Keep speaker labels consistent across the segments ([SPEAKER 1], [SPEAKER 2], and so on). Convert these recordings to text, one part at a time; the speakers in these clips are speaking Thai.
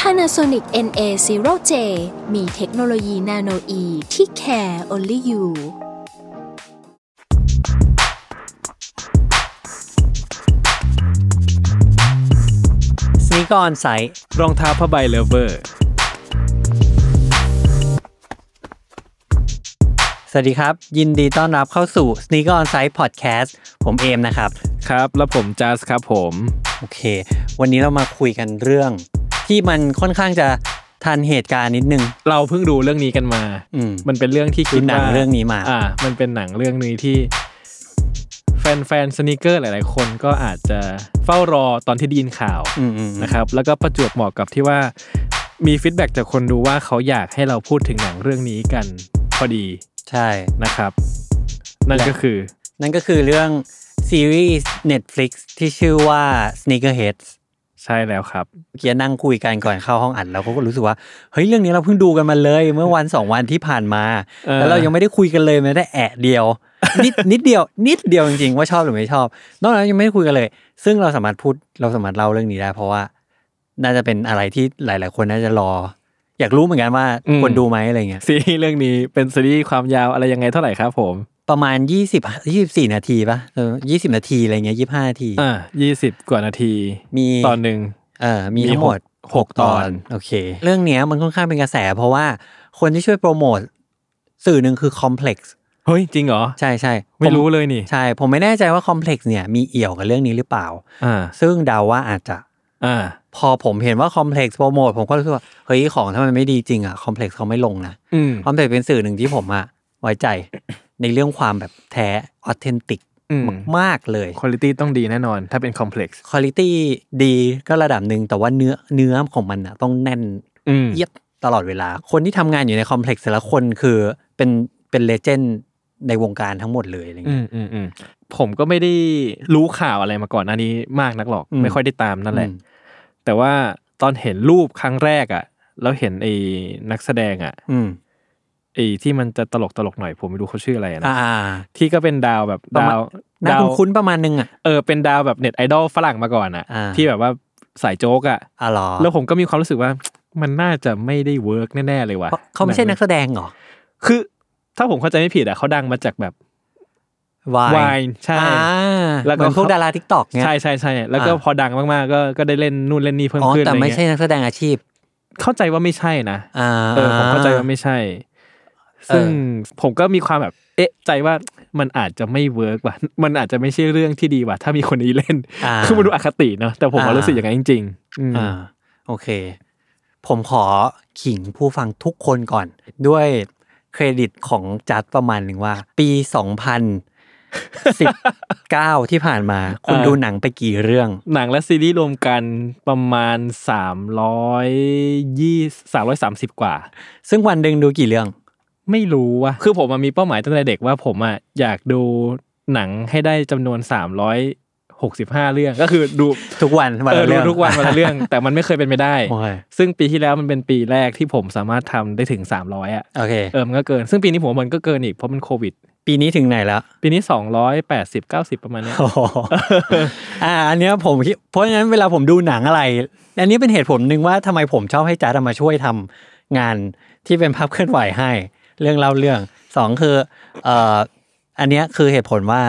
[SPEAKER 1] Panasonic NA0J มีเทคโนโลยีนาโนอีที่ care only you
[SPEAKER 2] สนิกออนไซต์
[SPEAKER 3] รองเท้าผ้าใบเลเวอร์
[SPEAKER 2] สวัสดีครับ ยินดีต้อนรับเข้าสู่ Sneak On Site Podcast ผมเอมนะครับ
[SPEAKER 3] ครับ แล้วผมจัสครับผม
[SPEAKER 2] โอเค วันนี้เรามาคุยกันเรื่อง ที่มันค่อนข้างจะทันเหตุการณ์นิดนึง
[SPEAKER 3] เราเพิ่งดูเรื่องนี้กันมา
[SPEAKER 2] อืม
[SPEAKER 3] มันเป็นเรื่องที่
[SPEAKER 2] คือหนัง
[SPEAKER 3] ว่า
[SPEAKER 2] เรื่องนี้มา
[SPEAKER 3] อ่า มันเป็นหนังเรื่องนี้ที่ แฟนๆสนิเกอร์หลาย ๆ คนก็อาจจะเฝ้ารอตอนที่ได้ยินข่าว
[SPEAKER 2] อืมอืม
[SPEAKER 3] นะครับ แล้วก็ประจวบเหมาะกับที่ว่ามีฟีดแบ็กจากคนดูว่าเขาอยากให้เราพูดถึงหนังเรื่องนี้กันพอดี
[SPEAKER 2] ใช่
[SPEAKER 3] นะครับ นั่นก็คือ
[SPEAKER 2] นั่นก็คือเรื่องซีรีส์ Netflix ที่ชื่อว่า Sneakerheads
[SPEAKER 3] ใช่แล้วครับ
[SPEAKER 2] เมื่อกี้นั่งคุยกันก่อนเข้าห้องอัดเราก็รู้สึกว่า เฮ้ย เรื่องนี้เราเพิ่งดูกันมาเลย เมื่อวันสองวันที่ผ่านมา
[SPEAKER 3] เออ
[SPEAKER 2] แล้วเรายังไม่ได้คุยกันเลยแม้แต่แอะเดียว นิดนิดเดียว นิดเดียวจริงๆ ว่าชอบหรือไม่ชอบ นอกจากนั้นยังไม่ได้คุยกันเลย ซึ่งเราสามารถพูดเราสามารถเล่าเรื่องนี้ได้ เพราะว่า น่าจะเป็นอะไรที่หลาย ๆ คนน่าจะรอ อยากรู้เหมือนกันว่า
[SPEAKER 3] อืม
[SPEAKER 2] ควรดูไหมอะไรเงี้ย
[SPEAKER 3] ซีรีส์เรื่องนี้เป็นซีรีส์ความยาวอะไรยังไงเท่าไหร่ครับผม
[SPEAKER 2] ประมาณ 20 24 นาทีปะยี่สิบนาทีอะไรเงี้ยยี่ห้านาที
[SPEAKER 3] อ่ายี่สิบกว่านาที
[SPEAKER 2] มี
[SPEAKER 3] ตอนหนึ่ง
[SPEAKER 2] เออมี
[SPEAKER 3] มี
[SPEAKER 2] ทั้งหมด
[SPEAKER 3] หก
[SPEAKER 2] 6ตอ
[SPEAKER 3] ตอน น
[SPEAKER 2] โอเค เรื่องเนี้ยมันค่อนข้างเป็นกระแส เพราะว่าคนที่ช่วยโปรโมทสื่อหนึ่งคือ Complex
[SPEAKER 3] เฮ้ย จริงเหรอ
[SPEAKER 2] ใช่ใช่
[SPEAKER 3] ไม่
[SPEAKER 2] ผ
[SPEAKER 3] รู้เลยนี่
[SPEAKER 2] ใช่ ผมไม่แน่ใจว่า Complex เนี่ยมีเอี่ยวกับเรื่องนี้หรือเปล่า
[SPEAKER 3] อ่า
[SPEAKER 2] ซึ่งเดาว่าอาจจะ
[SPEAKER 3] อ่า
[SPEAKER 2] พอผมเห็นว่า Complex โปรโมทผมก็รู้สึกว่า เฮ้ย ของถ้ามันไม่ดีจริงอ่ะ Complex เขาไม่ลงนะ
[SPEAKER 3] อืม
[SPEAKER 2] Complex เป็นสื่อหนึ่งที่ผมอะไว้ใจ ในเรื่องความแบบแท้ออเทนติก
[SPEAKER 3] อืม
[SPEAKER 2] มากๆเลย
[SPEAKER 3] คุณภาพต้องดีแน่นอน ถ้าเป็นคอมเพล็กซ์
[SPEAKER 2] คุณภาพดีก็ระดับหนึ่งแต่ว่าเนื้อเนื้อของมันอะต้องแน่น
[SPEAKER 3] อืม
[SPEAKER 2] เยียบตลอดเวลา คนที่ทำงานอยู่ในคอมเพล็กซ์แต่ละคนคือเป็นเป็นเลเจนด์ในวงการทั้งหมดเลยอะไร
[SPEAKER 3] อื
[SPEAKER 2] เงี้ย
[SPEAKER 3] มอืมอืมผมก็ไม่ได้รู้ข่าวอะไรมาก่อนหน้านี้มากนักหรอก
[SPEAKER 2] อืม
[SPEAKER 3] ไม่ค่อยได้ตามนั่นแหละ
[SPEAKER 2] อืม
[SPEAKER 3] แต่ว่าตอนเห็นรูปครั้งแรกอ่ะ แล้วเห็นไอ้นักแสดงอ่ะ
[SPEAKER 2] อืม
[SPEAKER 3] ไอ้ที่มันจะตลกตลกๆหน่อยผมไม่รู้เขาชื่ออะไรนะ
[SPEAKER 2] อ่า
[SPEAKER 3] ที่ก็เป็นดาวแบบ
[SPEAKER 2] ประ
[SPEAKER 3] ดา
[SPEAKER 2] มาณ
[SPEAKER 3] ว
[SPEAKER 2] น่า
[SPEAKER 3] ดาว
[SPEAKER 2] คุ้นๆประมาณนึงอ่ะ
[SPEAKER 3] เออเป็นดาวแบบเน็ตไอดอลฝรั่งมาก่อนอ่ะ
[SPEAKER 2] อ่า
[SPEAKER 3] ที่แบบว่าสายโจ๊กอ่ะ
[SPEAKER 2] อ๋อเหรอ
[SPEAKER 3] แล้วผมก็มีความรู้สึกว่า มันน่าจะไม่ได้เวิร์กแน่ๆเลยว่ะ
[SPEAKER 2] เพราะเขาไม่ใช่นักแสดงเหรอ
[SPEAKER 3] คือ ถ้าผมเข้าใจไม่ผิดอ่ะเขาดังมาจากแบบ
[SPEAKER 2] วายว
[SPEAKER 3] ายใช่
[SPEAKER 2] อ่า
[SPEAKER 3] แล้
[SPEAKER 2] แล้ว
[SPEAKER 3] วก็
[SPEAKER 2] ก็พวกดาราทิกตอกเนี่ย
[SPEAKER 3] ใช่ใช่ใช่แล้วก็
[SPEAKER 2] อ่า
[SPEAKER 3] พอดังมากๆ ก็ก็ได้เล่นนู่นเล่นนี่เพิ่ม
[SPEAKER 2] อ๋อ
[SPEAKER 3] ขึ้นอะ
[SPEAKER 2] แต่
[SPEAKER 3] ไร
[SPEAKER 2] ไม่ใช่
[SPEAKER 3] เงี้ย
[SPEAKER 2] นักแสดงอาชีพ
[SPEAKER 3] เข้าใจว่าไม่ใช่นะ
[SPEAKER 2] อ่า
[SPEAKER 3] เออผมเข้าใจว่าไม่ใช่ ซึ่ง
[SPEAKER 2] เอ
[SPEAKER 3] ผมก็มีความแบบ เอ๊ะ ใจว่ามันอาจจะไม่เวิร์กว่ะมันอาจจะไม่ใช่เรื่องที่ดีว่ะถ้ามีคนนี้เล่น
[SPEAKER 2] อ่า
[SPEAKER 3] คือมันดูอคติเนาะแต่ผม
[SPEAKER 2] อ่า
[SPEAKER 3] รู้สึกอย่างนั้นจริงๆอืม
[SPEAKER 2] อ่าโอเค ผมขอขิงผู้ฟังทุกคนก่อน ด้วยเครดิตของจัดประมาณหนึ่งว่า ปี 2019 ที่ผ่านมา คุณดูหนังไปกี่เรื่อง
[SPEAKER 3] หนังและซีรีส์รวมกันประมาณสามร้อยยี่สามร้อยสามสิบกว่า
[SPEAKER 2] ซึ่งวันหนึ่งดูกี่เรื่อง
[SPEAKER 3] ไม่รู้ว่ะคือผมอะมีเป้าหมายตั้งแต่เด็กว่าผมอะอยากดูหนังให้ได้จำนวน 365 เรื่อง ก็คือดู
[SPEAKER 2] ทุกวันวัน
[SPEAKER 3] เออ
[SPEAKER 2] ละเรื่
[SPEAKER 3] ดู
[SPEAKER 2] อง
[SPEAKER 3] ทุกวันวันละเรื่อง แต่มันไม่เคยเป็นไปได้
[SPEAKER 2] โอเค
[SPEAKER 3] ซึ่งปีที่แล้วมันเป็นปีแรกที่ผมสามารถทำได้ถึง 300 อ่ะ
[SPEAKER 2] โอเค
[SPEAKER 3] เออมันก็เกิน ซึ่งปีนี้ผมว่ามันก็เกินอีกเพราะมันโควิด
[SPEAKER 2] ปีนี้ถึงไหนแล้ว
[SPEAKER 3] ปีนี้ 280 90 ประมาณเนี้ย
[SPEAKER 2] โอ้ โหอ่า อันเนี้ยผมคิดเพราะฉะนั้นเวลาผมดูหนังอะไร อันนี้เป็นเหตุผลหนึ่งว่าทำไมผมชอบให้จ๊าดมาช่วยทำงานที่เป็นภาพเคลื่อนไหวให้ เรื่องเล่าเรื่องสองคือเอ่ออันเนี้ยคือเหตุผลว่า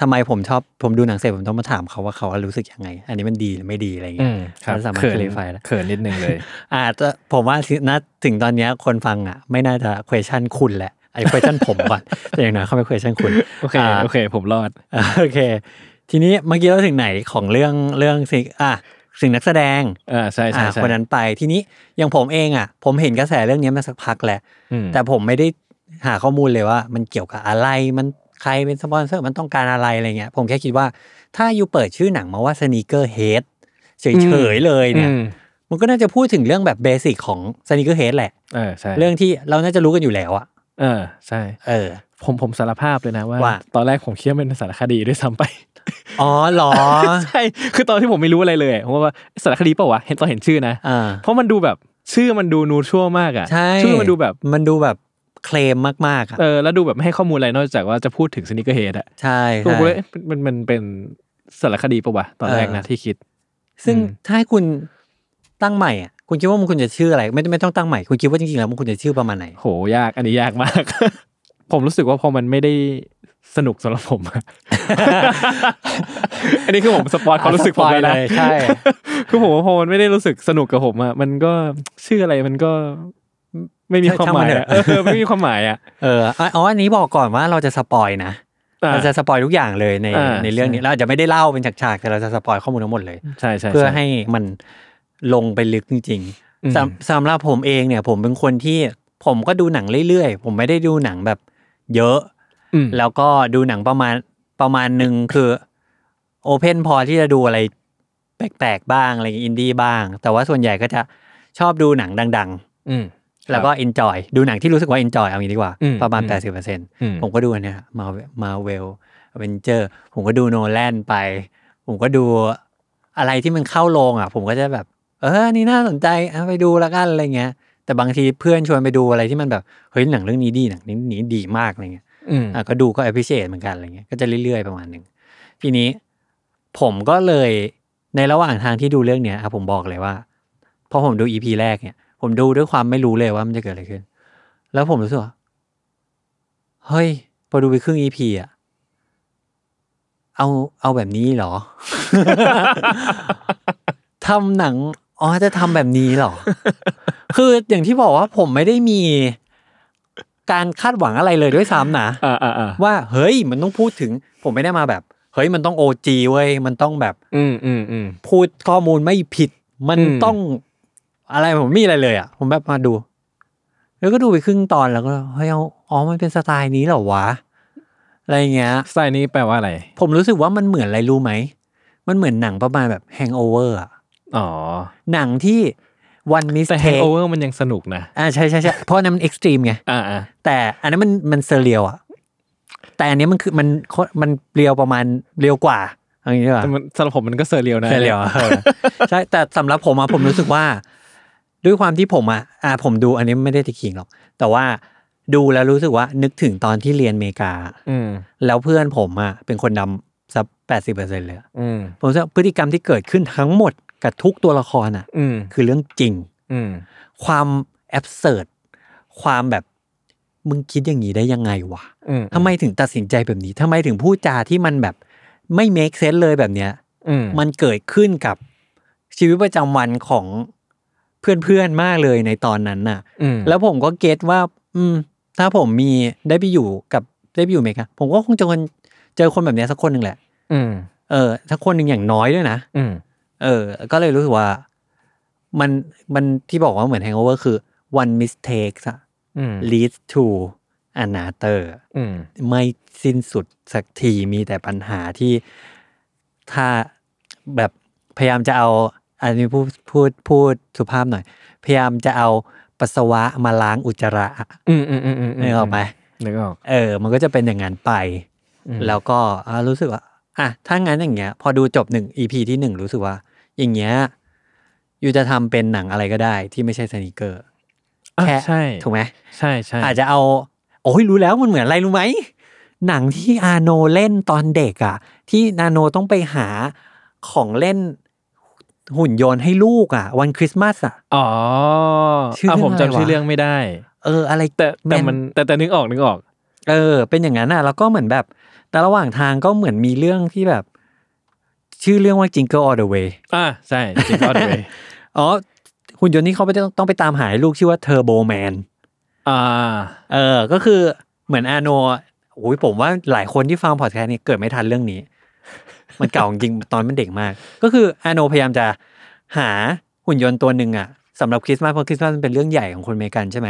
[SPEAKER 2] ทำไมผมชอบผมดูหนังเสร็จผมต้องมาถามเขาว่าเขารู้สึกยังไง อันนี้มันดีหรือไม่ดีอะไร
[SPEAKER 3] อื
[SPEAKER 2] เงี้ย
[SPEAKER 3] มครับ
[SPEAKER 2] มันสามารถ
[SPEAKER 3] เขิน
[SPEAKER 2] เคลียร์ไฟได้
[SPEAKER 3] เขินนิดนึงเลย
[SPEAKER 2] อาจจะผมว่าสินะถึงตอนเนี้ยคนฟังอ่ะ ไม่น่าจะ question คุณแหละไอ้ question ผมก่อนแต่อย่างน้อยเขาไม่ question คุณ
[SPEAKER 3] โอเค
[SPEAKER 2] า
[SPEAKER 3] โอเค ผมรอด
[SPEAKER 2] อ่ะ โอเค ทีนี้เมื่อกี้เราถึงไหนของเรื่องเรื่องสิอ่ะสิ่งนักแสดง
[SPEAKER 3] อ่าใช่ใช่
[SPEAKER 2] อ่ะ
[SPEAKER 3] ใช่
[SPEAKER 2] คนนั้นไปทีนี้อย่างผมเองอ่ะ ผมเห็นกระแสเรื่องนี้มาสักพักแล้ว
[SPEAKER 3] อืม
[SPEAKER 2] แต่ผมไม่ได้หาข้อมูลเลยว่า มันเกี่ยวกับอะไรมันใครเป็นสปอนเซอร์มันต้องการอะไรอะไรเงี้ย ผมแค่คิดว่าถ้าอยู่เปิดชื่อหนังมาว่าสน e เกอร์เฮดเฉยๆเลยเนี่ย
[SPEAKER 3] อืม
[SPEAKER 2] มันก็น่าจะพูดถึงเรื่องแบบเบสิกของสนิเกอร์เฮดแหละ
[SPEAKER 3] เออใช่
[SPEAKER 2] เรื่องที่เราน่าจะรู้กันอยู่แล้วอะ
[SPEAKER 3] เออใช่
[SPEAKER 2] เออ
[SPEAKER 3] ผมผมสารภาพเลยนะว่า
[SPEAKER 2] ว่า
[SPEAKER 3] ตอนแรกผมคิดว่าเป็นสารคดีด้วยซ้ำไป
[SPEAKER 2] อ๋อเหรอ
[SPEAKER 3] ใช่คือตอนที่ผมไม่รู้อะไรเลยผมว่าสารคดีเปล่าวะเห็นตอนเห็นชื่อนะ
[SPEAKER 2] อ่า
[SPEAKER 3] เพราะมันดูแบบชื่อมันดูนูชั่วมากอ่ะ
[SPEAKER 2] ใช่
[SPEAKER 3] ชื่อมันดูแบบ
[SPEAKER 2] มันดูแบบเคลมมากๆอะ
[SPEAKER 3] เออแล้วดูแบบไม่ให้ข้อมูลอะไรนอกจากว่าจะพูดถึงสนิเกอร์เฮดอ่ะ
[SPEAKER 2] ใช่
[SPEAKER 3] ผม
[SPEAKER 2] ใช่
[SPEAKER 3] ก็เลยเอ๊ะมันมันมันเป็นสารคดีปะวะตอนแรกนะที่คิด
[SPEAKER 2] ซึ่ง
[SPEAKER 3] อืม
[SPEAKER 2] ถ้าให้คุณตั้งใหม่อะคุณคิดว่ามันคุณจะชื่ออะไรไม่ไม่ต้องตั้งใหม่ คุณคิดว่าจริงๆแล้วมันคุณจะชื่อประมาณ ไหน
[SPEAKER 3] โหยากอันนี้ยากมาก ผมรู้สึกว่าพอมันไม่ได้สนุกสำหรับผมอะ อันนี้คือผมสปอยล์ความรู้สึกผมเลยนะ
[SPEAKER 2] อ่ะสปอยล์เลยใช่
[SPEAKER 3] คือผมว่าพอมันไม่ได้รู้สึกสนุกกับผมอะมันก็ชื่ออะไรมันก็ไม่มีความหมายอะเออไม่มีความหมายอะ
[SPEAKER 2] เอออ๋ออ๋ออันนี้บอกก่อนว่าเราจะสปอยนะ
[SPEAKER 3] อ่า
[SPEAKER 2] เราจะสปอยทุกอย่างเลยใน
[SPEAKER 3] อ่า
[SPEAKER 2] ในเรื่องนี้
[SPEAKER 3] ใช่
[SPEAKER 2] เราอาจจะไม่ได้เล่าเป็นฉากๆ แต่เราจะสปอยข้อมูลทั้งหมดเลย
[SPEAKER 3] ใช่ใช่ช่
[SPEAKER 2] เพื่อให้มันลงไปลึกจริง
[SPEAKER 3] อืม
[SPEAKER 2] ๆสำสำหรับผมเองเนี่ย ผมเป็นคนที่ผมก็ดูหนังเรื่อยๆ ผมไม่ได้ดูหนังแบบ เยอะ
[SPEAKER 3] อืม
[SPEAKER 2] แล้วก็ดูหนังประมาณประมาณหนึ่งคือโอเพนพอที่จะดูอะไรแปลกๆบ้างอะไรอย่างงี้อินดี้บ้าง แต่ว่าส่วนใหญ่ก็จะชอบดูหนังดัง
[SPEAKER 3] อืม
[SPEAKER 2] ๆ แล้วก็ enjoy ดูหนังที่รู้สึกว่า enjoy เอางี้ดีกว่า
[SPEAKER 3] อืม
[SPEAKER 2] ประมาณ
[SPEAKER 3] อืม
[SPEAKER 2] 80%
[SPEAKER 3] อืม
[SPEAKER 2] ผมก็ดูอันเนี่ยมามาเวลเวนเจอร์ ผมก็ดูโนแลนไป ผมก็ดูอะไรที่มันเข้าโรงอ่ะ ผมก็จะแบบ เออ นี่น่าสนใจเอาไปดูละกันอะไรเงี้ย แต่บางทีเพื่อนชวนไปดูอะไรที่มันแบบ เฮ้ยหนังเรื่องนี้ดีหนังเรื่องนี้ดีมากอะไรเงี้ย
[SPEAKER 3] อืม
[SPEAKER 2] อ่ะก็ดูก็ appreciate เหมือนกันอะไรเงี้ย ก็จะเรื่อยๆประมาณหนึ่ง ทีนี้ผมก็เลยในระหว่างทางที่ดูเรื่องเนี้ยอ่ะผมบอกเลยว่าพอผมดู EP แรกเนี่ย ผมดูด้วยความไม่รู้เลยว่ามันจะเกิดอะไรขึ้น แล้วผมรู้สึกว่า เฮ้ย พอดูไปครึ่ง EP อะเอาเอาแบบนี้เหรอ ทำหนัง อ๋อ จะทำแบบนี้เหรอ คืออย่างที่บอกว่าผมไม่ได้มีการคาดหวังอะไรเลยด้วยซ้ำนะ
[SPEAKER 3] อ่าอ่าอ่า
[SPEAKER 2] ว่าเฮ้ย มันต้องพูดถึง ผมไม่ได้มาแบบ เฮ้ย มันต้องโอจีเว้ย มันต้องแบบ
[SPEAKER 3] อืมอืมอืม
[SPEAKER 2] พูดข้อมูลไม่ผิด มัน
[SPEAKER 3] อืม
[SPEAKER 2] ต้องอะไรผมไม่มีอะไรเลยอ่ะ ผมแบบมาดู แล้วก็ดูไปครึ่งตอนแล้วก็เฮ้ยเอาอ๋อมันเป็นสไตล์นี้เหรอวะ อะไรอย่างเงี้ย
[SPEAKER 3] สไตล์นี้แปลว่าอะไร
[SPEAKER 2] ผมรู้สึกว่ามันเหมือนอะไรรู้ไหม มันเหมือนหนังประมาณแบบ Hangover อ่ะ
[SPEAKER 3] อ๋อ
[SPEAKER 2] หนังที่ One
[SPEAKER 3] แต่แฮง
[SPEAKER 2] Mistake
[SPEAKER 3] โอเวอร์มันยังสนุกนะ
[SPEAKER 2] อ่าใช่ใช่ใช่เพราะอันนั้นมันเอ็กซ์ตรีมไง
[SPEAKER 3] อ่าอ่า
[SPEAKER 2] แต่อันนั้นมันมันเซเรียลอ่ะ แต่อันเนี้ยมันคือมันโคมันเรียวประมาณเรียวกว่าเอะไรอย่างเงี้ย
[SPEAKER 3] แต่มันสำหรับผมมันก็เซอร์เรียลนะ
[SPEAKER 2] ใช่เลยเหรอเออใช่ แต่สำหรับผมอะผมรู้สึกว่า ด้วยความที่ผมอะอ่ะผมดูอันนี้ไม่ได้ติขิงหรอก แต่ว่าดูแล้วรู้สึกว่านึกถึงตอนที่เรียนอเมริกา
[SPEAKER 3] อืม
[SPEAKER 2] แล้วเพื่อนผมอะเป็นคนดำสักแปดสิบเปอร์เซ็นเลยอะ
[SPEAKER 3] อืม
[SPEAKER 2] ผมรู้สึกว่าพฤติกรรมที่เกิดขึ้นทั้งหมดกับทุกตัวละครอะ
[SPEAKER 3] อืม
[SPEAKER 2] คือเรื่องจริง
[SPEAKER 3] อืม
[SPEAKER 2] ความแอบเสิร์ความแบบมึงคิดอย่างนี้ได้ยังไงวะ
[SPEAKER 3] อืม
[SPEAKER 2] ทำไมถึงตัดสินใจแบบนี้ทำไมถึงพูดจาที่มันแบบไม่ make sense เลยแบบเนี้ย
[SPEAKER 3] อืม
[SPEAKER 2] มันเกิดขึ้นกับชีวิตประจำวันของเพื่อนๆมากเลยในตอนนั้นน่ะ
[SPEAKER 3] อืม
[SPEAKER 2] แล้วผมก็เก็ตว่า อืม ถ้าผมมีได้ไปอยู่กับได้ไปอยู่อเมริกาผมก็คงจะคนเจอคนแบบเนี้ยสักคนหนึ่งแหละ
[SPEAKER 3] อืม
[SPEAKER 2] เออสักคนหนึ่งอย่างน้อยด้วยนะ
[SPEAKER 3] อืม
[SPEAKER 2] เออ ก็เลยรู้สึกว่า มันมันที่บอกว่าเหมือน hangover คือ one mistake อะ
[SPEAKER 3] อืม
[SPEAKER 2] leads to another
[SPEAKER 3] อืม
[SPEAKER 2] ไม่สิ้นสุดสักทีมีแต่ปัญหาที่ถ้าแบบพยายามจะเอา อันนี้พูดพูดพูดสุภาพหน่อย พยายามจะเอาปัสสาวะมาล้างอุจจาระ
[SPEAKER 3] อืมอืมอืมอืม
[SPEAKER 2] นึกออกไหม
[SPEAKER 3] นึกออก
[SPEAKER 2] เออ มันก็จะเป็นอย่างนั้นไป
[SPEAKER 3] อืม
[SPEAKER 2] แล้วก็อ่ารู้สึกว่าอ่ะถ้างั้นอย่างเงี้ย พอดูจบหนึ่ง EP ที่หนึ่งรู้สึกว่า อย่างเงี้ยอยู่จะทำเป็นหนังอะไรก็ได้ ที่ไม่ใช่สนิเกอร์
[SPEAKER 3] อ่ะ
[SPEAKER 2] แค่
[SPEAKER 3] ใช่
[SPEAKER 2] ถูกไหม
[SPEAKER 3] ใช่ใช่
[SPEAKER 2] อาจจะเอา โอ้ยรู้แล้วมันเหมือนอะไรรู้ไหม หนังที่อาโนเล่นตอนเด็กอะ่ะ ที่นาโนต้องไปหาของเล่นหุ่นยนต์ให้ลูกอะ่ะ วันคริสต์มาสอะ
[SPEAKER 3] อ๋อ
[SPEAKER 2] ชื่อเรื่อ
[SPEAKER 3] อ่ะ
[SPEAKER 2] ง
[SPEAKER 3] ผม
[SPEAKER 2] อะไร
[SPEAKER 3] จำชื่อ
[SPEAKER 2] วะ
[SPEAKER 3] เรื่องไม่ได้
[SPEAKER 2] เออ อะไร
[SPEAKER 3] แต่แต่
[SPEAKER 2] แ
[SPEAKER 3] มันแต่แต่นึกออกนึกออก
[SPEAKER 2] เออ เป็นอย่างนั้นอ่ะ แล้วก็เหมือนแบบ แต่ระหว่างทางก็เหมือนมีเรื่องที่แบบ ชื่อเรื่องว่า Jingle All the Way
[SPEAKER 3] อ่ะใช่จริงก็เลย
[SPEAKER 2] อ๋อ หุ่นยนต์ที่เขาไปต้องต้องไปตามหาให้ลูกชื่อว่า Turbo Man
[SPEAKER 3] อ่า
[SPEAKER 2] เออ ก็คือเหมือนอาโนโอ้ยผมว่าหลายคนที่ฟังพอดแคสต์นี้เกิดไม่ทันเรื่องนี้ มันเก่าจริง ตอนมันเด็กมาก ก็คืออาโนพยายามจะหาหุ่นยนต์ตัวหนึ่งอะสำหรับคริสต์มาสเพราะคริสต์มาสมันเป็นเรื่องใหญ่ของคนอเมริกันใช่ไหม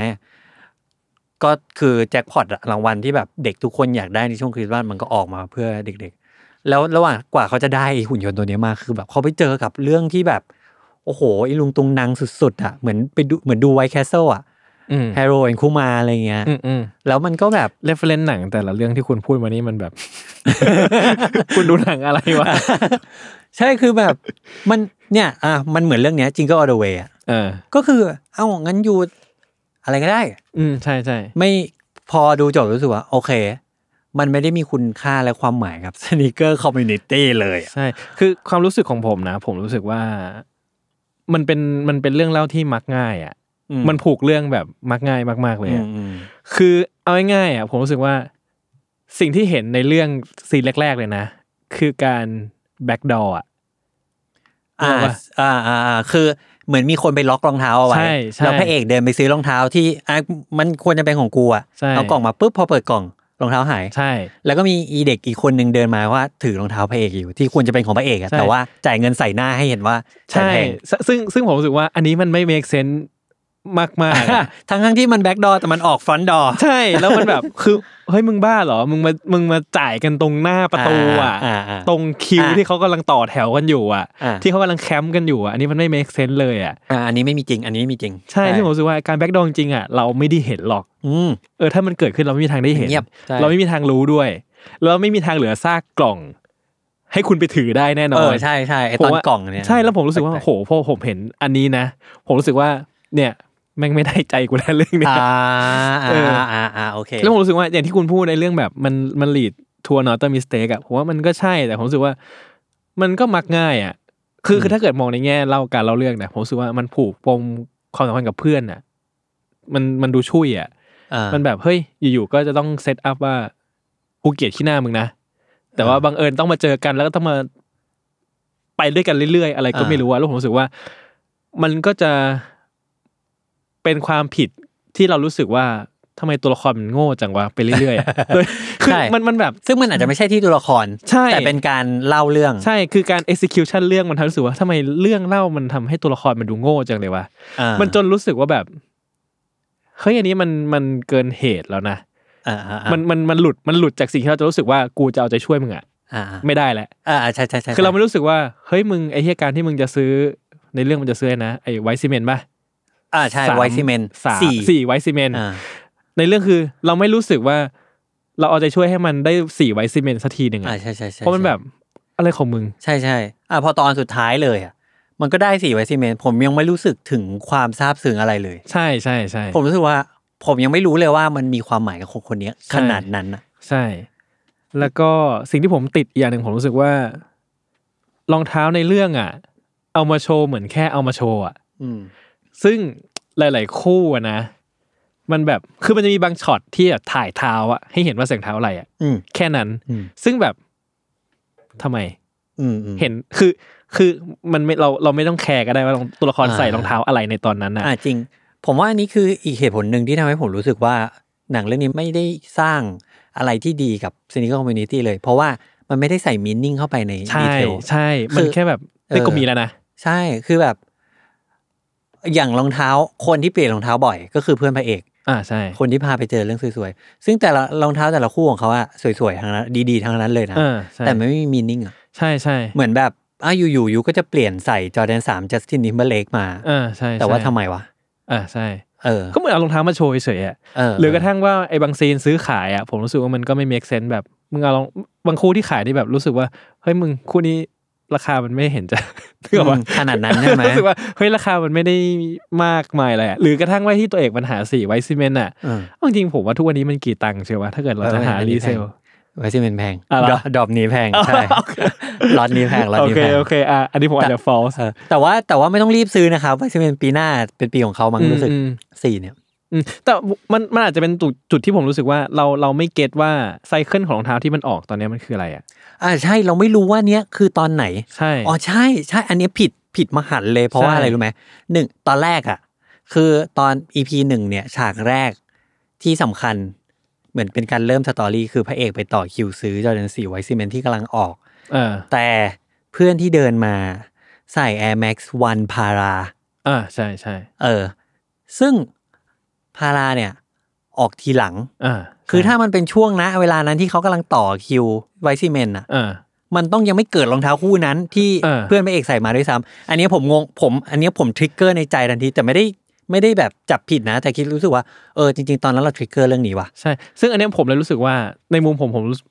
[SPEAKER 2] ก็คือแจ็คพอตอะรางวัลที่แบบเด็กทุกคนอยากได้ในช่วงคริสต์มาสมันก็ออกมาเพื่อเด็กๆ แล้วระหว่างกว่าเขาจะได้ไอ้หุ่นยนต์ตัวเนี้ยมาคือแบบเขาไปเจอกับเรื่องที่แบบ โอ้โหอีลุงตุงนางสุดๆอ่ะเหมือนไปดูเหมือนดูไวแคสเซิลอ่ะ
[SPEAKER 3] อืม
[SPEAKER 2] แฮร์โรเอนคูมาอะไรเงี้ย
[SPEAKER 3] อืมอืม
[SPEAKER 2] แล้วมันก็แบบ
[SPEAKER 3] เรฟเฟนหนังแต่ละเรื่องที่คุณพูดมานี่มันแบบ คุณดูหนังอะไรวะ
[SPEAKER 2] ใช่คือแบบ มันเนี่ยอ่ะมันเหมือนเรื่องเนี้ยจิงก็ออเดเวย์
[SPEAKER 3] เออ
[SPEAKER 2] ก็คือ เอ้างั้นอยู่อะไรก็ได้
[SPEAKER 3] อืมใช่ใช่
[SPEAKER 2] ไม่พอดูจบรู้สึกว่า โอเค มันไม่ได้มีคุณค่าและความหมายกับ สน e เกอร์คอมมูนิตี้เลยอะ
[SPEAKER 3] ใช่ คือความรู้สึกของผมนะ ผมรู้สึกว่า มันเป็นมันเป็นเรื่องเล่าที่มักง่ายอ่ะ
[SPEAKER 2] อื
[SPEAKER 3] มันผูกเรื่องแบบมักง่ายมาก ๆ เลย
[SPEAKER 2] อื
[SPEAKER 3] อะ
[SPEAKER 2] มอืม
[SPEAKER 3] คือเอาง่ายๆอ่ะผมรู้สึกว่า สิ่งที่เห็นในเรื่องซีนแรก ๆ เลยนะ คือการแบ็กดอร์อ่ะ
[SPEAKER 2] อ่าอ่าอ่าอ่าคือเหมือนมีคนไปล็อกรองเท้าเอาไว้
[SPEAKER 3] ใช่ใช่
[SPEAKER 2] แล้วพระเอกเดินไปซื้อรองเท้าที่อ่ะมันควรจะเป็นของกูอ่ะ
[SPEAKER 3] ใช่
[SPEAKER 2] เอากล่องมาปุ๊บพอเปิดกล่องรองเท้าหาย
[SPEAKER 3] ใช่
[SPEAKER 2] แล้วก็มีอีเด็กอีกคนหนึ่งเดินมาว่าถือรองเท้าพระเอกอยู่ที่ควรจะเป็นของพระเอกอะ
[SPEAKER 3] ใช่
[SPEAKER 2] แต่ว่าจ่ายเงินใส่หน้าให้เห็นว่าจ่าย
[SPEAKER 3] ใช่
[SPEAKER 2] แพง
[SPEAKER 3] ซซึ่งซึ่งผมรู้สึกว่าอันนี้มันไม่ make sense มากมากๆอะ
[SPEAKER 2] ทั้งทั้งๆที่มันแบ็กดอแต่มันออกฟรอนดอ
[SPEAKER 3] ใช่แล้วมันแบบ คือเฮ้ยมึงบ้าเหรอ มึงมามึงมาจ่ายกันตรงหน้าประตูอ่ะ
[SPEAKER 2] อ่าอ่าอ่า
[SPEAKER 3] ตรงคิว
[SPEAKER 2] อ่า
[SPEAKER 3] ที่เขากำลังต่อแถวกันอยู่อ่ะ
[SPEAKER 2] อ่า
[SPEAKER 3] ที่เขากำลังแคมป์กันอยู่อะอันนี้มันไม่ make sense เลยอ่ะ
[SPEAKER 2] อ่าอันนี้ไม่มีจริง อันนี้ไม่มีจริง
[SPEAKER 3] ใช่ซึ่งผมรู้สึกว่าการแบ็กดอจริงๆอ่ะเราไม่ได้เห็นหรอก
[SPEAKER 2] อืม
[SPEAKER 3] เออถ้ามันเกิดขึ้นเราไม่มีทางได้เห็น
[SPEAKER 2] เงียบใช่
[SPEAKER 3] เราไม่มีทางรู้ด้วย เราไม่มีทางเหลือซากกล่อง ให้คุณไปถือได้แน่น
[SPEAKER 2] เอ
[SPEAKER 3] อน
[SPEAKER 2] อใช่ใช่ไอ
[SPEAKER 3] ผม
[SPEAKER 2] ตอน
[SPEAKER 3] ว่าก
[SPEAKER 2] ล่องเนี่ย
[SPEAKER 3] ใช่แล้วผมรู้สึกว่า
[SPEAKER 2] แปล
[SPEAKER 3] โหพอผมเห็นอันนี้นะ ผมรู้สึกว่าเนี่ยแม่งไม่ได้ใจกูแล้วเรื่อง
[SPEAKER 2] กๆ
[SPEAKER 3] เนี้ย
[SPEAKER 2] อ่า
[SPEAKER 3] เอ
[SPEAKER 2] อ่า
[SPEAKER 3] อ
[SPEAKER 2] อ่าอ่าโอเค
[SPEAKER 3] แล้วผมรู้สึกว่าอย่างที่คุณพูดในเรื่องแบบมันมันลีดทัวร์นอตเตอร์มิสเตกอะผมว่ามันก็ใช่แต่ผมรู้สึกว่า มันก็มักง่ายอะคือคือถ้าเกิดมองในแง่เล่าการเล่าเรื่องนะผมรู้สึกว่ามันผูกปมความสัมพันธ์กับเพื่อนอะมันมันดูช่วยอะ
[SPEAKER 2] อ่า
[SPEAKER 3] มันแบบเฮ้ยอยู่ๆก็จะต้องเซตอัพว่ากูเกลียดขี้หน้ามึงนะ แต่ว่าบังเอิญต้องมาเจอกันแล้วก็ต้องมาไปด้วยกันเรื่อยๆ อะไรก็
[SPEAKER 2] อ่า
[SPEAKER 3] ไม่รู้ว่าแล้วผมรู้สึกว่า มันก็จะเป็นความผิดที่เรารู้สึกว่าทำไมตัวละครมันโง่จังวะไป เรื่อยๆอะโดยคือ
[SPEAKER 2] ใช่
[SPEAKER 3] มันมันแบบ
[SPEAKER 2] ซึ่งมันอาจจะไม่ใช่ที่ตัวละคร
[SPEAKER 3] ใช่
[SPEAKER 2] แต่เป็นการเล่าเรื่อง
[SPEAKER 3] ใช่คือการ execution เรื่องมันทำให้รู้สึกว่าทำไมเรื่องเล่ามันทำให้ตัวละครมันดูโง่จังเลยวะ
[SPEAKER 2] อ่า
[SPEAKER 3] มันจนรู้สึกว่าแบบเฮ้ยอันนี้มันมันเกินเหตุแล้วนะ
[SPEAKER 2] อ่าอ่า
[SPEAKER 3] มันมันมันหลุดมันหลุดจากสิ่งที่เราจะรู้สึกว่ากูจะเอาใจช่วยมึงอะ
[SPEAKER 2] อ่า
[SPEAKER 3] ไม่ได้แล้ว
[SPEAKER 2] อ่าอ่าใช่ใช่ใช่
[SPEAKER 3] คือเราไม่รู้สึกว่าเฮ้ยมึงไอ้เหี้ยการที่มึงจะซื้อในเรื่องมันจะซื้ออะไรนะไอ้ไวท์ซีเมนต์ป่ะ
[SPEAKER 2] อ่าใช่
[SPEAKER 3] สาม
[SPEAKER 2] ไวซีเมน
[SPEAKER 3] สาม
[SPEAKER 2] สี่
[SPEAKER 3] สี่ไวท์ซีเมนต์
[SPEAKER 2] อ่า
[SPEAKER 3] ในเรื่องคือเราไม่รู้สึกว่า เราเอาใจช่วยให้มันได้สี่ไวท์ซีเมนต์สักทีหนึ่ง
[SPEAKER 2] อ่า
[SPEAKER 3] อะ
[SPEAKER 2] ใช่ใช่ใช่
[SPEAKER 3] เพราะมันแบบอะไรของมึง
[SPEAKER 2] ใช่ใช่อ่ะพอตอนสุดท้ายเลยอ่ะ มันก็ได้สี่ไวซีเมนต์ผมยังไม่รู้สึกถึงความซาบซึ้งอะไรเลย
[SPEAKER 3] ใช่ใช่ใช่
[SPEAKER 2] ผมรู้สึกว่า ผมยังไม่รู้เลยว่ามันมีความหมายกับคนคนเนี้ย
[SPEAKER 3] ใช่
[SPEAKER 2] ขนาดนั้นอ่ะ
[SPEAKER 3] ใช่ แล้วก็สิ่งที่ผมติดอีกอย่างหนึ่งผมรู้สึกว่า รองเท้าในเรื่องอะเอามาโชว์เหมือนแค่เอามาโชว์อะ
[SPEAKER 2] อืม
[SPEAKER 3] ซึ่งหลาย ๆ คู่อะนะ มันแบบคือมันจะมีบางช็อตที่แบบถ่ายเท้าอะให้เห็นว่าเสียงเท้าอะไรอะ
[SPEAKER 2] อืม
[SPEAKER 3] แค่นั้น
[SPEAKER 2] อืม
[SPEAKER 3] ซึ่งแบบทำไม
[SPEAKER 2] อืมอืม
[SPEAKER 3] เห็นคือคือมันไม่เราเราไม่ต้องแคร์ก็ได้ว่าตัวละคร
[SPEAKER 2] อ่า
[SPEAKER 3] ใส่รองเท้าอะไรในตอนนั้นอะ
[SPEAKER 2] อ่าจริง ผมว่าอันนี้คืออีกเหตุผลหนึ่งที่ทำให้ผมรู้สึกว่า หนังเรื่องนี้ไม่ได้สร้างอะไรที่ดีกับซีนิคอมมูนิตี้เลย เพราะว่ามันไม่ได้ใส่มินนิ่งเข้าไปในดี
[SPEAKER 3] ใช่
[SPEAKER 2] เทล
[SPEAKER 3] ใช่
[SPEAKER 2] คือ
[SPEAKER 3] มันแค่แบบ
[SPEAKER 2] เออ
[SPEAKER 3] นี่กูมีแล้วนะ
[SPEAKER 2] ใช่ คือแบบ อย่างรองเท้าคนที่เปลี่ยนรองเท้าบ่อย ก็คือเพื่อนพระเอก
[SPEAKER 3] อ่าใช่
[SPEAKER 2] คนที่พาไปเจอเรื่องสวยๆ ซึ่งแต่ละรองเท้าแต่ละคู่ของเขาอะสวยๆทั้งนั้นดีๆทั้งนั้นเลยนะ
[SPEAKER 3] เออใช่
[SPEAKER 2] แต่ไม่มีมีนิ่งอะ
[SPEAKER 3] ใช่ใช่
[SPEAKER 2] เหมือนแบบอ่ะอยู่ๆยูก็จะเปลี่ยนใส่จอแดนสามจัสติน i ิมเบเลกมา
[SPEAKER 3] เออใช่ใช่
[SPEAKER 2] แต่ว่าทำไมวะ
[SPEAKER 3] อ่าใช่
[SPEAKER 2] เออ
[SPEAKER 3] ก็เหมือนเอารองเท้ามาโชว์เฉยๆอะ
[SPEAKER 2] เออ
[SPEAKER 3] หรือกระทั่งว่าไอ้บางซีนซื้อขายอ่ะผมรู้สึกว่ามันก็ไม่ make sense แบบมึงเอาลองบางคู่ที่ขายที่แบบรู้สึกว่าเฮ้ยมึงคู่นี้ราคามันไม่เห็นจะ ถึงว่า
[SPEAKER 2] ขนาดนั้นใช่ไหม
[SPEAKER 3] รู้สึกว่าเฮ้ยราคามันไม่ได้มากมายอะไรอะหรือกระทั่งว่าที่ตัวเอกมันหาสีไวซีเมนต์อ่ะ
[SPEAKER 2] เออ
[SPEAKER 3] เอาจริงๆผมว่าทุกวันนี้มันกี่ตังค์เชียววะถ้าเกิดเราจะหา
[SPEAKER 2] เอออันนี้
[SPEAKER 3] รีเซล
[SPEAKER 2] แพ ง ไว้ที่เป็นแพง
[SPEAKER 3] อ่ะเหร
[SPEAKER 2] ด
[SPEAKER 3] อ
[SPEAKER 2] อกดอบนี้แพงใช่ล็อตนี้แพ งล็อต
[SPEAKER 3] โอ
[SPEAKER 2] นี้
[SPEAKER 3] เค
[SPEAKER 2] แพง
[SPEAKER 3] โอเคอ่ะอันนี้ผมอาจจะ false
[SPEAKER 2] เออแต่ว่าแต่ว่าไม่ต้องรีบซื้อนะครับไว้ที่เป็นปีหน้าเป็นปีของเขามั้งรู้สึก
[SPEAKER 3] อืม
[SPEAKER 2] สี่เนี่ย
[SPEAKER 3] อืมแต่มันมันอาจจะเป็นจุดจุดที่ผมรู้สึกว่าเราเราไม่เก็ตว่าไซเคิลของรองเท้าที่มันออกตอนเนี้ยมันคืออะไรอ่ะ
[SPEAKER 2] อ่าใช่เราไม่รู้ว่าเนี้ยคือตอนไหน
[SPEAKER 3] ใช่
[SPEAKER 2] อ๋อใช่ใช่อันนี้ผิดผิดมหันต์เลยเพราะว่า
[SPEAKER 3] ใช่
[SPEAKER 2] อะไรรู้ไหมหนึ่งตอนแรกอ่ะ คือตอน EP หนึ่งเนี่ยฉากแรกที่สำคัญ เหมือนเป็นการเริ่มสตอรี่คือพระเอกไปต่อคิวซื้อจอร์แดนสีไวซีเมนที่กำลังออก
[SPEAKER 3] เออ
[SPEAKER 2] แต่เพื่อนที่เดินมาใส่ Air Max 1 p a r a
[SPEAKER 3] อ่าใช่ใช่
[SPEAKER 2] เออ ซึ่ง p a r a เนี่ย ออกทีหลัง
[SPEAKER 3] อ่า
[SPEAKER 2] คือถ้ามันเป็นช่วงนะ เวลานั้นที่เขากำลังต่อคิวไวซีเมนอ่ะ
[SPEAKER 3] อ่า
[SPEAKER 2] มันต้องยังไม่เกิดรองเท้าคู่นั้นที่
[SPEAKER 3] เออ
[SPEAKER 2] เพื่อนพระเอกใส่มาด้วยซ้ำอันนี้ผมงงผม อันนี้ผมทริกเกอร์ในใจทันทีแต่ไม่ได้ไม่ได้แบบจับผิดนะ แต่คิดรู้สึกว่าเออจริงๆตอนนั้นเราทริกเกอร์เรื่องนี้ว่ะ
[SPEAKER 3] ใช่ ซึ่งอันเนี้ยผมเลยรู้สึกว่าในมุมผมผมรู้สึก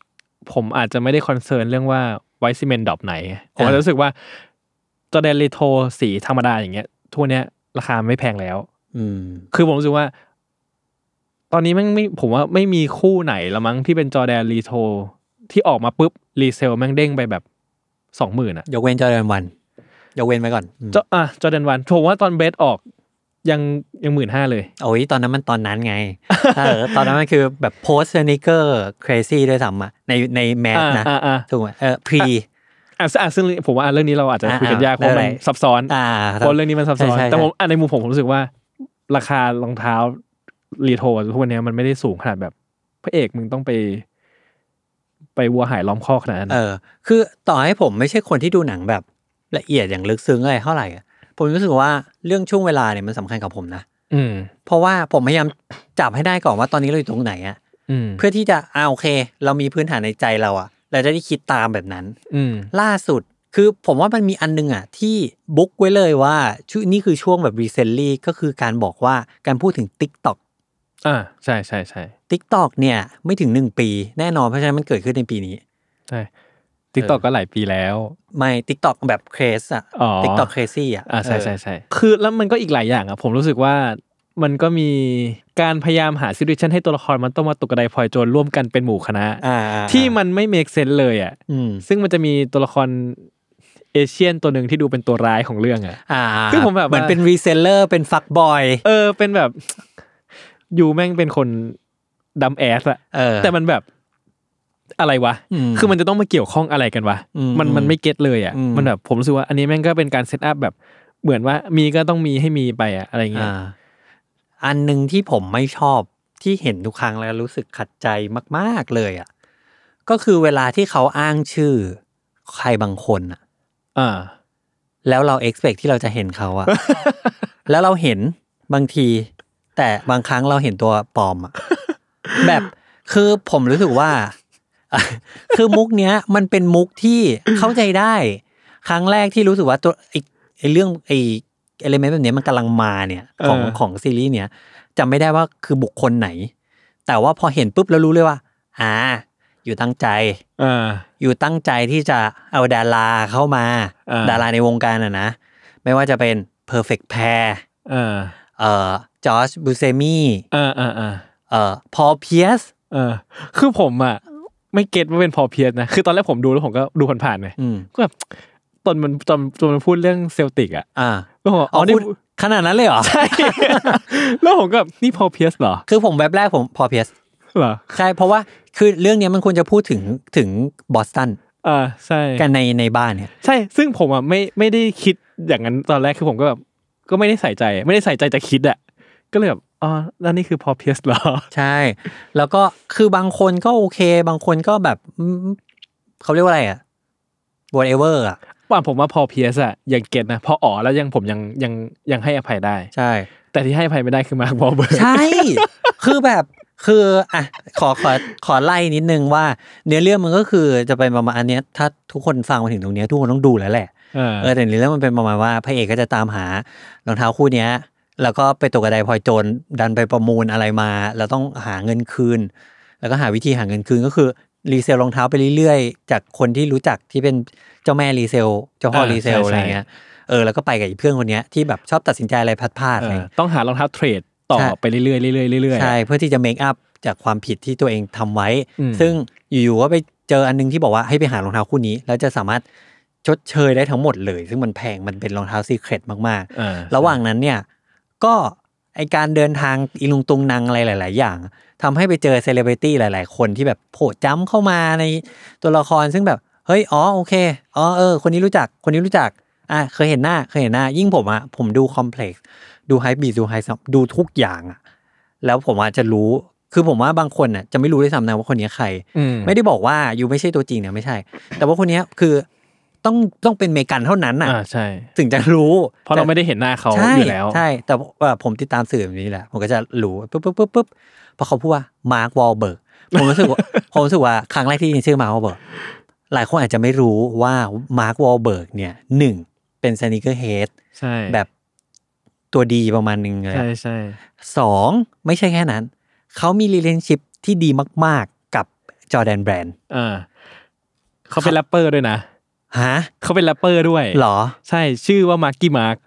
[SPEAKER 3] ผมอาจจะไม่ได้คอนเซิร์นเรื่องว่าไวซีเมนดอบไหน ผมอาจจะรู้สึกว่าจอแดนเลโทสีธรรมดาอย่างเงี้ยทั่วเนี้ยราคาไม่แพงแล้ว
[SPEAKER 2] อืม
[SPEAKER 3] คือผมรู้สึกว่า ตอนนี้แม่งไม่ผมว่าไม่มีคู่ไหนละมั้งที่เป็นจอแดนรีโทที่ออกมาปุ๊บ รีเซลแม่งเด้งไปแบบสองหมื่นอะ
[SPEAKER 2] ยกเว้นจอแดนวันยกเว้นไว้ก่อนอืม
[SPEAKER 3] จออ่ะจอแดนวันผมว่าตอนเบสออกยังยังหมื่นห้าเลย
[SPEAKER 2] โอ้ยตอนนั้นมันตอนนั้นไง เออตอนนั้นมันคือแบบโพสเซนิเกอร์ครซี่ด้วยซ้ำอะในในแมส
[SPEAKER 3] อ่า
[SPEAKER 2] นะ
[SPEAKER 3] อ่าอ่า
[SPEAKER 2] ถูกไหมเออพรี
[SPEAKER 3] อ่ะซึ่งอ่ะซึ่งผมว่าเรื่องนี้เราอาจจะ
[SPEAKER 2] อ่า
[SPEAKER 3] คุยกันยากเพราะมัน
[SPEAKER 2] ได้
[SPEAKER 3] ซับซ้อน
[SPEAKER 2] อ่า
[SPEAKER 3] เพราะเรื่องนี้มันซับซ้อน
[SPEAKER 2] ใช่ใช่
[SPEAKER 3] แต่ผม
[SPEAKER 2] ใช่
[SPEAKER 3] อ่ะในมุมผมผมรู้สึกว่า ราคารองเท้ารีโททุกวันเนี้ยมันไม่ได้สูงขนาดแบบ พระเอกมึงต้องไป ไปวัวหายล้อมคอกขนาดนั้น
[SPEAKER 2] เออ คือต่อให้ผมไม่ใช่คนที่ดูหนังแบบละเอียดอย่างลึกซึ้งอะไรเท่าไหร่อะผมรู้สึกว่าเรื่องช่วงเวลาเนี่ยมันสำคัญกับผมนะ
[SPEAKER 3] อืม
[SPEAKER 2] เพราะว่าผมพยายามจับให้ได้ก่อนว่าตอนนี้เราอยู่ตรงไหนอะ
[SPEAKER 3] อืม
[SPEAKER 2] เพื่อที่จะอ่าโอเค เรามีพื้นฐานในใจเราอะเราจะได้คิดตามแบบนั้น
[SPEAKER 3] อืม
[SPEAKER 2] ล่าสุดคือผมว่ามันมีอันนึงอ่ะ ที่บุ๊กไว้เลยว่าชื่อนี่คือช่วงแบบรีเซนลี่ก็คือการบอกว่าการพูดถึง Tik t o k
[SPEAKER 3] อ่าใช่ใช่ใช่
[SPEAKER 2] Tik t o k เนี่ย ไม่ถึง 1 ปีแน่นอนเพราะฉะนั้นมันเกิดขึ้นในปีนี้
[SPEAKER 3] ใช่ทิกตอกก็หลายปีแล้ว
[SPEAKER 2] ไม่ Tik t o k แบบเครสอ่ะ
[SPEAKER 3] อ๋อ
[SPEAKER 2] Tik t o k เครซี่อ่ะ
[SPEAKER 3] อ่าใช่ใช่
[SPEAKER 2] เออ
[SPEAKER 3] ใช่คือแล้วมันก็อีกหลายอย่างอ่ะ ผมรู้สึกว่ามันก็มีการพยายามหาซิทูเอชันให้ตัวละครมันต้องมาตกกระไดพลอยโจรร่วมกันเป็นหมู่คณะ
[SPEAKER 2] อ่า
[SPEAKER 3] ที่มันไม่เม e เซน s e เลยอ่ะ
[SPEAKER 2] อืม
[SPEAKER 3] ซึ่งมันจะมีตัวละครเอเชียนตัวหนึ่งที่ดูเป็นตัวร้ายของเรื่องอ่ะ
[SPEAKER 2] อ่า
[SPEAKER 3] คือผมแบบว่า
[SPEAKER 2] เหมือนเป็นรีเซลเลอร์เป็นฟักบอย
[SPEAKER 3] เออ เป็นแบบ อยู่แม่งเป็นคนดำแอสอะ
[SPEAKER 2] เออ
[SPEAKER 3] แต่มันแบบอะไรวะ
[SPEAKER 2] อืม
[SPEAKER 3] คือมันจะต้องมาเกี่ยวข้องอะไรกันวะ
[SPEAKER 2] อืม
[SPEAKER 3] มันมันไม่เก็ตเลยอ่ะ
[SPEAKER 2] อืม
[SPEAKER 3] มันแบบผมรู้สึกว่าอันนี้แม่งก็เป็นการเซตอัพแบบเหมือนว่ามีก็ต้องมีให้มีไปอ่ะอะไรเงี้ย
[SPEAKER 2] อ่าอันหนึ่งที่ผมไม่ชอบที่เห็นทุกครั้งแล้วรู้สึกขัดใจมาก ๆ เลยอ่ะก็คือเวลาที่เขาอ้างชื่อใครบางคนอ่ะ
[SPEAKER 3] อ่า
[SPEAKER 2] แล้วเรา expect ที่เราจะเห็นเขา อ่ะ แล้วเราเห็นบางที แต่บางครั้งเราเห็นตัวปลอม อ่ะ แบบคือผมรู้สึกว่า คือมุกเนี้ย มันเป็นมุกที่เข้าใจได้ ครั้งแรกที่รู้สึกว่าตัวไอ้ไอ้เรื่องไอ้เอลิเมนต์แบบเนี้ยมันกำลังมาเนี่ยของ
[SPEAKER 3] เออ
[SPEAKER 2] ของซีรีส์เนี้ยจำไม่ได้ว่าคือบุคคลไหน แต่ว่าพอเห็นปุ๊บแล้วรู้เลยว่า อ่า อยู่ตั้งใจ
[SPEAKER 3] อ่า
[SPEAKER 2] อยู่ตั้งใจที่จะเอาดาราเข้ามา
[SPEAKER 3] อ่า
[SPEAKER 2] ดาราในวงการอะนะ ไม่ว่าจะเป็น Perfect Pair
[SPEAKER 3] อ่า
[SPEAKER 2] เอ่อจอร์จบูเซมี
[SPEAKER 3] อ่าอ่าอ่า
[SPEAKER 2] เอ่อพอเพียส
[SPEAKER 3] อ่าคือผมอ่ะไม่เก็ตว่าเป็นพอเพียสนะ คือตอนแรกผมดูแล้วผมก็ดูผ่านๆไง
[SPEAKER 2] อืม
[SPEAKER 3] ก็แบบตอนมันตอนตอนมันพูดเรื่องเซลติกอ่ะ
[SPEAKER 2] อ่า
[SPEAKER 3] แล้วผมว่า
[SPEAKER 2] อ๋
[SPEAKER 3] อ๋
[SPEAKER 2] อ
[SPEAKER 3] อ
[SPEAKER 2] นี่
[SPEAKER 3] นี่
[SPEAKER 2] ขนาดนั้นเลยเหรอ
[SPEAKER 3] ใช่ แล้วผมก็แบบนี่พอเพียสเหรอ
[SPEAKER 2] คือผมแบบแรกผมพอเพียส
[SPEAKER 3] เหรอ
[SPEAKER 2] ใช่ เพราะว่าคือเรื่องเนี้ยมันควรจะพูดถึงถึงบอสตัน
[SPEAKER 3] อ่าใช่
[SPEAKER 2] กันในในบ้านเนี่ย
[SPEAKER 3] ใช่ ซึ่งผมอ่ะไม่ไม่ได้คิดอย่างนั้นตอนแรกคือผมก็แบบก็ไม่ได้ใส่ใจ ไม่ได้ใส่ใจจะคิดอ่ะ ก็เลยแบบอ๋อแล้วนี่คือพอเพียสเหรอ
[SPEAKER 2] ใช่ แล้วก็คือบางคนก็โอเค บางคนก็แบบอืมเขาเรียกว่าอะไรอะ whatever อะ
[SPEAKER 3] ว่าผมว่าพอเพียสอ่ะยังเก็ตนะ พออ๋อแล้วยังผมยังยังยังให้อภัยได้
[SPEAKER 2] ใช่
[SPEAKER 3] แต่ที่ให้อภัยไม่ได้คือมาร์คบอเบิร์
[SPEAKER 2] ใช่ คือแบบคืออ่ะขอขอขอไล่นิดนึงว่า เนื้อเรื่องมันก็คือจะเป็นประมาณอันเนี้ยถ้าทุกคนฟังมาถึงตรงเนี้ยทุกคนต้องดูแล้วแหละเออแต่เนื้อเรื่องมันเป็นประมาณว่าพระเอกก็จะตามหารองเท้าคู่เนี้ย แล้วก็ไปตกกระไดพลอยโจรดันไปประมูลอะไรมา แล้วต้องหาเงินคืน แล้วก็หาวิธีหาเงินคืนก็คือรีเซลรองเท้าไปเรื่อยๆ จากคนที่รู้จักที่เป็นเจ้าแม่รีเซลเจ้าพ่อ
[SPEAKER 3] เออ
[SPEAKER 2] รีเซลอะ
[SPEAKER 3] ใช่ใช่
[SPEAKER 2] ไรเงี้ยเออแล้วก็ไปกับอีเพื่อนคนเนี้ยที่แบบชอบตัดสินใจอะไรพลาดพลาดๆอะไรเงี้ย
[SPEAKER 3] ต้องหารองเท้าเทรดต่อ
[SPEAKER 2] ใช่
[SPEAKER 3] ไปเรื่อยๆเรื่อยๆเรื่อยๆ
[SPEAKER 2] ใช่เพื่อที่จะเมคอัพจากความผิดที่ตัวเองทำไว้
[SPEAKER 3] อืม
[SPEAKER 2] ซึ่งอยู่ๆว่าไปเจออันนึงที่บอกว่าให้ไปหารองเท้าคู่นี้ แล้วจะสามารถชดเชยได้ทั้งหมดเลย ซึ่งมันแพงมันเป็นรองเท้าซีเครตมาก
[SPEAKER 3] อ่
[SPEAKER 2] ๆ ระหว่างนั้นเนี่ยก็ไอการเดินทางอีลุงตุงนางอะไรหลาย ๆ อย่างทำให้ไปเจอเซเลบริตี้หลาย ๆ คนที่แบบโผล่จ้ำเข้ามาในตัวละครซึ่งแบบเฮ้ยอ๋อโอเคอ๋อเออ คนนี้รู้จักคนนี้รู้จักอ่ะเคยเห็นหน้าเคยเห็นหน้า ยิ่งผมอะผมดูคอมเพล็ก ดูไฮบีดูไฮซัมดูทุกอย่างอะแล้วผมอาจจะรู้คือผมว่าบางคนน่ะจะไม่รู้ด้วยซ้ำนะว่าคนเนี้ยใคร
[SPEAKER 3] อืม
[SPEAKER 2] ไม่ได้บอกว่ายูไม่ใช่ตัวจริงนะไม่ใช่ แต่ว่าคนเนี้ยคือต้องต้องเป็นเมกันเท่านั้นน่ะ
[SPEAKER 3] อ่าใช่
[SPEAKER 2] ถึงจะรู้
[SPEAKER 3] เพราะเราไม่ได้เห็นหน้าเขา
[SPEAKER 2] ใช่
[SPEAKER 3] อยู่แล้ว
[SPEAKER 2] ใช่ แต่ว่าผมติดตามสื่อแบบนี้แหละผมก็จะรู้ปุ๊บปุ๊บปุ๊บปุ๊บ พอเขาพูดว่ามาร์ควอลเบิร์กผมรู้สึกว่า ผมรู้สึกว่าครั้งแรกที่ได้ยินชื่อมาร์ควอลเบิร์ก หลายคนอาจจะไม่รู้ว่ามาร์ควอลเบิร์กเนี่ยหนึ่งเป็นสนิเกอร์เฮด
[SPEAKER 3] ใช่
[SPEAKER 2] แบบตัวดีประมาณหนึ่งเลย
[SPEAKER 3] ใช่
[SPEAKER 2] อะ
[SPEAKER 3] ใช่
[SPEAKER 2] สองไม่ใช่แค่นั้น เขามีรีเลนชิพที่ดีมาก ๆ กับจอร์แดนแบรนด์
[SPEAKER 3] อ่าเขาเป็นแรปเปอร์ด้วยนะ
[SPEAKER 2] ฮะ
[SPEAKER 3] เขาเป็นแรปเปอร์ด้วย
[SPEAKER 2] เหรอ
[SPEAKER 3] ใช่ชื่อว่ามาร์กี้มาร์ก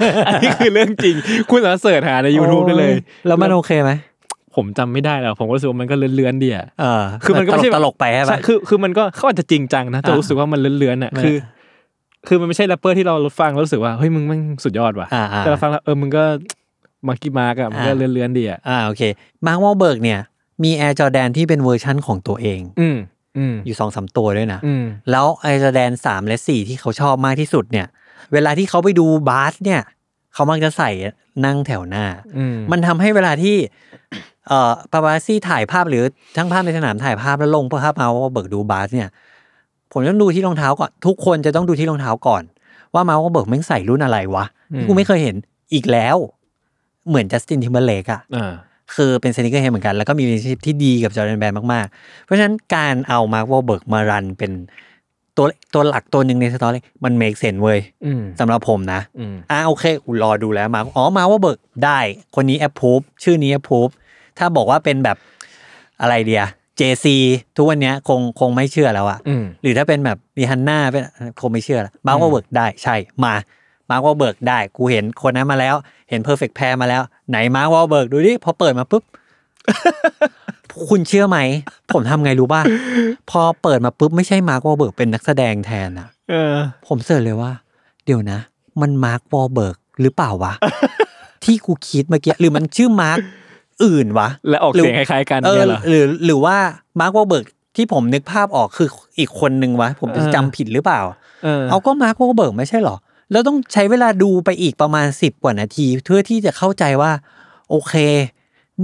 [SPEAKER 3] อันนี้คือเรื่องจริง คุณสามารถเสิร์ชหาใน YouTube ได้เลย
[SPEAKER 2] โอ้แล้วมันโอเคไหม
[SPEAKER 3] ผมจำไม่ได้แล้ว ผมก็รู้สึกว่ามันก็เลื้อนๆดีอะ
[SPEAKER 2] เออ
[SPEAKER 3] คือมันก็
[SPEAKER 2] ตล
[SPEAKER 3] ไม่ใช่
[SPEAKER 2] ก
[SPEAKER 3] แบบ
[SPEAKER 2] ตลกไปใช่ปะ
[SPEAKER 3] คือคือมันก็เขาอาจจะจริงจังนะแต่
[SPEAKER 2] อ่ะ
[SPEAKER 3] รู้สึกว่ามันเลื้อนๆอ่ะ
[SPEAKER 2] ไม่
[SPEAKER 3] คือ คือมันไม่ใช่แรปเปอร์ที่เราฟังแล้วรู้สึกว่าเฮ้ยมึงแม่งสุดยอดว่ะ
[SPEAKER 2] อ่าอ่า
[SPEAKER 3] แต่เราฟังแล้วเออมึงก็มาร์กี้มาร์กอะมันก็
[SPEAKER 2] อ่า
[SPEAKER 3] เลื้อนๆดีอะ
[SPEAKER 2] อ่าโอเค มาร์ควอลเบิร์กเนี่ย มีแอร์จอแดนที่เป็นเวอร์ชั่นของตัวเอง
[SPEAKER 3] อืมอืม
[SPEAKER 2] อยู่สองสามตัวด้วยนะ
[SPEAKER 3] อืม
[SPEAKER 2] แล้วแอร์จอแดนสามและสี่ที่เขาชอบมากที่สุดเนี่ย เวลาที่เขาไปดูบาสเนี่ย เขามักจะใส่นั่งแถวหน้า
[SPEAKER 3] อืม
[SPEAKER 2] มันทำให้เวลาที่ เอ่อปาปาซี่ถ่ายภาพหรือทั้งภาพในสนามถ่ายภาพแล้วลงภาพมาว่าเบิกดูบาสเนี่ย ผมต้องดูที่รองเท้าก่อนทุกคนจะต้องดูที่รองเท้าก่อน ว่ามาว่าเบิกแม่งใส่รุ่นอะไรวะที่กูไม่เคยเห็นอีกแล้ว เหมือนจัสตินทิมเบอร์เลกอะ
[SPEAKER 3] อ่า
[SPEAKER 2] คือเป็นเซนิเกอร์เฮดเหมือนกัน แล้วก็มีชีพที่ดีกับจอร์แดนแบรนด์มาก ๆ เพราะฉะนั้นการเอามาว่าเบิกมารันเป็นตัวตัวหลักตัวหนึ่งในสตอรี่มันเมคเซนเว้ย
[SPEAKER 3] อืม
[SPEAKER 2] สำหรับผมนะ
[SPEAKER 3] อืม
[SPEAKER 2] อ่าโอเคกูรอดูแล้วมาอ๋อมาว่าเบิกได้คนนี้แอปพูฟชื่อนี้แอปพูฟถ้าบอกว่าเป็นแบบอะไรเดีย JC ทุกวันเนี้ยคงคงไม่เชื่อแล้วอะ
[SPEAKER 3] อืม
[SPEAKER 2] หรือถ้าเป็นแบบรีฮันน่าเป็นคงไม่เชื่อละมาว่าเบิกได้ใช่มามาว่าเบิกได้ กูเห็นคนนั้นมาแล้ว เห็นเพอร์เฟกแพรมาแล้ว ไหนมาว่าเบิกดูดิพอเปิดมาปุ๊บ คุณเชื่อไหม ผมทำไงรู้ป่ะพอเปิดมาปุ๊บไม่ใช่มาว่าเบิกเป็นนักแสดงแทนอะ
[SPEAKER 3] เออ
[SPEAKER 2] ผมเสิร์ชเลยว่า เดี๋ยวนะ มันมาร์ควอลเบิร์กหรือเปล่าว ะ ที่กูคิดเมื่อกี้หรือมันชื่อมาร์กอื่นวะ
[SPEAKER 3] และออกเสียงคล้ายๆกัน
[SPEAKER 2] เออ
[SPEAKER 3] เนี่ยเหรอ
[SPEAKER 2] หรือหรือว่ามาร์ควอลเบิร์กที่ผมนึกภาพออกคืออีกคนนึงวะ ผมจะ
[SPEAKER 3] เออ
[SPEAKER 2] จำผิดหรือเปล่า
[SPEAKER 3] เออ
[SPEAKER 2] เอาก็มาร์ควอลเบิร์กไม่ใช่เหรอ แล้วต้องใช้เวลาดูไปอีกประมาณสิบกว่านาที เพื่อที่จะเข้าใจว่า โอเค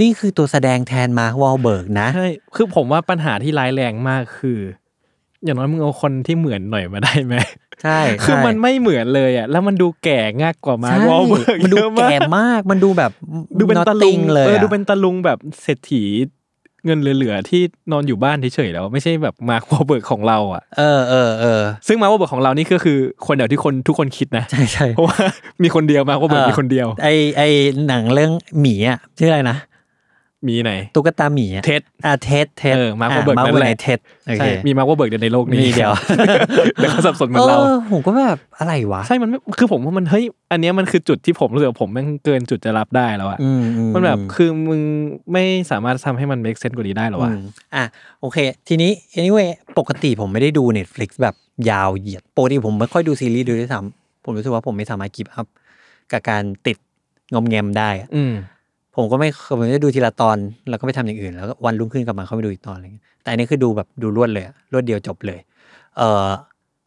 [SPEAKER 2] นี่คือตัวแสดงแทนมาร์ควอลเบิร์กนะ
[SPEAKER 3] ใช่คือผมว่าปัญหาที่ร้ายแรงมากคือ อย่างน้อยมึงเอาคนที่เหมือนหน่อยมาได้ไหม
[SPEAKER 2] ใช่
[SPEAKER 3] คือ
[SPEAKER 2] ใช่
[SPEAKER 3] มันไม่เหมือนเลยอ่ะ แล้วมันดูแก่งากกว่ามา
[SPEAKER 2] ใช่
[SPEAKER 3] วอลเบิร์ก
[SPEAKER 2] มันดู
[SPEAKER 3] เยอะมา
[SPEAKER 2] แก่
[SPEAKER 3] ก
[SPEAKER 2] มากมันดูแบบ
[SPEAKER 3] ดูเป็นตะลุง
[SPEAKER 2] nothing เลย
[SPEAKER 3] เออ
[SPEAKER 2] อะ
[SPEAKER 3] ดูเป็นตะลุงแบบเศรษฐีเงินเหลือๆที่นอนอยู่บ้านเฉยๆแล้ว ไม่ใช่แบบมาร์ควอลเบิร์กของเราอ่ะ
[SPEAKER 2] เออเออเออ
[SPEAKER 3] ซึ่งมาร์ควอลเบิร์กของเรานี่ก็คือคนเดียวที่คนทุกคนคิดนะ
[SPEAKER 2] ใช่ใช่
[SPEAKER 3] เพราะว่า มีคนเดียวมาร์ควอลเบิร์ก
[SPEAKER 2] เออ
[SPEAKER 3] มีคนเดียว
[SPEAKER 2] ไอไอหนังเรื่องหมีอ่ะชื่ออะไรนะ
[SPEAKER 3] มีไหน
[SPEAKER 2] ตุ๊กตาหมีอ่ะ
[SPEAKER 3] เท็ด
[SPEAKER 2] อ่ะเท็ดเท็ด
[SPEAKER 3] เออ Mark Wahlberg
[SPEAKER 2] มา
[SPEAKER 3] นั่
[SPEAKER 2] เบิ
[SPEAKER 3] นแห
[SPEAKER 2] ร์
[SPEAKER 3] ละ
[SPEAKER 2] กเท็ดโอเค
[SPEAKER 3] ใช่มีมาร์ควอลเบิร์กเดียวในโลกนี้
[SPEAKER 2] มีเดียว
[SPEAKER 3] เดี๋ยวเขาสับสนเหมื
[SPEAKER 2] เอ
[SPEAKER 3] อนเรา
[SPEAKER 2] อผมก็แบบอะไรวะ
[SPEAKER 3] ใช่มันไม่คือผมว่ามันเฮ้ยอันเนี้ยมันคือจุดที่ผมรู้สึกว่าผมแม่งเกินจุดจะรับได้แล้วอะ
[SPEAKER 2] อือื
[SPEAKER 3] มันแบบคือมึงไม่สามารถทำให้มัน make sense กว่านี้ได้หรอวะ
[SPEAKER 2] มอ่ะโอเค ทีนี้ anyway ปกติผมไม่ได้ดู Netflix แบบยาวเหยียดปกติผมไม่ค่อยดูซีรีส์ดูด้วยซ้ำผมรู้สึกว่าผมไม่สามารถกิฟต์อัพกับการติดงอมแงมได้อะ
[SPEAKER 3] อืม
[SPEAKER 2] ผมก็ไม่ผมจะดูทีละตอนแล้วก็ไปทำอย่างอื่น แล้วก็วันรุ่งขึ้นกลับมาเข้าไปดูอีกตอนอะไรเงี้ยแต่อันนี้คือดูแบบดูรวดเลยอะรวดเดียวจบเลย เอ่อ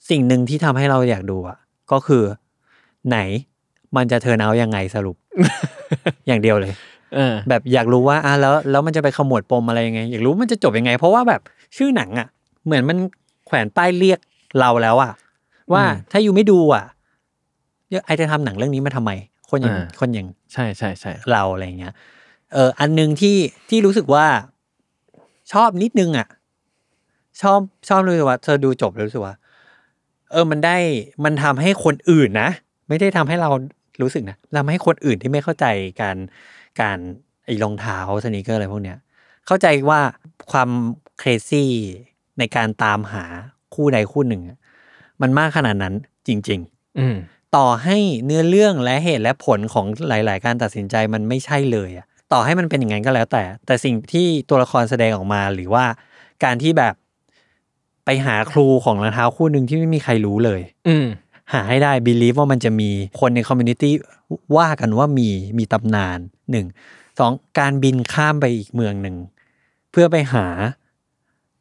[SPEAKER 2] สิ่งหนึ่งที่ทำให้เราอยากดูอ่ะ ก็คือ ไหนมันจะเทิร์นเอายังไงส รุป อย่างเดียวเลย
[SPEAKER 3] เออ
[SPEAKER 2] แบบอยากรู้ว่าอ่ะแล้วแล้วมันจะไปขมวดปมอะไรยังไง อยากรู้มันจะจบยังไง เพราะว่าแบบชื่อหนังอ่ะ เหมือนมันแขวนป้ายเรียกเราแล้วอ่ะว่า
[SPEAKER 3] อืม
[SPEAKER 2] ถ้าอยู่ไม่ดูอ่ะเดี๋ยวไอจะทำหนังเรื่องนี้มาทำไม คนอย่าง
[SPEAKER 3] อ่า
[SPEAKER 2] คนอย่าง
[SPEAKER 3] ใช่ใช่ใช่
[SPEAKER 2] เราอะไรเงี้ยเอออันหนึ่งที่ที่รู้สึกว่าชอบนิดนึงอ่ะ ชอบชอบรู้สึกว่าเธอดูจบแล้วรู้สึกว่า เออมันได้มันทำให้คนอื่นนะ ไม่ได้ทำให้เรารู้สึกนะทำให้คนอื่นที่ไม่เข้าใจการการไอ้รองเท้าสนิเกอร์อะไรพวกเนี้ย เข้าใจว่าความเครซี่ในการตามหาคู่ใดคู่หนึ่งอะมันมากขนาดนั้นจริง
[SPEAKER 3] อืม
[SPEAKER 2] ๆ ต่อให้เนื้อเรื่องและเหตุและผลของหลาย ๆ การตัดสินใจมันไม่ใช่เลยอะต่อให้มันเป็นอย่างนั้นก็แล้วแต่ แต่สิ่งที่ตัวละครแสดงออกมาหรือว่าการที่แบบไปหาครูของรองเท้าคู่หนึ่งที่ไม่มีใครรู้เลย
[SPEAKER 3] อืม
[SPEAKER 2] หาให้ได้ believe ว่ามันจะมีคนในคอมมูนิตี้ว่ากันว่ามีมีตำนานหนึ่งสองการบินข้ามไปอีกเมืองหนึ่ง เพื่อไปหา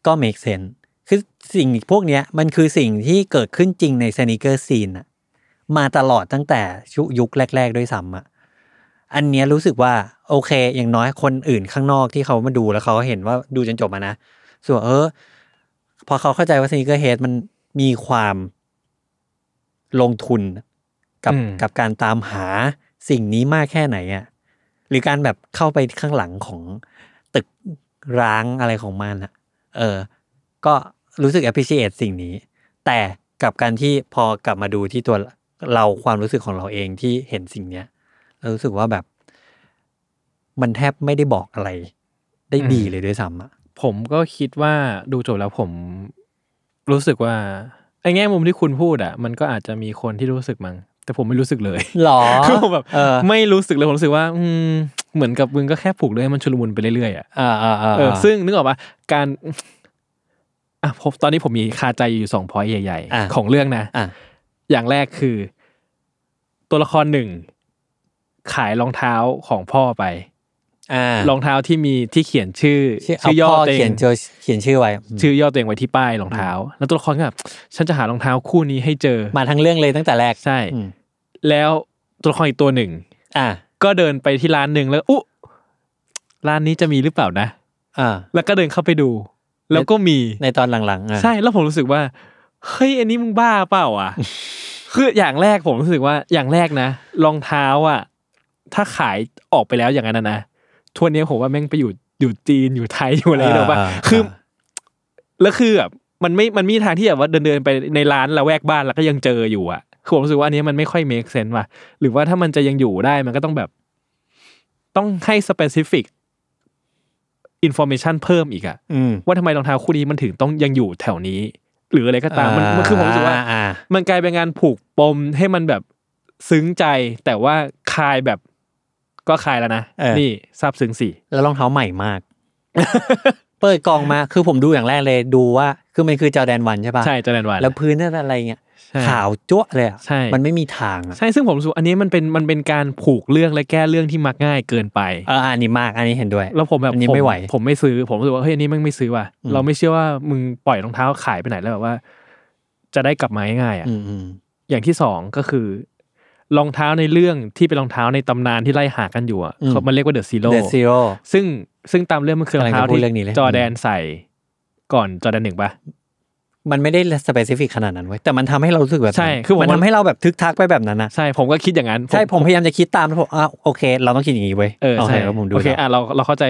[SPEAKER 2] ก็ make sense คือสิ่งพวกเนี้ยมันคือสิ่งที่เกิดขึ้นจริงใน sneaker scene อะมาตลอดตั้งแต่ชุยุคแรก ๆ ด้วยซ้ำอะอันเนี้ยรู้สึกว่า โอเค อย่างน้อยคนอื่นข้างนอกที่เขามาดูแล้วเขาเห็นว่าดูจนจบมานะ ส่วนเออ พอเขาเข้าใจว่าสนิเกอร์เฮดมันมีความลงทุนกับ
[SPEAKER 3] อืม
[SPEAKER 2] กับการตามหาสิ่งนี้มากแค่ไหนอะหรือการแบบเข้าไปข้างหลังของตึกร้างอะไรของมันอะเออ ก็ รู้สึก appreciate สิ่งนี้ แต่กลับการที่พอกลับมาดูที่ตัวเราความรู้สึกของเราเองที่เห็นสิ่งเนี้ยเรารู้สึกว่าแบบ มันแทบไม่ได้บอกอะไร ได้ดีเลยด้วยซ้ำอ่ะ
[SPEAKER 3] ผมก็คิดว่าดูจบแล้วผมรู้สึกว่าไอ้แง่มุมที่คุณพูดอ่ะ มันก็อาจจะมีคนที่รู้สึกมั้งแต่ผมไม่รู้สึกเลย
[SPEAKER 2] หรอ
[SPEAKER 3] คือผมแบบ
[SPEAKER 2] เออ
[SPEAKER 3] ไม่รู้สึกเลยผมรู้สึกว่าอืมเหมือนกับมึงก็แค่ผูกเรื่อยมันชุลมุนไปเรื่อยๆอ่ะ
[SPEAKER 2] อ่าอ่าอ่า
[SPEAKER 3] เออซึ่งนึกออกปะการอ่ะผมตอนนี้ผมมีคาใจอยู่สองพอยใหญ่
[SPEAKER 2] อ่ะ
[SPEAKER 3] ๆ ของเรื่องนะ
[SPEAKER 2] อ่ะ
[SPEAKER 3] อย่างแรกคือ ตัวละครหนึ่งขายรองเท้าของพ่อไป
[SPEAKER 2] อ่าร
[SPEAKER 3] องเท้าที่มีที่เขียนชื่อ
[SPEAKER 2] ชื่อเอา
[SPEAKER 3] ย่
[SPEAKER 2] พ่อ
[SPEAKER 3] ตัวเอ
[SPEAKER 2] เขีย
[SPEAKER 3] ง
[SPEAKER 2] นเจอเขียนชื่อไว้ม
[SPEAKER 3] ชื่อย่อตัวเองไว้ที่ป้ายรองเท้า แล้วตัวละครก็แบบฉันจะหารองเท้าคู่นี้ให้เจอ
[SPEAKER 2] มาทั้งเรื่องเลยตั้งแต่แรก
[SPEAKER 3] ใช่
[SPEAKER 2] อืม
[SPEAKER 3] แล้วตัวละครอีกตัวหนึ่ง
[SPEAKER 2] อ่า
[SPEAKER 3] ก็เดินไปที่ร้านหนึ่งแล้วอุ๊ร้านนี้จะมีหรือเปล่านะ
[SPEAKER 2] อ่า
[SPEAKER 3] แล้วก็เดินเข้าไปดู แล้วก็มี
[SPEAKER 2] ในตอนหลังๆอ่ะ
[SPEAKER 3] ใช่แล้วผมรู้สึกว่าเฮ้ยอันนี้มึงบ้าเปล่าอ่ะ คืออย่างแรกผมรู้สึกว่าอย่างแรกนะรองเท้าอ่ะถ้าขายออกไปแล้วอย่างนั้นนะนะทวนนี้ผมว่าแม่งไปอยู่อยู่จีนอยู่ไทยอยู่อะไรหรอกปะ
[SPEAKER 2] า
[SPEAKER 3] คือแล้วคือแบบมันไม่มันมีทางที่แบบว่าเดินเดินๆไปในร้านละแวกบ้านแล้วก็ยังเจออยู่อ่ะคือผมรู้สึกว่าอันนี้มันไม่ค่อย make sense ว่ะหรือว่าถ้ามันจะยังอยู่ได้มันก็ต้องแบบ ต้องให้ specific information เพิ่มอีกอ่ะ
[SPEAKER 2] อืม
[SPEAKER 3] ว่าทำไมรองเท้าคู่นี้มันถึงต้องยังอยู่แถวนี้ หรืออะไรก็ตามมัน
[SPEAKER 2] อ่
[SPEAKER 3] มันคือผมรู้สึกว่า
[SPEAKER 2] อ่
[SPEAKER 3] มันกลายเป็นงานผูกปมให้มันแบบซึ้งใจ แต่ว่าคลายแบบก็คลายแล้วนะ นี่ซาบซึ้งสี่
[SPEAKER 2] แล้วรองเท้าใหม่ มาก เปิดกล่องมาคือผมดูอย่างแรกเลยดูว่าคือมันคือจอแดนวันใช่ป่ะ
[SPEAKER 3] ใช่จอแดนวัน
[SPEAKER 2] แล้วพื้นนั่นอะไรเงี้ย
[SPEAKER 3] ใช่
[SPEAKER 2] ขาวจ้วะเลยอ่ะ
[SPEAKER 3] ใช่
[SPEAKER 2] มันไม่มีทางอ่ะ
[SPEAKER 3] ใช่ซึ่งผมรู้สึกอันนี้มันเป็นมันเป็นการผูกเรื่องและแก้เรื่องที่มักง่ายเกินไป
[SPEAKER 2] เอออันนี้มากอันนี้เห็นด้วย
[SPEAKER 3] แล้วผมแบบ
[SPEAKER 2] อันนี้
[SPEAKER 3] ผ
[SPEAKER 2] ไม่ไหว
[SPEAKER 3] ผมไม่ซื้อ ผมรู้สึกว่าเฮ้ยอันนี้แมันไม่ซื้อว่ะ
[SPEAKER 2] อืม
[SPEAKER 3] เราไม่เชื่อว่ามึงปล่อยรองเท้าขายไปไหนแล้วแบบว่า จะได้กลับมาง่ายๆอ่ะ
[SPEAKER 2] อืมอืม
[SPEAKER 3] อย่างที่สองก็คือรองเท้าในเรื่องที่เป็นรองเท้าในตำนานที่ไล่หากันอยู่อะเขามันเรียกว่าเดอะซีโร่
[SPEAKER 2] เดอะซีโร่
[SPEAKER 3] ซึ่งซึ่งตามเรื่องมันคือรองเท้าก
[SPEAKER 2] ำลังจะพูด
[SPEAKER 3] ที่
[SPEAKER 2] เรื่องนี้เลย
[SPEAKER 3] จอร์แดนใส่ ก่อนจอร์แดนหนึ่งปะ
[SPEAKER 2] มันไม่ได้สเปซิฟิกขนาดนั้นเว้ยแต่มันทำให้เรารู้สึกแบบนั้น
[SPEAKER 3] ใช่คือผม
[SPEAKER 2] มันทำให้เราแบบทึกทักไปแบบนั้นนะ
[SPEAKER 3] ใช่ผมก็คิดอย่างนั้น
[SPEAKER 2] ใช่ผมพยายามจะคิดตามแล้วผมอ้าวโอเค เราต้องคิดอย่างนี้เว้ย
[SPEAKER 3] เออ
[SPEAKER 2] โอ
[SPEAKER 3] ใช่
[SPEAKER 2] เคแล้วผมดู
[SPEAKER 3] โอเค
[SPEAKER 2] แล้ว
[SPEAKER 3] อ่ะเราเราเข้าใจ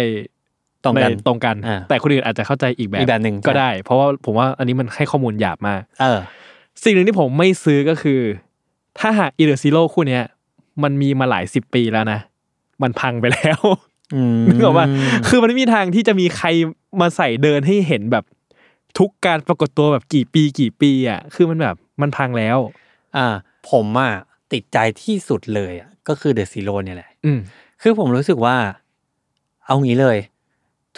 [SPEAKER 2] ตรงกัน
[SPEAKER 3] ในตรงกัน
[SPEAKER 2] อ่า
[SPEAKER 3] แต่คนอื่นอาจจะเข้าใจอีกแบบ
[SPEAKER 2] อีกแบบหนึ่งใช่
[SPEAKER 3] ก็ได้ เพราะว่าผมว่าอันนี้มันให้ข้อมูลหยาบมาก
[SPEAKER 2] เออ
[SPEAKER 3] สิ่งหนึ่งที่ผมไม่ซื้อก็คือ ถ้าหากอีเดอะซีโร่คู่เนี้ยมันมีมาหลายสิบปีแล้วนะมันพังไปแล้ว
[SPEAKER 2] อืม
[SPEAKER 3] นึกออกว่าคือมันไม่มีทางที่จะมีใครมาใส่เดินให้เห็นแบบทุกการปรากฏตัวแบบกี่ปีกี่ปีอ่ะ คือมันแบบมันพังแล้ว
[SPEAKER 2] อ่า ผมอ่ะติดใจที่สุดเลยอ่ะก็คือเดอะซีโร่เนี่ยแหละ
[SPEAKER 3] อืม
[SPEAKER 2] คือผมรู้สึกว่า เอางี้เลย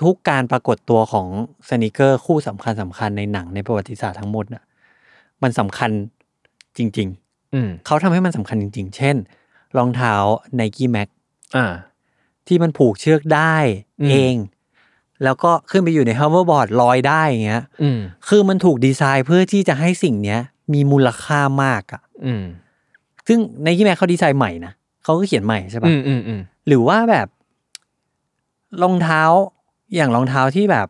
[SPEAKER 2] ทุกการปรากฏตัวของสนิเกอร์คู่สำคัญสคัญๆในหนังในประวัติศาสตร์ทั้งหมดน่ะมันสำคัญจริง
[SPEAKER 3] อืม
[SPEAKER 2] ๆ เขาทำให้มันสำคัญจริง ๆ เช่น รองเท้า n i กี้แม็ก
[SPEAKER 3] อ่า
[SPEAKER 2] ที่มันผูกเชือกได้
[SPEAKER 3] อืม
[SPEAKER 2] เอง แล้วก็ขึ้นไปอยู่ใน h ฮ v เวอร์บอร์ดลอยได้อย่างเงี้ย
[SPEAKER 3] อืม
[SPEAKER 2] คือมันถูกดีไซน์เพื่อที่จะให้สิ่งเนี้ย มีมูลค่ามากอะ
[SPEAKER 3] อืม
[SPEAKER 2] ซึ่ง n i กี้แม็กเขาดีไซน์ใหม่นะเขาก็เขียนใหม่ใช่ปะ
[SPEAKER 3] อืมอืมอืม
[SPEAKER 2] หรือว่าแบบรองเท้าอย่างรองเท้าที่แบบ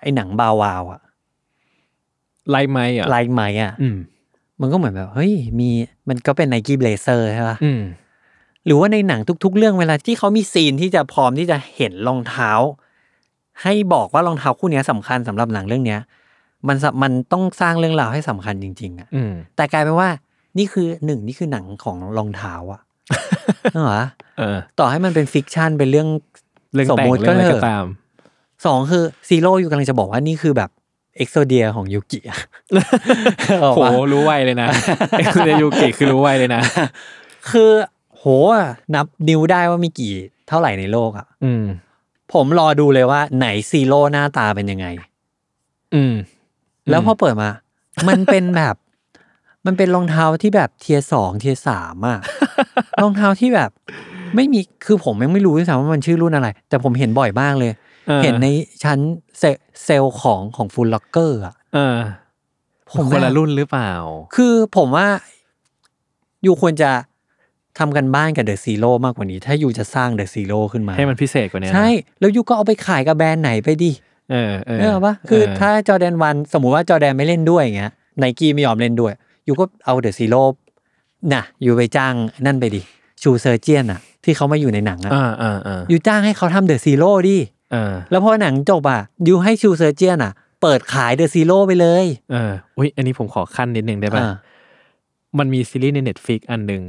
[SPEAKER 2] ไอ้หนังบาวาวอะ
[SPEAKER 3] ไลน์ไม้อ่ะ
[SPEAKER 2] ลายไหมอะ
[SPEAKER 3] อืม
[SPEAKER 2] มันก็เหมือนแบบ เฮ้ยมีมันก็เป็นไนกี้เบลเซอร์ใช่ปะ
[SPEAKER 3] อืม
[SPEAKER 2] หรือว่าในหนังทุก ๆ เรื่องเวลาที่เขามีซีนที่จะพร้อมที่จะเห็นรองเท้า ให้บอกว่ารองเท้าคู่เนี้ยสำคัญสำหรับหนังเรื่องเนี้ย มันสะมันต้องสร้างเรื่องราวให้สำคัญจริงๆอะ
[SPEAKER 3] อืม
[SPEAKER 2] แต่กลายเป็นว่า นี่คือหนึ่งนี่คือหนังของรองเท้า อะ นึกออกปะ
[SPEAKER 3] เออ
[SPEAKER 2] ต่อให้มันเป็นฟิกชันเป็นเรื่อง
[SPEAKER 3] เรื่อง
[SPEAKER 2] สม
[SPEAKER 3] แต่ง
[SPEAKER 2] มุติ
[SPEAKER 3] เรื่องอะ
[SPEAKER 2] ก็
[SPEAKER 3] ไร
[SPEAKER 2] เถ
[SPEAKER 3] ก็
[SPEAKER 2] อะ
[SPEAKER 3] ตาม
[SPEAKER 2] สองคือซีโร่อยู่กำลังจะบอกว่านี่คือแบบเอ็กโซเดียของยูกิอะ
[SPEAKER 3] โห
[SPEAKER 2] โห
[SPEAKER 3] รู้ไวเลยนะเอ็กซ์เรย์ยูกิคือรู้ไวเลยนะ
[SPEAKER 2] คือโหอะนับนิ้วได้ว่ามีกี่เท่าไหร่ในโลกอะ
[SPEAKER 3] อืม
[SPEAKER 2] ผมรอดูเลยว่าไหนซีโร่หน้าตาเป็นยังไง
[SPEAKER 3] อืม
[SPEAKER 2] แล้วพอเปิดมา มันเป็นแบบ มันเป็นรองเท้าที่แบบเทียสองเทียสาม อะ รองเท้าที่แบบ ไม่มีคือผมยังไม่รู้ด้วยซ้ำว่ามันชื่อรุ่นอะไร แต่ผมเห็นบ่อยมากเลย
[SPEAKER 3] เออ
[SPEAKER 2] เห็นในชั้นเซเซลล์ของของฟูลล็อกเกอร์อะ
[SPEAKER 3] เออ
[SPEAKER 2] ผ
[SPEAKER 3] ผม
[SPEAKER 2] ม
[SPEAKER 3] คน
[SPEAKER 2] แบ
[SPEAKER 3] ละ
[SPEAKER 2] บ
[SPEAKER 3] รุ่นหรือเปล่า
[SPEAKER 2] คือผมว่าอยู่ควรจะทำกันบ้านกับเดอะซีโร่มากกว่านี้ ถ้าอยู่จะสร้างเดอะซีโร่ขึ้นมา
[SPEAKER 3] ให้มันพิเศษกว่านี้นะ
[SPEAKER 2] ใช่ แล้วยูก็เอาไปขายกับแบรนด์ไหนไปดิ
[SPEAKER 3] เออเออ
[SPEAKER 2] เนกออกปะคือ
[SPEAKER 3] เ
[SPEAKER 2] ถ้าจอร์แดนวันสมมุติว่าจอร์แดนไม่เล่นด้วยอย่างเงี้ยไนกี้ไม่ยอมเล่นด้วยยูก็เอาเดอะซีโร่น่ะอยู่ไปจ้างนั่นไปดิชูเซอร์เจียนอะที่เขามาอยู่ในหนังอะ
[SPEAKER 3] อ่าอ่าอ่า
[SPEAKER 2] ยูจ้างให้เขาทำเดอะซีโร่ดิ
[SPEAKER 3] เออ
[SPEAKER 2] แล้วพอหนังจบอะยูให้ชูเซอร์เจียนอะ เปิดขายเดอะซีโร่ไปเลย
[SPEAKER 3] เอออุ้ยอันนี้ผมขอขั้นนิดนึงได้ปะ
[SPEAKER 2] อ่า
[SPEAKER 3] มันมีซีรีส์ใน Netflix อันหนึ่ง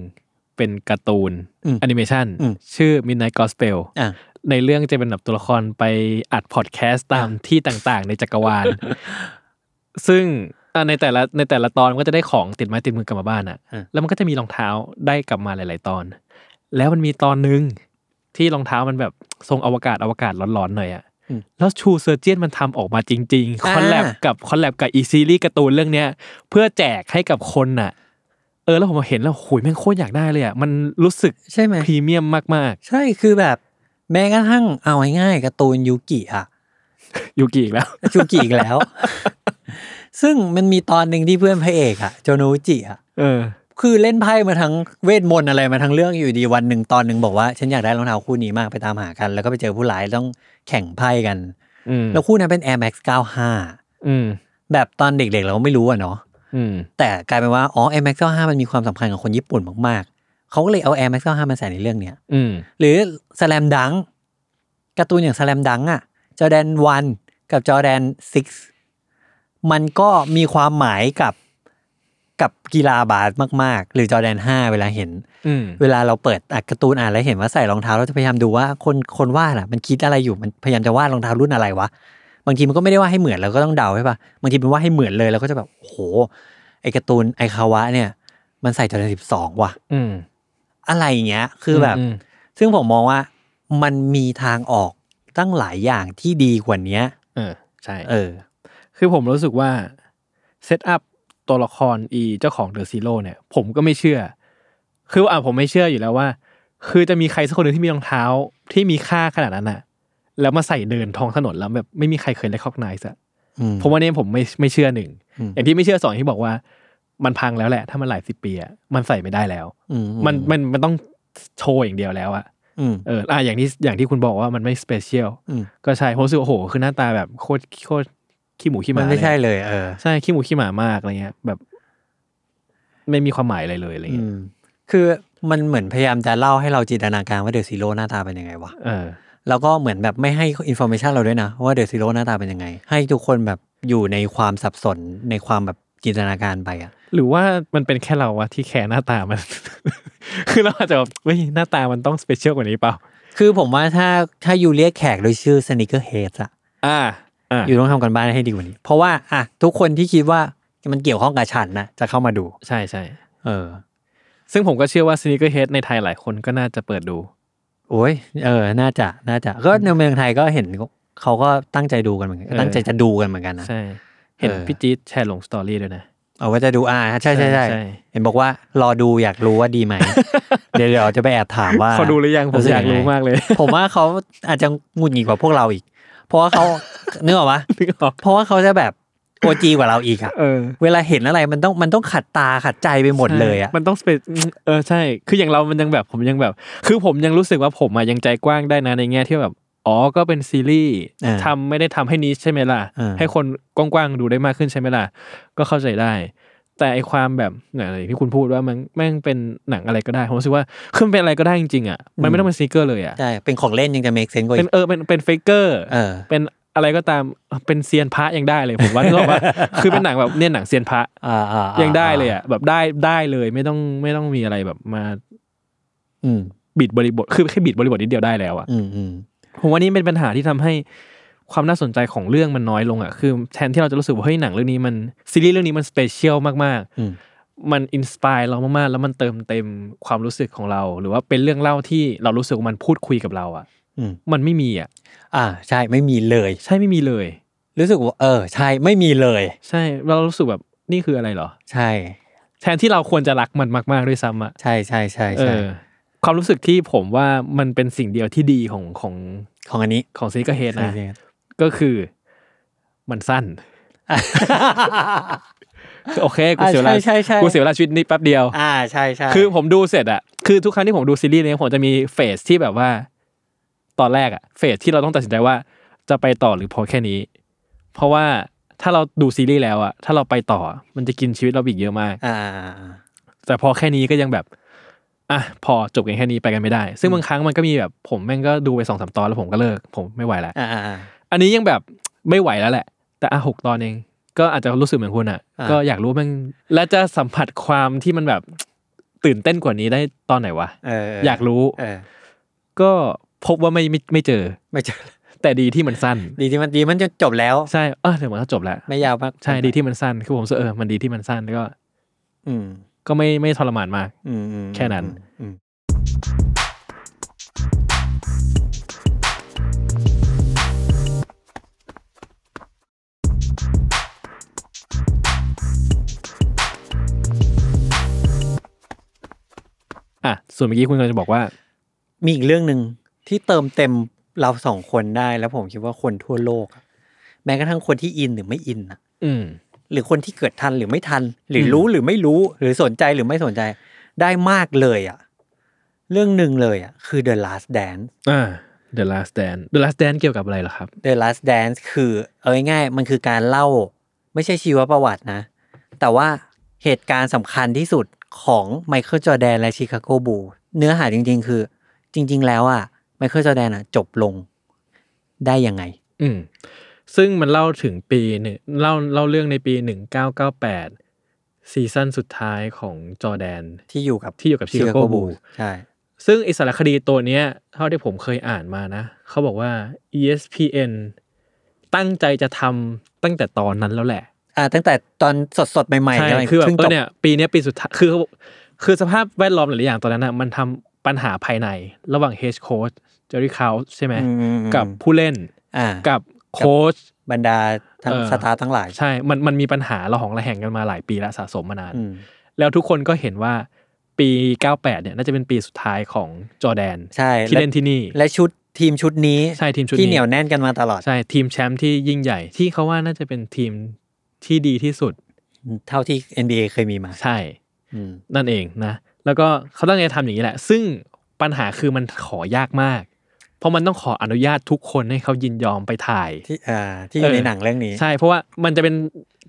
[SPEAKER 3] เป็นการ์ตูน
[SPEAKER 2] อืม
[SPEAKER 3] แอนิเมชัน
[SPEAKER 2] อืม
[SPEAKER 3] ชื่อ Midnight Gospel
[SPEAKER 2] อ่ะ
[SPEAKER 3] ในเรื่องจะเป็นแบบตัวละครไปอัดพอดแคสต์ตามที่ต่างๆ ในจักรว าล ซึ่งอ่ะในแต่ละในแต่ละตอนมันก็จะได้ของติดไม้ติดมือกลับมาบ้านอะ
[SPEAKER 2] อ่ะ
[SPEAKER 3] แล้วมันก็จะมีรองเท้าได้กลับมาหลาย ๆ ตอน แล้วมันมีตอนหนึ่งที่รองเท้ามันแบบทรงอวกาศอวกาศร้อนๆหน่อยอะแล้วชูเซอร์เจียนมันทำออกมาจริง ๆ คอลแลบกับคอลแลบกับอีซีรีส์การ์ตูนเรื่องเนี้ย เพื่อแจกให้กับคนน่ะ เออแล้วผมเห็นแล้วหุยแม่งโคตรอยากได้เลยอะมันรู้สึก
[SPEAKER 2] ใช่ไหม
[SPEAKER 3] พรีเมียมมาก
[SPEAKER 2] ใช่คือแบบ แม้กระทั่งเอาง่ายๆการ์ตูนยูกิอะ
[SPEAKER 3] ๆยูกิอีกแล้ว
[SPEAKER 2] จูกิอีก แล้ว ซึ่งมันมีตอนหนึ่งที่เพื่อนพระเอกอะโจโนอุจิอะ
[SPEAKER 3] เออ
[SPEAKER 2] คือเล่นไพ่มาทั้งเวทมนต์อะไรมาทั้งเรื่องอยู่ดีวันหนึ่งตอนหนึ่งบอกว่า ฉันอยากได้รองเท้าคู่นี้มากไปตามหากัน แล้วก็ไปเจอผู้ร้ายต้องแข่งไพ่กัน
[SPEAKER 3] อืม
[SPEAKER 2] แล้วคู่นั้นเป็น Air Max 95
[SPEAKER 3] อืม
[SPEAKER 2] แบบตอนเด็กๆเราก็ไม่รู้อะเนาะ
[SPEAKER 3] อืม
[SPEAKER 2] แต่กลายเป็นว่าอ๋อ Air Max 95 มันมีความสำคัญกับคนญี่ปุ่นมากๆเขาก็เลยเอา Air Max 95 มาใส่ในเรื่องเนี้ย
[SPEAKER 3] อืม
[SPEAKER 2] หรือสแลมดังการ์ตูนอย่างสแลมดังอ่ะจอแดนวันกับจอแดนซิกมันก็มีความหมายกับกับกีฬาบาสมาก ๆ หรือจอแดน5เวลาเห็น
[SPEAKER 3] อืม
[SPEAKER 2] เวลาเราเปิดอ่ะการ์ตูนอ่านแล้วเห็นว่าใส่รองเท้าเราจะพยายามดูว่าคนคนวาดอ่ะ มันคิดอะไรอยู่มันพยายามจะวาดรองเท้ารุ่นอะไรวะบางทีมันก็ไม่ได้ว่าดให้เหมือนเราก็ต้องเดาใช่ปะบางทีมันว่าดให้เหมือนเลยเราก็จะแบบโอ้โหไอการ์ตูนไอคาวะเนี่ย มันใส่จอแดนสิบสองว่ะ
[SPEAKER 3] อืม
[SPEAKER 2] อะไรอย่างเงี้ย คือแบบ
[SPEAKER 3] ม
[SPEAKER 2] ซึ่งผมมองว่ามันมีทางออกตั้งหลายอย่างที่ดีกว่าเนี้ย
[SPEAKER 3] เออ ใช่
[SPEAKER 2] เออ
[SPEAKER 3] คือผมรู้สึกว่า เซตอัพตัวละครอีเจ้าของเดอะซีโร่เนี่ย ผมก็ไม่เชื่อ คืออ่ะผมไม่เชื่ออยู่แล้วว่า คือจะมีใครสักคนหนึ่งที่มีรองเท้าที่มีค่าขนาดนั้นอะแล้วมาใส่เดินท้องถนนแล้วแบบไม่มีใครเคยได้คอกไนซ์อะ
[SPEAKER 2] อืม
[SPEAKER 3] ผมว่าเนี่ยผมไม่ไม่เชื่อหนึ่ง
[SPEAKER 2] อืม
[SPEAKER 3] อย่างที่ไม่เชื่อสองที่บอกว่า มันพังแล้วแหละ ถ้ามันหลายสิบปีอะมันใส่ไม่ได้แล้ว
[SPEAKER 2] อื
[SPEAKER 3] มันมันมันต้องโชว์อย่างเดียวแล้วอะ
[SPEAKER 2] อืม
[SPEAKER 3] เอออ่ะอย่างที่อย่างที่คุณบอกว่ามันไม่สเปเชียล
[SPEAKER 2] อืม
[SPEAKER 3] ก็ใช่ผมรู้สึกว่าโอ้โห คือหน้าตาแบบโคตรโคตรขี้หมูขี้ห
[SPEAKER 2] มั
[SPEAKER 3] มาน
[SPEAKER 2] ไม่ใช่
[SPEAKER 3] เลย
[SPEAKER 2] เลย เออ
[SPEAKER 3] ใช่ขี้หมูขี้หมามากอะไรเงี้ย แบบ ไม่มีความหมายอะไรเลยอะไร
[SPEAKER 2] อื
[SPEAKER 3] เงี้ย
[SPEAKER 2] ม คือมันเหมือนพยายามจะเล่าให้เราจินตนาการว่าเดอะซีโร่หน้าตาเป็นยังไงวะ
[SPEAKER 3] เออ
[SPEAKER 2] แล้วก็เหมือนแบบไม่ให้อินโฟ a t ชันเราด้วยนะ ว่าเดอะซีโร่หน้าตาเป็นยังไง ให้ทุกคนแบบอยู่ในความสับสนในความแบบจินตนาการไปอะ
[SPEAKER 3] หรือว่ามันเป็นแค่เราวะที่แคร์หน้าตามัน คือเราอาจจะแบบเฮ้ยหน้าตามันต้องสเปเชียลกว่านี้เปล่า
[SPEAKER 2] คือผมว่าถ้าถ้าอยู่เรียกแขกโดยชื่อสนิเกอร์เฮดอะ
[SPEAKER 3] อ่า อ่า
[SPEAKER 2] อยู่ต้องทำกันบ้านให้ดีกว่านี้ เพราะว่าอ่ะทุกคนที่คิดว่ามันเกี่ยวข้องกับฉันนะจะเข้ามาดู
[SPEAKER 3] ใช่ใช่
[SPEAKER 2] เออ
[SPEAKER 3] ซึ่งผมก็เชื่อว่า sneaker head ในไทยหลายคนก็น่าจะเปิดดู
[SPEAKER 2] โอ้ยเออ น่าจะ น่าจะ ก็ในเมืองไทยก็เห็นเขาก็ตั้งใจดูกันเหมือนกัน
[SPEAKER 3] เออ
[SPEAKER 2] ตั้งใจจะดูกันเหมือนกันนะ
[SPEAKER 3] ใช่ เห็น
[SPEAKER 2] เออ
[SPEAKER 3] พี่จี๊ดแชร์ลงสตอรี่ด้วยนะ
[SPEAKER 2] เอาว่าจะดูอ่าใช่ใช่
[SPEAKER 3] ใช่
[SPEAKER 2] ใช่
[SPEAKER 3] ใช่
[SPEAKER 2] เห็นบอกว่ารอดูอยากรู้ว่าดี ไหม เดี๋ยวเดี๋ยวจะไปแอบถามว่า
[SPEAKER 3] เขาดูหรือยังผม
[SPEAKER 2] สึ
[SPEAKER 3] อยากรู้มากเลย
[SPEAKER 2] ง ไงผมว่าเขาอาจจะหงุดหงิดกว่าพวกเราอีก เพราะว่า เขา เนื้ออกปะ
[SPEAKER 3] นึกออก
[SPEAKER 2] เพราะว่าเขาจะแบบโอจีกว่าเราอีกอะ
[SPEAKER 3] เออ
[SPEAKER 2] เวลาเห็นอะไรมันต้องมันต้องขัดตาขัดใจไปหมดเลยอะ
[SPEAKER 3] ใช่มันต้องเป็นเออใช่ คืออย่างเรามันยังแบบผมยังแบบ คือผมยังรู้สึกว่าผมอะยังใจกว้างได้นะในแง่ที่แบบ อ๋อ ก็เป็นซีรีส์
[SPEAKER 2] อ่า
[SPEAKER 3] ทำไม่ได้ทำให้นิชใช่ไหมล่ะ
[SPEAKER 2] อ่า
[SPEAKER 3] ให้คนกว้างๆดูได้มากขึ้นใช่ไหมล่ะ ก็เข้าใจได้ แต่ไอความแบบอะไรที่คุณพูดว่ามันแม่งเป็นหนังอะไรก็ได้ ผมรู้สึกว่าคือมันเป็นอะไรก็ได้จริงๆอ่ะ มันไม่ต้องเป็นซีเกอร์เลยอ่ะ
[SPEAKER 2] ใช่ เป็นของเล่นยังจะ make sense กว่า
[SPEAKER 3] เป็
[SPEAKER 2] อี
[SPEAKER 3] น
[SPEAKER 2] ก
[SPEAKER 3] เออเป็นเป็นเฟกเกอร์
[SPEAKER 2] เออ
[SPEAKER 3] เป็นอะไรก็ตาม เป็นเซียนพระยังได้เลยผมว่านึกอ อกว่า คือเป็นหนังแบบเนี่ยหนังเซียนพระ
[SPEAKER 2] อ่าอ่า
[SPEAKER 3] ยังได้เลยอ่ะแบบได้ได้เลยไม่ต้องไม่ต้องมีอะไรแบบมา
[SPEAKER 2] อืม
[SPEAKER 3] บิดบริบทคือแค่บิดบริบทนิดเดียวได้แล้วอ่ะ
[SPEAKER 2] อืมอืม
[SPEAKER 3] ผมว่านี่เป็นปัญหาที่ทำให้ความน่าสนใจของเรื่องมันน้อยลงอ่ะคือแทนที่เราจะรู้สึกว่าเฮ้ยหนังเรื่องนี้มันซีรีส์เรื่องนี้มันสเปเชียลมาก
[SPEAKER 2] อืม
[SPEAKER 3] ๆ มันอินสปายเรามากๆ แล้วมันเติมเต็มความรู้สึกของเรา หรือว่าเป็นเรื่องเล่าที่เรารู้สึกว่ามันพูดคุยกับเราอ่ะ
[SPEAKER 2] อืม
[SPEAKER 3] มันไม่มีอ่ะ
[SPEAKER 2] อ่า ใช่ไม่มีเลย
[SPEAKER 3] ใช่ไม่มีเลย
[SPEAKER 2] รู้สึกว่า เออ ใช่ไม่มีเลย
[SPEAKER 3] ใช่เรารู้สึกแบบนี่คืออะไรเหรอ
[SPEAKER 2] ใช่
[SPEAKER 3] แทนที่เราควรจะรักมันมากๆด้วยซ้ำอ่ะ
[SPEAKER 2] ใช่ใช่ใช่
[SPEAKER 3] เอ
[SPEAKER 2] ใช่
[SPEAKER 3] อความรู้สึกที่ผมว่ามันเป็นสิ่งเดียวที่ดีของของ
[SPEAKER 2] ของอันนี้
[SPEAKER 3] ของซีกเฮดนะ
[SPEAKER 2] ใช่
[SPEAKER 3] ก็คือมันสั้น โอเค กูเสียเวลา
[SPEAKER 2] อ่าใช่ใช่ใช่
[SPEAKER 3] กูเสียเวลาชีวิตนี้แป๊บเดียว
[SPEAKER 2] อ่าใช่ใช่
[SPEAKER 3] คือผมดูเสร็จอะคือทุกครั้งที่ผมดูซีรีส์เนี้ยผมจะมีเฟสที่แบบว่า ตอนแรกอะเฟสที่เราต้องตัดสินใจว่าจะไปต่อหรือพอแค่นี้ เพราะว่าถ้าเราดูซีรีส์แล้วอะถ้าเราไปต่อมันจะกินชีวิตเราอีกเยอะมาก
[SPEAKER 2] อ่าอ่าอ่า
[SPEAKER 3] แต่พอแค่นี้ก็ยังแบบ อ่ะ พอจบกันแค่นี้ไปกันไม่ได้ ซึ่งบางครั้งมันก็มีแบบผมแม่งก็ดูไปสองสามตอนแล้วผมก็เลิก ผมไม่ไหวแล้ว
[SPEAKER 2] อ่าอ่าอ่า
[SPEAKER 3] อันนี้ยังแบบ ไม่ไหวแล้วแหละ แต่อ่ะหกตอนเอง ก็อาจจะรู้สึกเหมือนคุณอ่ะ
[SPEAKER 2] อ่า
[SPEAKER 3] ก็อยากรู้ว่ามันและจะสัมผัสความที่มันแบบ ตื่นเต้นกว่านี้ได้ตอนไหนวะ
[SPEAKER 2] เอออย
[SPEAKER 3] อากรู้
[SPEAKER 2] เออ
[SPEAKER 3] ก็พบว่าไม่ไม่ไม่เจอ
[SPEAKER 2] ไม่เจอ
[SPEAKER 3] แต่ดีที่มันสั้น
[SPEAKER 2] ดีที่มันดีมันจะจบแล้ว
[SPEAKER 3] ใช่เออเดี๋ยวมันก็จบแล้ว
[SPEAKER 2] ไม่ยาวมาก
[SPEAKER 3] ใช่ดีที่มันสั้นคือผมรู้สึกเออมันดีที่มันสั้นแล้วก็
[SPEAKER 2] อืม
[SPEAKER 3] ก็ไม่ไม่ทรมานมาก
[SPEAKER 2] อืมอืม
[SPEAKER 3] แค่นั้น
[SPEAKER 2] อืม
[SPEAKER 3] อ่ะส่วนเมื่อกี้คุณกำลังจะบอกว่า
[SPEAKER 2] มีอีกเรื่องหนึ่งที่เติมเต็มเราสองคนได้แล้วผมคิดว่าคนทั่วโลกอะแม้กระทั่งคนที่อินหรือไม่อินอะ
[SPEAKER 3] อืม
[SPEAKER 2] หรือคนที่เกิดทันหรือไม่ทัน หรืออ
[SPEAKER 3] ม
[SPEAKER 2] รู้หรือไม่รู้ หรือสนใจหรือไม่สนใจ ได้มากเลยอะเรื่องหนึ่งเลยอะคือ The Last Dance
[SPEAKER 3] อ่า The Last Dance The Last Dance เกี่ยวกับอะไรเหรอครับ
[SPEAKER 2] The Last Dance คือเอาง่ายๆมันคือการเล่า ไม่ใช่ชีวประวัตินะ แต่ว่าเหตุการณ์สำคัญที่สุดของไมเคิลจอร์แดนและชิคาโกบูเนื้อหาจริงๆ คือ จริง ๆ แล้วอะไมเคิลจอร์แดนอะจบลงได้ยังไง
[SPEAKER 3] อืม ซึ่งมันเล่าถึงปีหนึ่งเล่าเล่าเรื่องในปีหนึ่งเก้าเก้าแปดซีซั่นสุดท้ายของจอร์แดน
[SPEAKER 2] ที่อยู่กับ
[SPEAKER 3] ที่อยู่กับชิคาโกบู
[SPEAKER 2] ใช่
[SPEAKER 3] ซึ่งไอิสารคดีตัวเนี้ย เท่าที่ผมเคยอ่านมานะ เขาบอกว่า ESPN ตั้งใจจะทำตั้งแต่ตอนนั้นแล้วแหละ
[SPEAKER 2] อ่า ตั้งแต่ตอนสดๆใหม่ๆ
[SPEAKER 3] ใช่
[SPEAKER 2] เลย
[SPEAKER 3] คือแบบ
[SPEAKER 2] พิ่ง
[SPEAKER 3] เอ
[SPEAKER 2] จ
[SPEAKER 3] อบ เนี่ยปีเนี้ยปีสุดท้ายคือเขาคือสภาพแวดล้อมหลายๆอย่างตอนนั้นอ่ะมันทำปัญหาภายใน ระหว่างเฮดโค้ชเจอรี่คาวใช่ไหม
[SPEAKER 2] อืม
[SPEAKER 3] กับผู้เล่น
[SPEAKER 2] อ่า
[SPEAKER 3] กับโค้ช
[SPEAKER 2] บรรดาทั้ง
[SPEAKER 3] เออ
[SPEAKER 2] สตาร์ทั้งหลาย
[SPEAKER 3] ใช่ มันมันมีปัญหาระหองระแหงกันมาหลายปีแล้วสะสมมานาน
[SPEAKER 2] อืม
[SPEAKER 3] แล้วทุกคนก็เห็นว่าปี 98 เนี่ยน่าจะเป็นปีสุดท้ายของจอร์แดน
[SPEAKER 2] ใช่
[SPEAKER 3] ที่
[SPEAKER 2] และ
[SPEAKER 3] เล่นที่นี่
[SPEAKER 2] และชุดทีมชุดนี้
[SPEAKER 3] ใช่ทีมชุดนี้
[SPEAKER 2] ที่เหนียวแน่นกันมาตลอด
[SPEAKER 3] ใช่ทีมแชมป์ที่ยิ่งใหญ่ที่เขาว่าน่าจะเป็นทีมที่ดีที่สุด
[SPEAKER 2] เท่าที่ NBA เคยมีมา
[SPEAKER 3] ใช่
[SPEAKER 2] อืม
[SPEAKER 3] นั่นเองนะ แล้วก็เขาตั้งใจทำอย่างนี้แหละ ซึ่งปัญหาคือมันขอยากมาก เพราะมันต้องขออนุญาตทุกคนให้เขายินยอมไปถ่าย
[SPEAKER 2] ที่อ่าที่อยู่
[SPEAKER 3] เออ
[SPEAKER 2] ในหนังเรื่องนี้
[SPEAKER 3] ใช่ เพราะว่ามันจะเป็น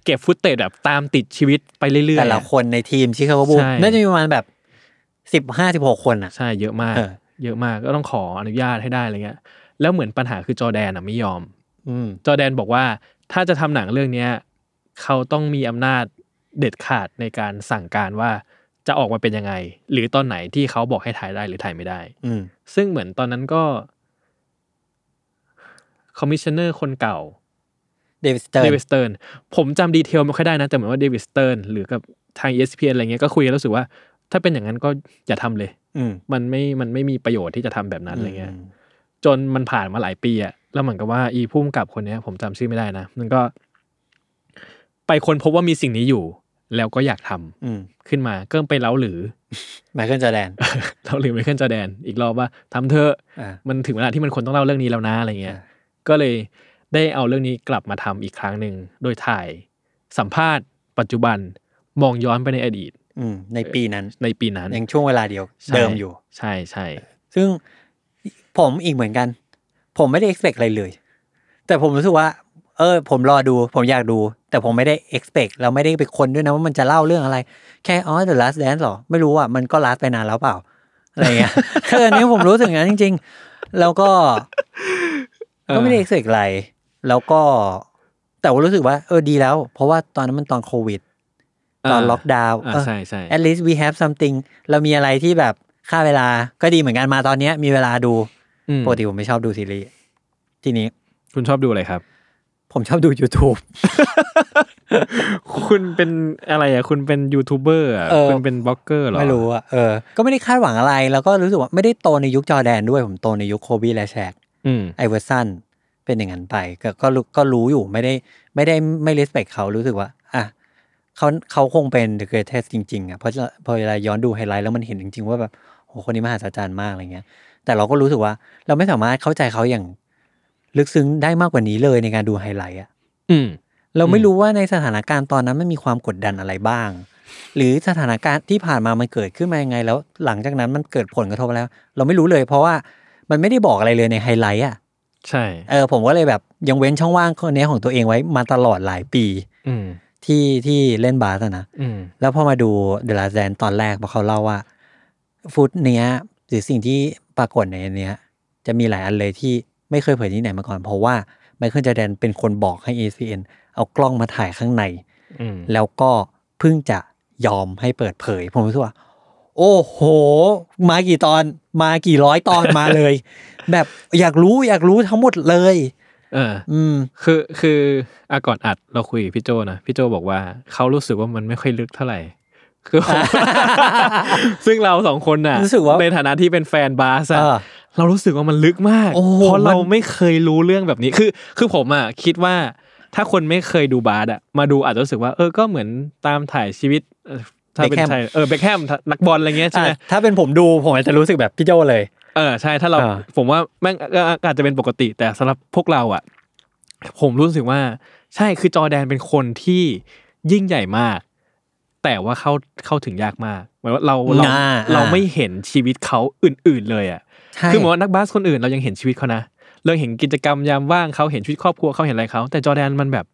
[SPEAKER 3] เก็บฟุตเตจแบบตามติดชีวิตไปเรื่อยๆ
[SPEAKER 2] แต่ละคนในทีมชิคาโกบูล
[SPEAKER 3] ใช่
[SPEAKER 2] น่าจะมีประมาณแบบสิบห้าสิบหกคนอ่ะ
[SPEAKER 3] ใช่เยอะมาก
[SPEAKER 2] เออ
[SPEAKER 3] เยอะมากก็ต้องขออนุญาตให้ได้อะไรเงี้ย แล้วเหมือนปัญหาคือจอร์แดนอ่ะไม่ยอม
[SPEAKER 2] อืม
[SPEAKER 3] จอร์แดนบอกว่าถ้าจะทำหนังเรื่องเนี้ยเขาต้องมีอำนาจเด็ดขาดในการสั่งการว่าจะออกมาเป็นยังไง หรือตอนไหนที่เขาบอกให้ถ่ายได้หรือถ่ายไม่ได้
[SPEAKER 2] อืม
[SPEAKER 3] ซึ่งเหมือนตอนนั้นก็คอมมิชเนอร์คนเก่า
[SPEAKER 2] เดวิดสเตอร์
[SPEAKER 3] เดวิดสเติร์นผมจำดีเทลไม่ค่อยได้นะ แต่เหมือนว่าเดวิดสเติร์นหรือกับทาง ESPN อะไรเงี้ยก็คุยกันแล้วรู้สึกว่า ถ้าเป็นอย่างนั้นก็อย่าทำเลย
[SPEAKER 2] อืม
[SPEAKER 3] มันไม่มันไม่มีประโยชน์ที่จะทำแบบนั้นอะไรเงี้ย จนมันผ่านมาหลายปีอะแล้วเหมือนกับว่าอีพุ่มกับคนเนี้ย ผมจำชื่อไม่ได้นะ มันก็ ไปคนพบว่ามีสิ่งนี้อยู่ แล้วก็อยากทำ
[SPEAKER 2] อืม
[SPEAKER 3] ขึ้นมาก็ไปเล้าหรือ
[SPEAKER 2] ไมเคิลจอร์แดน
[SPEAKER 3] เล้าหรือไมเคิลจอร์แดน อีกรอบว่าทำเถอะ
[SPEAKER 2] อ่า
[SPEAKER 3] มันถึงเวลาที่มันควรต้องเล่าเรื่องนี้แล้วนะอะไรเงี้ย
[SPEAKER 2] อ่า
[SPEAKER 3] ก็เลยได้เอาเรื่องนี้กลับมาทำอีกครั้งหนึ่งโดยถ่าย สัมภาษณ์ ปัจจุบันมองย้อนไปในอดีต
[SPEAKER 2] อืมในปีนั้น
[SPEAKER 3] ในปีนั้น
[SPEAKER 2] ยังช่วงเวลาเดียว
[SPEAKER 3] ใช่
[SPEAKER 2] เดิมอยู่
[SPEAKER 3] ใช่ใช่
[SPEAKER 2] ซึ่งผมอีกเหมือนกัน ผมไม่ได้ expect อะไรเลย แต่ผมรู้สึกว่า เออ ผมรอดู ผมอยากดู แต่ผมไม่ได้ expect เราไม่ได้ไปคนด้วยนะว่ามันจะเล่าเรื่องอะไร แค่อ๋อ The Last Dance หรอ ไม่รู้อ่ะ มันก็ last ไปนานแล้วเปล่า อะไรเงี้ย เอออันนี้ผมรู้สึกอย่างนั้นจริง ๆ แล้วก็ ก็ไม่ได้ expect อะไร แล้วก็ แต่ว่ารู้สึกว่า เออดีแล้ว เพราะว่าตอนนั้นมันตอนโควิด ตอนล็อกดาวน์
[SPEAKER 3] อ่า
[SPEAKER 2] เออ
[SPEAKER 3] ใช่ใช่
[SPEAKER 2] at least we have something เรามีอะไรที่แบบค่าเวลาก็ดีเหมือนกันมาตอนเนี้ย มีเวลาดู
[SPEAKER 3] อืม
[SPEAKER 2] ปกติผมไม่ชอบดูซีรีส์ทีนี้
[SPEAKER 3] คุณชอบดูอะไรครับ
[SPEAKER 2] ผมชอบดู YouTube
[SPEAKER 3] คุณเป็นอะไรอ่ะ คุณเป็นยูทูบเบอร์อ่ะ
[SPEAKER 2] เออ
[SPEAKER 3] คุณเป็นบล็อกเกอร์เหรอ
[SPEAKER 2] ไม่รู้อ่ะเออ ก็ไม่ได้คาดหวังอะไร แล้วก็รู้สึกว่าไม่ได้โตในยุคจอร์แดนด้วยผมโตในยุคโคบีและแชก
[SPEAKER 3] อืม
[SPEAKER 2] ไอเวอร์สันเป็นอย่างนั้นไป ก็ก็รู้ก็รู้อยู่ไม่ได้ไม่ได้ไม่เลสเปคเขารู้สึกว่า อ่ะเขาเขาคงเป็น The Greatest จริงๆอ่ะเพราะพอเวลาย้อนดูไฮไลท์แล้วมันเห็นจริง ๆ ว่าแบบโหคนนี้มหาศาลมากอะไรเงี้ย แต่เราก็รู้สึกว่าเราไม่สามารถเข้าใจเขาอย่าง ลึกซึ้งได้มากกว่านี้เลยในการดูไฮไลท์อะ
[SPEAKER 3] อืม
[SPEAKER 2] เราไม่รู้ว่าในสถานการณ์ตอนนั้นมันมีความกดดันอะไรบ้าง หรือสถานการณ์ที่ผ่านมามันเกิดขึ้นมายังไง แล้วหลังจากนั้นมันเกิดผลกระทบแล้ว เราไม่รู้เลย เพราะว่ามันไม่ได้บอกอะไรเลยในไฮไลท์อะ
[SPEAKER 3] ใช่
[SPEAKER 2] เออผมก็เลยแบบยังเว้นช่องว่างคนนี้ของตัวเองไว้มาตลอดหลายปี
[SPEAKER 3] อืม
[SPEAKER 2] ที่ที่เล่นบาสอะนะ
[SPEAKER 3] อืม
[SPEAKER 2] แล้วพอมาดู The Last Dance ตอนแรกพอเขาเล่าว่า ฟุตเนี้ยหรือสิ่งที่ปรากฏในอันเนี้ย จะมีหลายอันเลยที่ไม่เคยเผยที่ไหนมาก่อน เพราะว่า ไมเคิลจอร์แดนเป็นคนบอกให้ ACN เอากล้องมาถ่ายข้างใน
[SPEAKER 3] อืม
[SPEAKER 2] แล้วก็เพิ่งจะยอมให้เปิดเผย ผมรู้สึกว่า โอ้โห มากี่ตอนมากี่ร้อยต อนมาเลย แบบอยากรู้อยากรู้ทั้งหมดเลย
[SPEAKER 3] เออ
[SPEAKER 2] อืม
[SPEAKER 3] คือคืออ่ะก่อนอัดเราคุยกับพี่โจนะพี่โจบอกว่าเขารู้สึกว่ามันไม่ค่อยลึกเท่าไหร่ คือ ซึ่งเราสองคนน่ะ
[SPEAKER 2] รู้สึกว่า
[SPEAKER 3] ในฐานะที่เป็นแฟนบาสอะ
[SPEAKER 2] เออ
[SPEAKER 3] เรารู้สึกว่ามันลึกมาก
[SPEAKER 2] โอ้โห
[SPEAKER 3] เพราะเรา
[SPEAKER 2] มัน
[SPEAKER 3] ไม่เคยรู้เรื่องแบบนี้ คือคือผมอ่ะคิดว่าถ้าคนไม่เคยดูบาสอะมาดูอาจจะรู้สึกว่า เออก็เหมือนตามถ่ายชีวิตเอ่อถ้าเป็น
[SPEAKER 2] Beckham
[SPEAKER 3] ไทยเออเบคแฮมนักบอลอะไรเงี้ยใช่ไหม
[SPEAKER 2] อ่ะถ้าเป็นผมดูผมอาจจะรู้สึกแบบพี่โจเลย
[SPEAKER 3] เออใช่ถ้าเรา
[SPEAKER 2] อ่า
[SPEAKER 3] ผมว่าแม่งก็อาจจะเป็นปกติ แต่สำหรับพวกเราอ่ะ ผมรู้สึกว่า ใช่คือจอร์แดนเป็นคนที่ยิ่งใหญ่มาก แต่ว่าเข้าเข้าถึงยากมากหมายว่าเราเรา
[SPEAKER 2] อ่าอ่า
[SPEAKER 3] เราไม่เห็นชีวิตเขาอื่น ๆ เลยอ่ะ
[SPEAKER 2] ใช่
[SPEAKER 3] คือเหมือนว่านักบาสคนอื่นเรายังเห็นชีวิตเขานะเราเห็นกิจกรรมยามว่างเขาเห็นชีวิตครอบครัวเขาเห็นอะไรเขาแต่จอร์แดนมันแบบ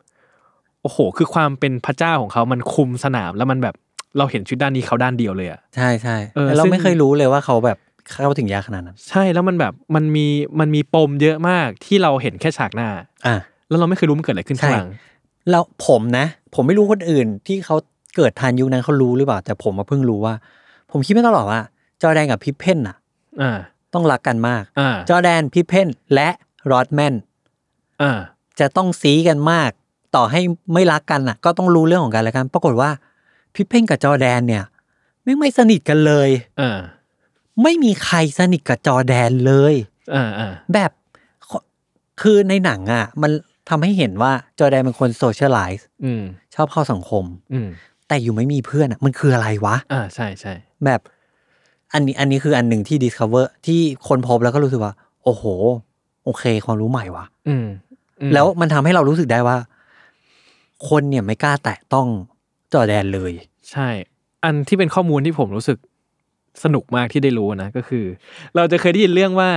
[SPEAKER 3] โอ้โห คือความเป็นพระเจ้าของเขามันคุมสนามแล้วมันแบบเราเห็นชีวิตด้านนี้เขาด้านเดียวเลยอ่ะ
[SPEAKER 2] ใช่ใช่
[SPEAKER 3] เออ
[SPEAKER 2] แล้วเรา
[SPEAKER 3] ซึ่ง
[SPEAKER 2] ไม่เคยรู้เลยว่าเขาแบบเข้าถึงยากขนาดนั้น
[SPEAKER 3] ใช่แล้วมันแบบมันมีมันมีปมเยอะมากที่เราเห็นแค่ฉากหน้า
[SPEAKER 2] อ่ะ
[SPEAKER 3] แล้วเราไม่เคยรู้มันเกิดอะไรขึ้นข้างหลัง
[SPEAKER 2] แล้วผมนะ ผมไม่รู้คนอื่นที่เขาเกิดทันยุคนั้นเขารู้หรือเปล่า แต่ผมมาเพิ่งรู้ว่า ผมคิดไม่ตลอดว่า จอร์แดนกับพิพเพนน่ะ
[SPEAKER 3] อ่า
[SPEAKER 2] ต้องรักกันมาก
[SPEAKER 3] อ่า
[SPEAKER 2] จอร์แดนพิพเพนและรอดแมน
[SPEAKER 3] อ่า
[SPEAKER 2] จะต้องซีกันมาก ต่อให้ไม่รักกันน่ะ ก็ต้องรู้เรื่องของกันและกัน ปรากฏว่าพิพเพนกับจอร์แดนเนี่ยไม่งไม่สนิทกันเลย
[SPEAKER 3] อ่า
[SPEAKER 2] ไม่มีใครสนิทกับจอร์แดนเลย
[SPEAKER 3] อ่าอ่า
[SPEAKER 2] แบบคคือในหนังอ่ะ มันทำให้เห็นว่าจอร์แดนเป็นคนโซเชียลไลซ์
[SPEAKER 3] อืม
[SPEAKER 2] ชอบเข้าสังคม
[SPEAKER 3] อืม
[SPEAKER 2] แต่อยู่ไม่มีเพื่อนอะมันคืออะไรวะ
[SPEAKER 3] อ่าใช่ใช่
[SPEAKER 2] แบบอันนี้อันนี้คืออันหนึ่งที่ discover ที่คนพบแล้วก็รู้สึกว่า โอ้โห โอเค ความรู้ใหม่วะ
[SPEAKER 3] อืมอืม
[SPEAKER 2] แล้วมันทำให้เรารู้สึกได้ว่า คนเนี่ยไม่กล้าแตะต้องจอร์แดนเลย
[SPEAKER 3] ใช่ อันที่เป็นข้อมูลที่ผมรู้สึกสนุกมากที่ได้รู้นะก็คือ เราจะเคยได้ยินเรื่องว่า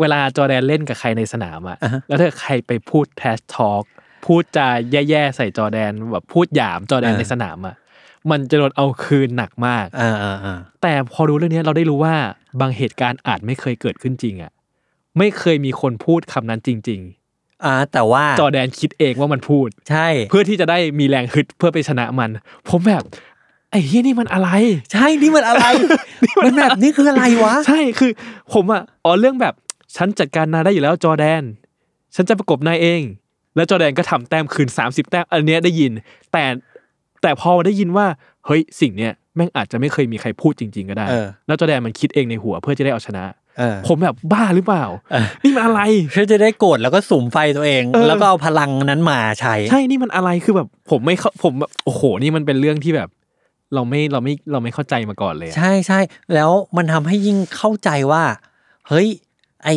[SPEAKER 3] เวลาจอร์แดนเล่นกับใครในสนามอะ
[SPEAKER 2] อ่าฮะ
[SPEAKER 3] แล้วถ้าใครไปพูดแทสทอล์กพูดจาแย่ๆใส่จอร์แดนแบบพูดหยามจอร์แดนในสนามอะมันจะโดนเอาคืนหนักมาก
[SPEAKER 2] อ่าอ่าอ่า
[SPEAKER 3] แต่พอรู้เรื่องนี้เราได้รู้ว่าบางเหตุการณ์อาจไม่เคยเกิดขึ้นจริงอะไม่เคยมีคนพูดคำนั้นจริง
[SPEAKER 2] อ่าแต่ว่า
[SPEAKER 3] ๆ จอร์แดนคิดเองว่ามันพูด
[SPEAKER 2] ใช่
[SPEAKER 3] เพื่อที่จะได้มีแรงฮึดเพื่อไปชนะมัน ผมแบบไอ้เฮียนี่มันอะไร
[SPEAKER 2] ใช่นี่มันอะไร มันแบบนี่คืออะไรวะ
[SPEAKER 3] ใช่คือ ผมอะอ๋อเรื่องแบบฉันจัดการนายได้อยู่แล้วจอร์แดน ฉันจะประกบนายเอง แล้วจอร์แดนก็ทำแต้มคืน 30 แต้มอันเนี้ยได้ยิน แต่แต่พอได้ยินว่าเฮ้ยสิ่งเนี้ยแม่งอาจจะไม่เคยมีใครพูดจริง ๆ ก็ได้
[SPEAKER 2] เออ
[SPEAKER 3] แล้วจอร์แดนมันคิดเองในหัวเพื่อจะได้เอาชนะ
[SPEAKER 2] เออ
[SPEAKER 3] ผมแบบบ้าหรือเปล่า
[SPEAKER 2] เออ
[SPEAKER 3] นี่มันอะไร
[SPEAKER 2] เพื่อจะได้โกรธแล้วก็สุ่มไฟตัวเอง
[SPEAKER 3] เออ
[SPEAKER 2] แล้วก็เอาพลังนั้นมาใช้
[SPEAKER 3] ใช่ นี่มันอะไร คือแบบ ผมไม่เข้าผมแบบโอ้โห นี่มันเป็นเรื่องที่แบบ เราไม่ เราไม่ เราไม่เข้าใจมาก่อนเลยอะ
[SPEAKER 2] ใช่ใช่แล้วมันทำให้ยิ่งเข้าใจว่า เฮ้ย ไอ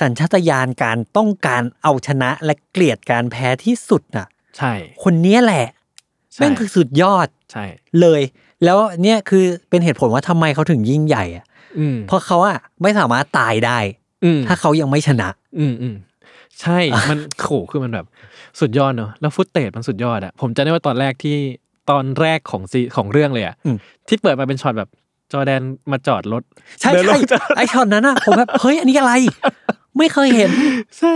[SPEAKER 2] สัญชาตญาณการต้องการเอาชนะและเกลียดการแพ้ที่สุดน่ะ
[SPEAKER 3] ใช่
[SPEAKER 2] คนเนี้ยแหละ
[SPEAKER 3] ใช่
[SPEAKER 2] แม่งคือสุดยอด
[SPEAKER 3] ใช่
[SPEAKER 2] เลย แล้วเนี่ยคือเป็นเหตุผลว่าทำไมเขาถึงยิ่งใหญ่อะ
[SPEAKER 3] อืม
[SPEAKER 2] เพราะเขาอะไม่สามารถตายได้
[SPEAKER 3] อืม
[SPEAKER 2] ถ้าเขายังไม่ชนะ
[SPEAKER 3] อืมอืมใช่ มันโขคือมันแบบสุดยอดเนอะแล้วฟุตเตจมันสุดยอดอะผมจำได้ว่าตอนแรกที่ตอนแรกของซีของเรื่องเลยอะ
[SPEAKER 2] อืม
[SPEAKER 3] ที่เปิดมาเป็นช็อตแบบจอร์แดนมาจอดรถ
[SPEAKER 2] ใช่
[SPEAKER 3] เดินล
[SPEAKER 2] ใช่
[SPEAKER 3] ง จาก
[SPEAKER 2] ไอช็อตนั้นอะผมแบบเฮ้ย อันนี้อะไร ไม่เคยเห็น
[SPEAKER 3] ใช่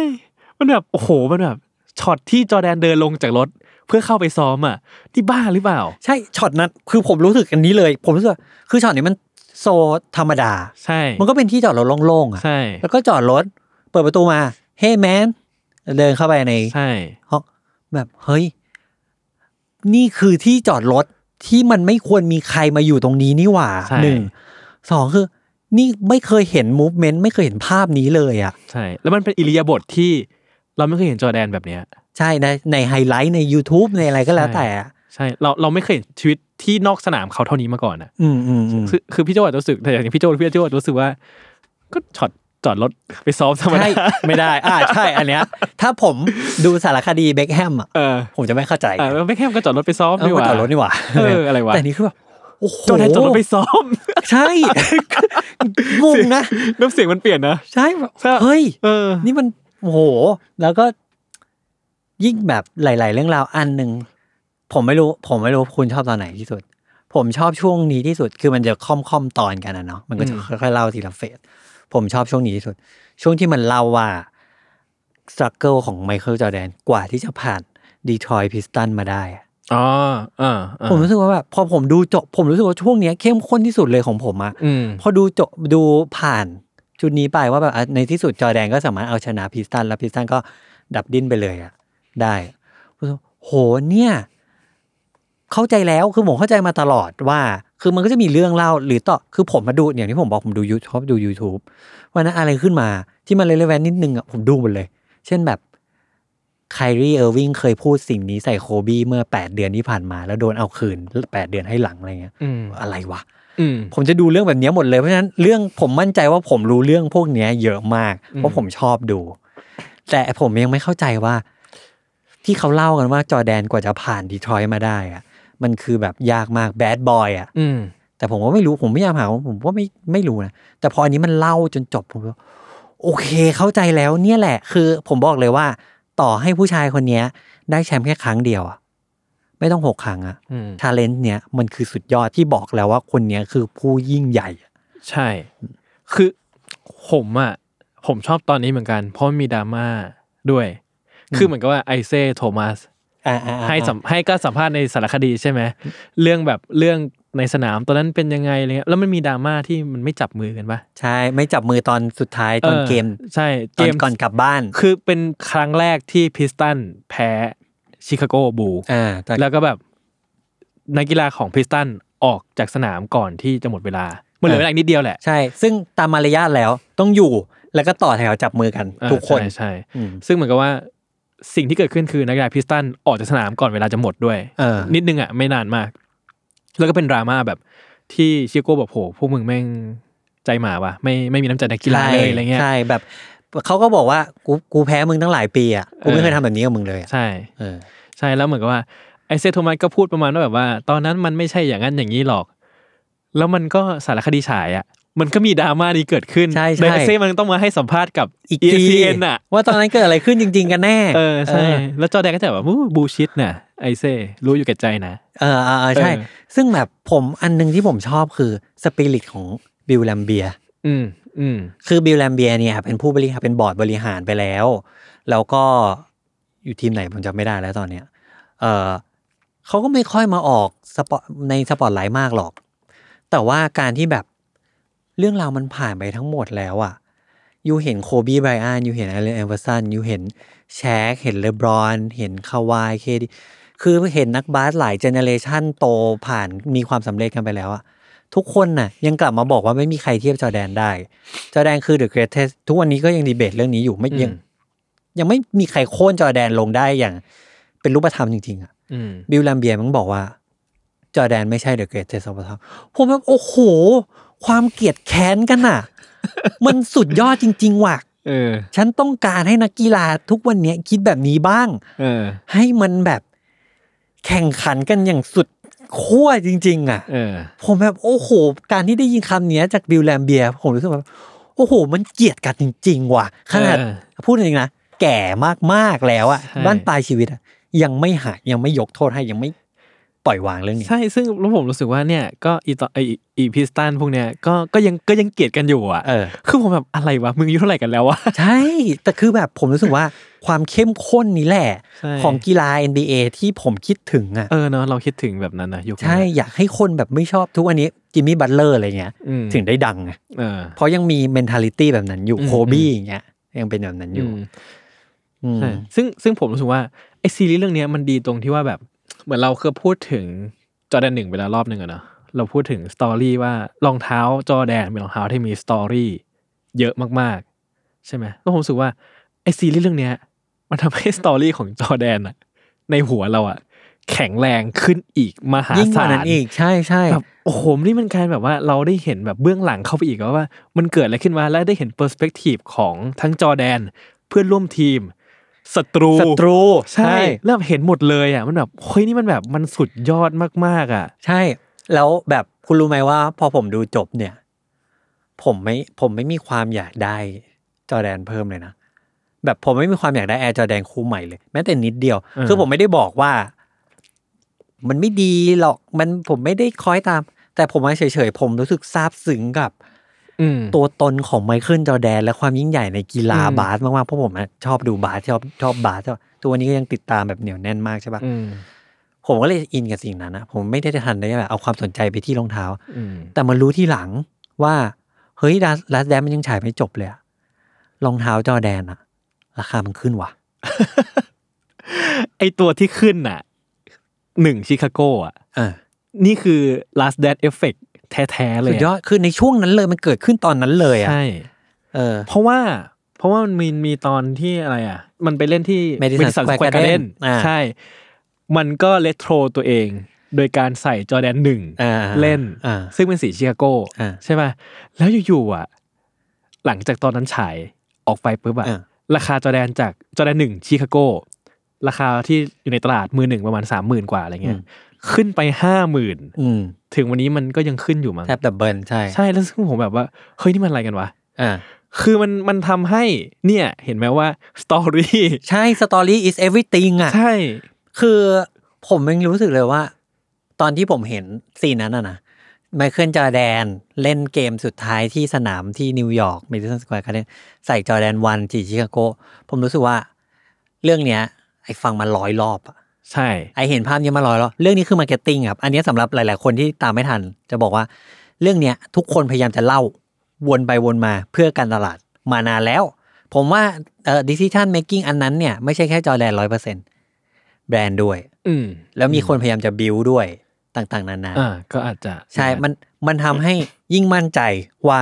[SPEAKER 3] มันแบบโอ้โห มันแบบช็อตที่จอร์แดนเดินลงจากรถ เพื่อเข้าไปซ้อมอะที่บ้าหรือเปล่า
[SPEAKER 2] ใช่ช็อตนั้นคือผมรู้สึกอันนี้เลย ผมรู้สึกว่าคือช็อตนี้มันโซธรรมดา
[SPEAKER 3] ใช่
[SPEAKER 2] มันก็เป็นที่จอดรถโล่งๆอะ
[SPEAKER 3] ใช่
[SPEAKER 2] แล้วก็จอดรถ เปิดประตูมา เฮ้แมน เดินเข้าไปใน
[SPEAKER 3] ใช่
[SPEAKER 2] ห้องแบบเฮ้ย นี่คือที่จอดรถที่มันไม่ควรมีใครมาอยู่ตรงนี้นี่หว่า
[SPEAKER 3] ใช่
[SPEAKER 2] หนึ่งสองคือ นี่ไม่เคยเห็นมูฟเมนต์ไม่เคยเห็นภาพนี้เลยอ่ะ
[SPEAKER 3] ใช่ แล้วมันเป็นอิริยาบถที่เราไม่เคยเห็นจอร์แดนแบบเนี้ย
[SPEAKER 2] ใช่ในในไฮไลท์ใน YouTube ในอะไรก็แล้ว
[SPEAKER 3] ใช่
[SPEAKER 2] แต่อะ
[SPEAKER 3] ใช่ เราเราไม่เคยเห็นชีวิตที่นอกสนามเขาเท่านี้มาก่อนอ่ะ
[SPEAKER 2] อืมอืมอืม
[SPEAKER 3] คือคือพี่โจอาจจะรู้สึกแต่อย่างพี่โจพี่โจอาจจะรู้สึกว่า ก็ช็อตจอดรถไปซ้อมธรรมดา
[SPEAKER 2] ใช่ไม่ได้ อ่า ใช่อันเนี้ย ถ้าผมดูสารคดีเบคแฮมอ่ะ
[SPEAKER 3] เออ
[SPEAKER 2] ผมจะไม่เข้าใจ
[SPEAKER 3] เออไม่แค่ก็จอดรถไปซ้อม
[SPEAKER 2] เอ
[SPEAKER 3] ดี
[SPEAKER 2] อก
[SPEAKER 3] ว่า
[SPEAKER 2] จอดรถนี่หว่า
[SPEAKER 3] เอออะไรวะ
[SPEAKER 2] แต่นี่คือแบบโอ้โห
[SPEAKER 3] จอร์แดนจอดรถไปซ้อม
[SPEAKER 2] ใช่ งงนะ
[SPEAKER 3] น้ำเสียงมันเปลี่ยนนะ
[SPEAKER 2] ใช่แบบ
[SPEAKER 3] ใช่
[SPEAKER 2] เฮ้ย
[SPEAKER 3] เออ
[SPEAKER 2] นี่มันโอ้โห แล้วก็ ยิ่งแบบหลาย ๆ เรื่องราวอันหนึ่งผมไม่รู้ ผมไม่รู้คุณชอบตอนไหนที่สุด ผมชอบช่วงนี้ที่สุด คือมันจะค่อมๆตอนกันนะเนาะมันก็จะ
[SPEAKER 3] อืม
[SPEAKER 2] ค่อยๆเล่าทีละเฟสผมชอบช่วงนี้ที่สุด ช่วงที่มันเล่าว่า สตรัคเกิลของไมเคิลจอร์แดนกว่าที่จะผ่านดีทรอยพิสตันมาได้อะ
[SPEAKER 3] อ๋ออ่าอ่า
[SPEAKER 2] ผมรู้สึกว่าแบบพอผมดูจบผมรู้สึกว่าช่วงเนี้ยเข้มข้นที่สุดเลยของผมอะ
[SPEAKER 3] อืม
[SPEAKER 2] พอดูจบดูผ่านจุดนี้ไปว่าแบบอ่ะในที่สุดจอร์แดนก็สามารถเอาชนะพิสตัน แล้วพิสตันก็ดับดิ้นไปเลยอะได้ผมรู้สึกว่าโหเนี่ย เข้าใจแล้วคือผมเข้าใจมาตลอดว่า คือมันก็จะมีเรื่องเล่าหรือต่อคือผมมาดูอย่างที่ผมบอกผมดูยูชอบดู YouTube วันนั้นอะไรขึ้นมาที่มันเรเลแวนนิดนึงอ่ะผมดูหมดเลย เช่นแบบไครีเออร์วิงเคยพูดสิ่งนี้ใส่โคบี้เมื่อ 8 เดือนที่ผ่านมา แล้วโดนเอาคืน 8 เดือนให้หลังอะไรเงี้ย
[SPEAKER 3] อืม
[SPEAKER 2] อะไรวะ
[SPEAKER 3] อืม
[SPEAKER 2] ผมจะดูเรื่องแบบเนี้ยหมดเลยเพราะฉะนั้นเรื่องผมมั่นใจว่าผมรู้เรื่องพวกเนี้ยเยอะมาก เพ
[SPEAKER 3] อื
[SPEAKER 2] ราะ
[SPEAKER 3] ม
[SPEAKER 2] ผมชอบดู แต่ผมยังไม่เข้าใจว่า ที่เขาเล่ากันว่าจอร์แดนกว่าจะผ่านดีทรอยต์มาได้อะมันคือแบบยากมากแบดบอยอะ
[SPEAKER 3] อืม
[SPEAKER 2] แต่ผมก็ไม่รู้ผมพยายามหาผมว่าไม่ไม่รู้นะแต่พออันนี้มันเล่าจนจบผมก็โอเคเข้าใจแล้วเนี่ยแหละ คือ ผมบอกเลยว่า ต่อให้ผู้ชายคนเนี้ย ได้แชมป์แค่ครั้งเดียวอะไม่ต้องหกครั้งอะ
[SPEAKER 3] อืม
[SPEAKER 2] ชาเลนจ์เนี้ยมันคือสุดยอดที่บอกแล้วว่าคนเนี้ยคือผู้ยิ่งใหญ่อะ
[SPEAKER 3] ใช่ คือผมอะผมชอบตอนนี้เหมือนกัน เพราะมีดราม่าด้วย คือเหมือนกับว่าไอเซ่โทมัส
[SPEAKER 2] อ่าอ่าอ่า
[SPEAKER 3] ให้สัมให้ก็สัมภาษณ์ในสารคดีใช่ไหม เรื่องแบบเรื่องในสนามตอนนั้นเป็นยังไงอะไรเงี้ยแล้วมันมีดราม่าที่มันไม่จับมือกันปะ
[SPEAKER 2] ใช่ไม่จับมือตอนสุดท้ายตอน
[SPEAKER 3] ออ
[SPEAKER 2] เกม
[SPEAKER 3] ใช่
[SPEAKER 2] ต
[SPEAKER 3] เก
[SPEAKER 2] อน
[SPEAKER 3] ม
[SPEAKER 2] ก่อนกลับบ้าน
[SPEAKER 3] คือเป็นครั้งแรกที่พิสตันแพ้ชิคาโกบู
[SPEAKER 2] อ่าตอน
[SPEAKER 3] แล้วก็แบบนักกีฬาของพิสตันออกจากสนามก่อนที่จะหมดเวลามันเหลือเวลาอีกนิดเดียวแหละ
[SPEAKER 2] ใช่ ซึ่งตามมารยาทแล้วต้องอยู่แล้วก็ต่อแถวจับมือกัน
[SPEAKER 3] เออ
[SPEAKER 2] ทุกคน
[SPEAKER 3] ใช่ใช่
[SPEAKER 2] อืม
[SPEAKER 3] ซึ่งเหมือนกับว่าสิ่งที่เกิดขึ้นคือนักกีฬาพิสตันออกจากสนามก่อนเวลาจะหมดด้วย
[SPEAKER 2] เออ
[SPEAKER 3] นิดนึงอ่ะไม่นานมาก แล้วก็เป็นดราม่าแบบที่ชิโก้แบบโหพวกมึงแม่งใจหมาว่ะไม่ไม่มีน้ำใจนักกีฬาเลยอะไรเงี้ย
[SPEAKER 2] ใช่แบบเขาก็บอกว่ากูกูแพ้มึงตั้งหลายปีอ่ะกูไม่
[SPEAKER 3] เออ
[SPEAKER 2] เคยทำแบบนี้กับมึงเลยอะ
[SPEAKER 3] ใช่
[SPEAKER 2] เออ
[SPEAKER 3] ใช่แล้วเหมือนกับว่าไอเซโทมัสก็พูดประมาณว่าแบบว่า ตอนนั้นมันไม่ใช่อย่างนั้นอย่างนี้หรอก แล้วมันก็สารคดีฉายอ่ะ มันก็มีดราม่านี้เกิดขึ้น
[SPEAKER 2] ใช่ใช่
[SPEAKER 3] โดยไอเซ่มันต้องมาให้สัมภาษณ์กับ
[SPEAKER 2] อีก
[SPEAKER 3] ESPN
[SPEAKER 2] ที
[SPEAKER 3] อ่ะ
[SPEAKER 2] ว่าตอนนั้นเกิดอะไรขึ้นจริง ๆ กันแน่
[SPEAKER 3] เออใช่
[SPEAKER 2] เออ
[SPEAKER 3] แล้วจอแดนก็จะแบบบูชิดน่ะไอเซ่รู้อยู่แก่ใจนะ
[SPEAKER 2] เออเออเออใช่
[SPEAKER 3] เออ
[SPEAKER 2] ซึ่งแบบผมอันหนึงที่ผมชอบคือสปิริตของบิลแลมเบีย
[SPEAKER 3] อืมอืม
[SPEAKER 2] คือบิลแลมเบียเนี่ยเป็นผู้บริหารเป็นบอร์ดบริหารไปแล้ว แล้วก็อยู่ทีมไหนผมจำไม่ได้แล้วตอนเนี้ยเออเขาก็ไม่ค่อยมาออกสปอตในสปอตไลท์มากหรอก แต่ว่าการที่แบบเรื่องราวมันผ่านไปทั้งหมดแล้วอะยูเห็นโคบีไบรอันยูเห็นไอเลนเอเวอร์สันยูเห็นแชคเห็นเลบรอน เห็นคาวายเคดคือเห็นนักบาสหลายเจเนเรชันโตผ่านมีความสำเร็จกันไปแล้วอะทุกคนน่ะยังกลับมาบอกว่าไม่มีใครเทียบจอร์แดนได้ จอร์แดนคือ the greatest ทุกวันนี้ก็ยังดีเบตเรื่องนี้อยู่ไม่ยัง
[SPEAKER 3] อืม
[SPEAKER 2] ยังไม่มีใครโค่นจอร์แดนลงได้อย่าง เป็นรูปธรรมจริงๆอะ
[SPEAKER 3] อืม
[SPEAKER 2] บิลลัมเบียมันบอกว่า จอร์แดนไม่ใช่ the greatest of all time ผมแบบ โอ้โห ความเกลียดแค้นกันน่ะ มันสุดยอดจริง ๆ ว่ะ
[SPEAKER 3] เออ
[SPEAKER 2] ฉันต้องการให้นักกีฬาทุกวันเนี้ยคิดแบบนี้บ้าง
[SPEAKER 3] เออ
[SPEAKER 2] ให้มันแบบแข่งขันกันอย่างสุดขั้วจริง ๆ อ่ะ
[SPEAKER 3] เออ
[SPEAKER 2] ผมแบบโอ้โห การที่ได้ยินคำเนี้ยจากบิลแลมเบียร์ผมรู้สึกแบบโอ้โห มันเกลียดกันจริง ๆ ว่ะขนาด
[SPEAKER 3] เออ
[SPEAKER 2] พูดจริงๆนะแก่มากๆแล้วอะ
[SPEAKER 3] ใช่
[SPEAKER 2] บ้านปลายชีวิตอะยังไม่หายยังไม่ยกโทษให้ยังไม่ปล่อยวางเรื่องนี้
[SPEAKER 3] ใช่ ซึ่งแล้วผมรู้สึกว่าเนี่ย ก็อีตอไออีพิสตันพวกเนี้ยก็ก็ยังก็ยังเกลียดกันอยู่อ่ะ
[SPEAKER 2] เออ
[SPEAKER 3] คือผมแบบอะไรวะ มึงอายุเท่าไหร่กันแล้ววะ
[SPEAKER 2] ใช่ แต่คือแบบผมรู้สึกว่าความเข้มข้นนี้แหละ
[SPEAKER 3] ใช่
[SPEAKER 2] ของกีฬา NBA ที่ผมคิดถึงอะ
[SPEAKER 3] เออเนาะเราคิดถึงแบบนั้นนะยุคนั้น
[SPEAKER 2] ใช่อยากให้คนแบบไม่ชอบทุกวันนี้จิมมี่บัตเลอร์อะไรเงี้ย
[SPEAKER 3] อืม
[SPEAKER 2] ถึงได้ดังไง
[SPEAKER 3] เออ
[SPEAKER 2] เพราะยังมีเมนทาลิตี้แบบนั้นอยู่
[SPEAKER 3] อืม
[SPEAKER 2] โคบี้อย่างเงี้ยยังเป็นแบบนั้น
[SPEAKER 3] อ
[SPEAKER 2] อยู่
[SPEAKER 3] ยู่
[SPEAKER 2] อืม
[SPEAKER 3] ใช่ซึ่งซึ่งผมรู้สึกว่าไอซีรีส์เรื่องเนี้ยมันดีตรงที่ว่าแบบ เหมือนเราเคยพูดถึงจอแดนหนึ่งไปแล้วรอบหนึ่งอะเนาะเราพูดถึงสตอรี่ว่ารองเท้าจอแดนเป็นรองเท้าที่มีสตอรี่เยอะมากๆ ใช่ไหมก็ผมรู้สึกว่าไอซีรีส์เรื่องเนี้ย มันทำให้สตอรี่ของจอแดนอะในหัวเราอะแข็งแรงขึ้นอีกมหาศาล
[SPEAKER 2] ยิ่งกว่านั้นอีกใช่ใช่
[SPEAKER 3] แบบโอ้โหนี่มันการแบบว่าเราได้เห็นแบบเบื้องหลังเข้าไปอีกว่า มันเกิดอะไรขึ้นมาและได้เห็นเปอร์สเปกทีฟของทั้งจอร์แดน เพื่อนร่วมทีมศัตรู
[SPEAKER 2] ศัตรู
[SPEAKER 3] ใช่แล้วเห็นหมดเลยอ่ะมันแบบเฮ้ยนี่มันแบบมันสุดยอดมากๆอ่ะ
[SPEAKER 2] ใช่ แล้วแบบคุณรู้ไหมว่า พอผมดูจบเนี่ย ผมไม่ผมไม่มีความอยากได้จอร์แดนเพิ่มเลยนะ แบบผมไม่มีความอยากได้แอร์จอร์แดนคู่ใหม่เลยแม้แต่นิดเดียว
[SPEAKER 3] เออ
[SPEAKER 2] คือผมไม่ได้บอกว่า มันไม่ดีหรอกมันผมไม่ได้คอยตาม แต่ผมเฉยๆผมรู้สึกซาบซึ้งกับ
[SPEAKER 3] อืม
[SPEAKER 2] ตัวตนของไมเคิลจอร์แดน และความยิ่งใหญ่ในกีฬา
[SPEAKER 3] อืม
[SPEAKER 2] บาสมากๆเพราะผมอะชอบดูบาสชอบชอบบาสชอบตัวนี้ก็ยังติดตามแบบเหนียวแน่นมากใช่ปะ
[SPEAKER 3] อืม
[SPEAKER 2] ผมก็เลยอินกับสิ่งนั้นนะผมไม่ได้ทันได้แบบเอาความสนใจไปที่รองเท้า
[SPEAKER 3] อืม
[SPEAKER 2] แต่มารู้ที่หลังว่า เฮ้ยลัสแดนมันยังฉายไม่จบเลยอะรองเท้าจอร์แดนอะราคามันขึ้นว่ะ
[SPEAKER 3] ไอตัวที่ขึ้นน่ะหนึ่งชิคาโกอ่ะ
[SPEAKER 2] เออ
[SPEAKER 3] นี่คือ last dance effect แท้ๆเล
[SPEAKER 2] สุ
[SPEAKER 3] ย
[SPEAKER 2] ด
[SPEAKER 3] อะ
[SPEAKER 2] ยอดคือในช่วงนั้นเลยมันเกิดขึ้นตอนนั้นเลยอะ
[SPEAKER 3] ใช่
[SPEAKER 2] เออ
[SPEAKER 3] เพราะว่า เพราะว่ามันมีมีตอนที่อะไรอ่ะ มันไปเล่นที่
[SPEAKER 2] Madison
[SPEAKER 3] Madison
[SPEAKER 2] Square
[SPEAKER 3] Square
[SPEAKER 2] Garden
[SPEAKER 3] Garden
[SPEAKER 2] อ่า
[SPEAKER 3] ใช่ มันก็เลโทรตัวเอง โดยการใส่จอแดนหนึ่ง
[SPEAKER 2] อ่า
[SPEAKER 3] เล่น
[SPEAKER 2] อ่า
[SPEAKER 3] ซึ่งเป็นสีชิคาโก
[SPEAKER 2] อ่า
[SPEAKER 3] ใช่ป่ะแล้วอยู่ๆอ่ะ หลังจากตอนนั้นฉายออกไปปุ๊บอ่ะ
[SPEAKER 2] อ่า
[SPEAKER 3] ราคาจอแดนจากจอแดนหนึ่งชิคาโก ราคาที่อยู่ในตลาดมือหนึ่งประมาณสามหมื่นกว่าอะไรเงี้ยขึ้นไปห้าหมื่น
[SPEAKER 2] อืม
[SPEAKER 3] ถึงวันนี้มันก็ยังขึ้นอยู่มั้ง
[SPEAKER 2] แทบดับเบิลใช่
[SPEAKER 3] ใช่แล้วซึ่งผมแบบว่า เฮ้ย นี่มันอะไรกันวะ
[SPEAKER 2] อ่า
[SPEAKER 3] คือมันมันทำให้เนี่ยเห็นไหมว่าสตอรี่
[SPEAKER 2] ใช่สตอรี่ is everything อะ
[SPEAKER 3] ใช่
[SPEAKER 2] คือผมยังรู้สึกเลยว่า ตอนที่ผมเห็นซีนนั้นอะนะไมเคิลจอร์แดนเล่นเกมสุดท้ายที่สนามที่นิวยอร์กมิดเดิลสแควร์การ์เดนใส่จอร์แดนวันจีชิคาโกผมรู้สึกว่า เรื่องเนี้ย ไอ้ฟังมาร้อยรอบอะ
[SPEAKER 3] ใช่
[SPEAKER 2] ไอเห็นภาพเนี้ยมาร้อยรอบเรื่องนี้คือมาร์เก็ตติ้งครับ อันเนี้ยสำหรับหลาย ๆ คนที่ตามไม่ทัน จะบอกว่า เรื่องเนี้ยทุกคนพยายามจะเล่าวนไปวนมาเพื่อการตลาดมานานแล้ว ผมว่าเอ่อดิสซิชันเมคกิ้งอันนั้นเนี่ยไม่ใช่แค่จอร์แดนร้อยเปอร์เซ็นต์แบรนด์ด้วย
[SPEAKER 3] อืม
[SPEAKER 2] แล้วมีคนพยายามจะบิวด้วยต่างๆ นานา
[SPEAKER 3] อ่าก็อาจจะ
[SPEAKER 2] ใช่ มันมันทำให้ยิ่งมั่นใจว่า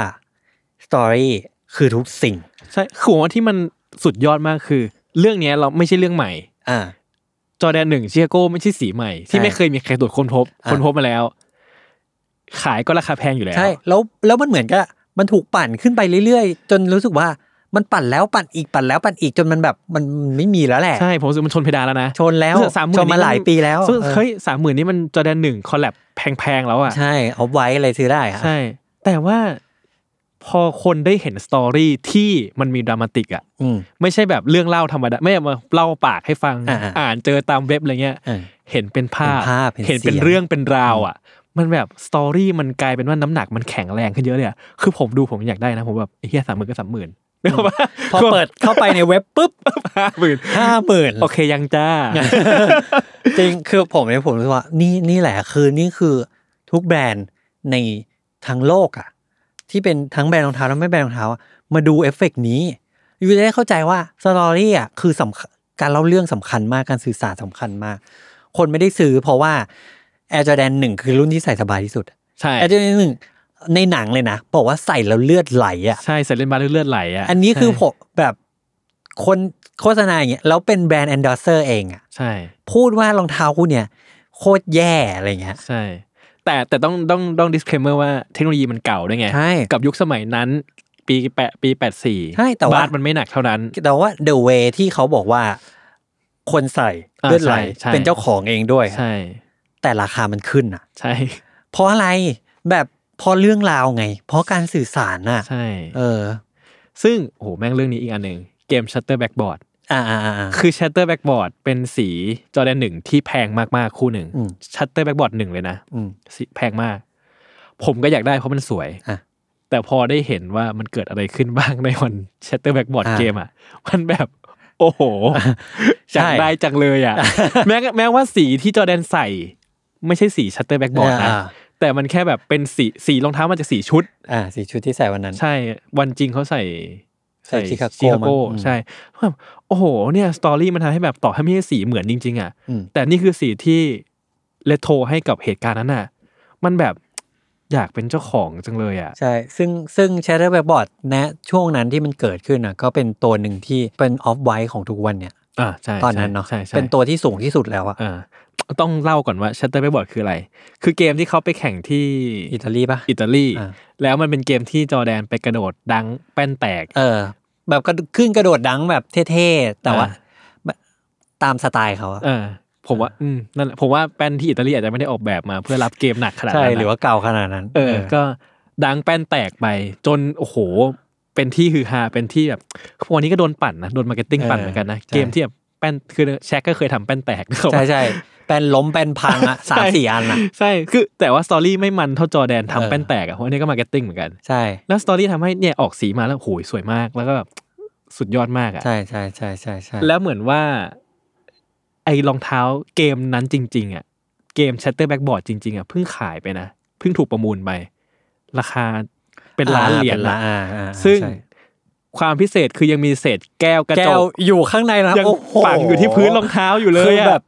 [SPEAKER 2] สตอรี่คือทุกสิ่ง
[SPEAKER 3] ใช่คือผมว่าที่มันสุดยอดมากคือ เรื่องเนี้ยเราไม่ใช่เรื่องใหม่
[SPEAKER 2] อ่า
[SPEAKER 3] จอแดนหนึ่งชิคาโกไม่ใช่สีใหม่ ที่
[SPEAKER 2] ใช่
[SPEAKER 3] ไม่เคยมีใครตรวจค้นพบ
[SPEAKER 2] อ่ะ
[SPEAKER 3] ค้นพบมาแล้ว ขายก็ราคาแพงอยู่แล้ว
[SPEAKER 2] ใช่ แล้วแล้วมันเหมือนกับมันถูกปั่นขึ้นไปเรื่อยๆ จนรู้สึกว่ามันปั่นแล้วปั่นอีกปั่นแล้วปั่นอีกจนมันแบบมันมันไม่มีแล้วแหละ
[SPEAKER 3] ใช่ผมรู้สึกมันชนเพดานแล้วนะ
[SPEAKER 2] ชนแล้ว
[SPEAKER 3] สามหมื่
[SPEAKER 2] ช
[SPEAKER 3] น
[SPEAKER 2] นมาหลายปีแล้ว
[SPEAKER 3] ซึ่ง
[SPEAKER 2] เออ
[SPEAKER 3] เฮ้ยสามหมื่นนี่มันจอแดนหนึ่งคอลแลบแพงๆแล้วอ่ะ
[SPEAKER 2] ใช่เอาไว้อะไรซื้อได้อะ
[SPEAKER 3] ใช่ แต่ว่าพอคนได้เห็นสตอรี่ที่มันมีดรามาติกอ่ะ
[SPEAKER 2] อืม
[SPEAKER 3] ไม่ใช่แบบเรื่องเล่าธรรมดา ไม่ได้มาเล่าปากให้ฟัง
[SPEAKER 2] อ่าๆ
[SPEAKER 3] นเจอตามเว็บอะไรเงี้ย
[SPEAKER 2] อ่า
[SPEAKER 3] เห็นเป็นภาพ
[SPEAKER 2] เป็นภาพเห็น
[SPEAKER 3] นเป็น
[SPEAKER 2] เสียง
[SPEAKER 3] เรื่องเป็นราวอ่ะ มันแบบสตอรี่มันกลายเป็นว่าน้ำหนักมันแข็งแรงขึ้นเยอะเลยอะคือผมดูผมอยากได้นะ ผมแบบไอ้เฮียสามหมื่นก็สามหมื่นไม่เอาปะ
[SPEAKER 2] พอเปิดเข้าไปในเว็บปุ๊บ
[SPEAKER 3] ห้าหมื่น
[SPEAKER 2] ห้าหมื่น
[SPEAKER 3] โอเคยังจ้า
[SPEAKER 2] จริงคือผมเนี่ยผมรู้สึกว่านี่นี่แหละคือนี่คือทุกแบรนด์ในทั้งโลกอะที่เป็นทั้งแบรนด์รองเท้าและไม่แบรนด์รองเท้าอะมาดูเอฟเฟกต์นี้อยู่จะได้เข้าใจว่าสตอรี่อะคือสำคัญการเล่าเรื่องสำคัญมากการสื่อสารสำคัญมาก คนไม่ได้ซื้อเพราะว่า Air Jordan หนึ่งคือรุ่นที่ใส่สบายที่สุด
[SPEAKER 3] ใช่
[SPEAKER 2] Air Jordan หนึ่งในหนังเลยนะ บอกว่าใส่แล้วเลือดไหลอะ
[SPEAKER 3] ใช่เสร็จเล่นบาสเลือดไหลอ่ะ
[SPEAKER 2] อันนี้คือ
[SPEAKER 3] ใช่
[SPEAKER 2] ผมแบบคนโฆษณาอย่างเงี้ยแล้วเป็นแบรนด์แอนดอร์เซอร์เองอะ
[SPEAKER 3] ใช่
[SPEAKER 2] พูดว่ารองเท้าคู่เนี่ย โคตรแย่อะไรเงี้ย
[SPEAKER 3] ใช่ แต่แต่ต้องต้องต้อง disclaimer ว่าเทคโนโลยีมันเก่าด้วยไง
[SPEAKER 2] ใช่
[SPEAKER 3] กับยุคสมัยนั้น ปีแปดปีแปดสี่
[SPEAKER 2] ใช่แต่ว่า
[SPEAKER 3] บาสมันไม่หนักเท่านั้น
[SPEAKER 2] แต่ว่า The Way ที่เขาบอกว่า คนใส่
[SPEAKER 3] อ่า
[SPEAKER 2] เลือดไหล
[SPEAKER 3] ใช่ใช่
[SPEAKER 2] เป็นเจ้าของเองด้วย
[SPEAKER 3] ใช่
[SPEAKER 2] แต่ราคามันขึ้นอ่ะ
[SPEAKER 3] ใช่
[SPEAKER 2] เพราะอะไรแบบเพราะเรื่องราวไง เพราะการสื่อสารน่ะ
[SPEAKER 3] ใช่
[SPEAKER 2] เออ
[SPEAKER 3] ซึ่งโอ้โหแม่งเรื่องนี้อีกอันหนึ่งเกม Shutter Backboard
[SPEAKER 2] อ่าอ่าอ่าอ่า
[SPEAKER 3] คือ Shutter Backboard เป็นสีจอแดนหนึ่งที่แพงมากๆ คู่หนึ่ง
[SPEAKER 2] อืม
[SPEAKER 3] Shutter Backboard หนึ่งเลยนะ
[SPEAKER 2] อืม
[SPEAKER 3] สีแพงมาก ผมก็อยากได้เพราะมันสวย
[SPEAKER 2] อ่ะ
[SPEAKER 3] แต่พอได้เห็นว่ามันเกิดอะไรขึ้นบ้างในวัน Shutter Backboard
[SPEAKER 2] อ่ะ
[SPEAKER 3] เกมอ่ะ มันแบบ โอ้โห
[SPEAKER 2] ใช่
[SPEAKER 3] อยากได้จังเลย อ่ะ แม้แม้ว่าสีที่จอแดนใส่ ไม่ใช่สี Shutter Backboard นะ
[SPEAKER 2] อ่า
[SPEAKER 3] แต่มันแค่แบบเป็นสีสีรองเท้ามันจากสีชุด
[SPEAKER 2] อ่าสีชุดที่ใส่วันนั้น
[SPEAKER 3] ใช่วันจริงเขาใส่
[SPEAKER 2] ใส่ชิคาโกมั้งอืม
[SPEAKER 3] ใช่แบบโอ้โหเนี่ยสตอรี่มันทำให้แบบต่อให้ไม่ใช่สีเหมือนจริง ๆ อ่ะ
[SPEAKER 2] อืม
[SPEAKER 3] แต่นี่คือสีที่เลโทรให้กับเหตุการณ์นั้นน่ะ มันแบบอยากเป็นเจ้าของจังเลยอ่ะ
[SPEAKER 2] ใช่ ซึ่งซึ่ง Shadow Backboard นะช่วงนั้นที่มันเกิดขึ้นน่ะก็เป็นตัวหนึ่งที่เป็นออฟไวท์ของทุกวันเนี่ย
[SPEAKER 3] อ่าใช่
[SPEAKER 2] ตอนนั้นเนาะ
[SPEAKER 3] ใช่ใช่
[SPEAKER 2] เป็นตัวที่สูงที่สุดแล้วอะ
[SPEAKER 3] อ่าต้องเล่าก่อนว่าชัตเตอร์ไปบอร์ดคืออะไร คือเกมที่เขาไปแข่งที่
[SPEAKER 2] อิตาลีปะ
[SPEAKER 3] อิตาลี
[SPEAKER 2] อ่า
[SPEAKER 3] แล้วมันเป็นเกมที่จอร์แดนไปกระโดดดังแป้นแตก
[SPEAKER 2] เออ แบบกระขึ้นกระโดดดังแบบเท่ๆ แต่ว่า
[SPEAKER 3] อ่
[SPEAKER 2] แบบตามสไตล์เขาอะ
[SPEAKER 3] เออผมว่าอืมนั่นแหละผมว่าแป้นที่อิตาลีอาจจะไม่ได้ออกแบบมาเพื่อรับเกมหนักขนาด
[SPEAKER 2] ใช่
[SPEAKER 3] นั้นนะ
[SPEAKER 2] หรือว่าเก่าขนาดนั้น
[SPEAKER 3] เออ ก็ดังแป้นแตกไป จนโอ้โห เป็นที่ฮือฮา เป็นที่แบบวันนี้ก็โดนปั่นนะ โดนมาร์เก็ตติ้งปั่นเหมือนกันนะ เกมที่แบบแป้น คือแชกก็เคยทำแป้นแตกนะครับ
[SPEAKER 2] ใช่ใช่ แป้นล้มแป้นพังอ่ะ สามสี่อันอ่ะ
[SPEAKER 3] ใช่คือแต่ว่าสตอรี่ไม่มันเท่าจอแดนทำ
[SPEAKER 2] เออ
[SPEAKER 3] แป้นแตกอ่ะเพราะอันนี้ก็มาร์เก็ตติ้งเหมือนกัน
[SPEAKER 2] ใช่
[SPEAKER 3] แล้วสตอรี่ทำให้เนี่ยออกสีมาแล้วโหยสวยมากแล้วก็แบบสุดยอดมากอ่ะ
[SPEAKER 2] ใช่ใช่ใช่ใช่ใช่
[SPEAKER 3] แล้วเหมือนว่า ไอ้รองเท้าเกมนั้นจริง ๆ อ่ะ เกม Chatterback Board จริง ๆ อ่ะ เพิ่งขายไปนะ เพิ่งถูกประมูลไป ราคาเป็นล้านเหรียญ
[SPEAKER 2] อ่ป็นล้า
[SPEAKER 3] นะ
[SPEAKER 2] นอ่าอ่า
[SPEAKER 3] ซึ่ง
[SPEAKER 2] ใช่
[SPEAKER 3] ความพิเศษคือยังมีเศษแก้วกระ
[SPEAKER 2] แก้
[SPEAKER 3] จ
[SPEAKER 2] ว
[SPEAKER 3] ก
[SPEAKER 2] อยู่ข้างในนะ
[SPEAKER 3] ยัง
[SPEAKER 2] โอ้โห
[SPEAKER 3] ฝังอยู่ที่พื้นรองเท้าอยู่เลย
[SPEAKER 2] คือ
[SPEAKER 3] อะ
[SPEAKER 2] แบบ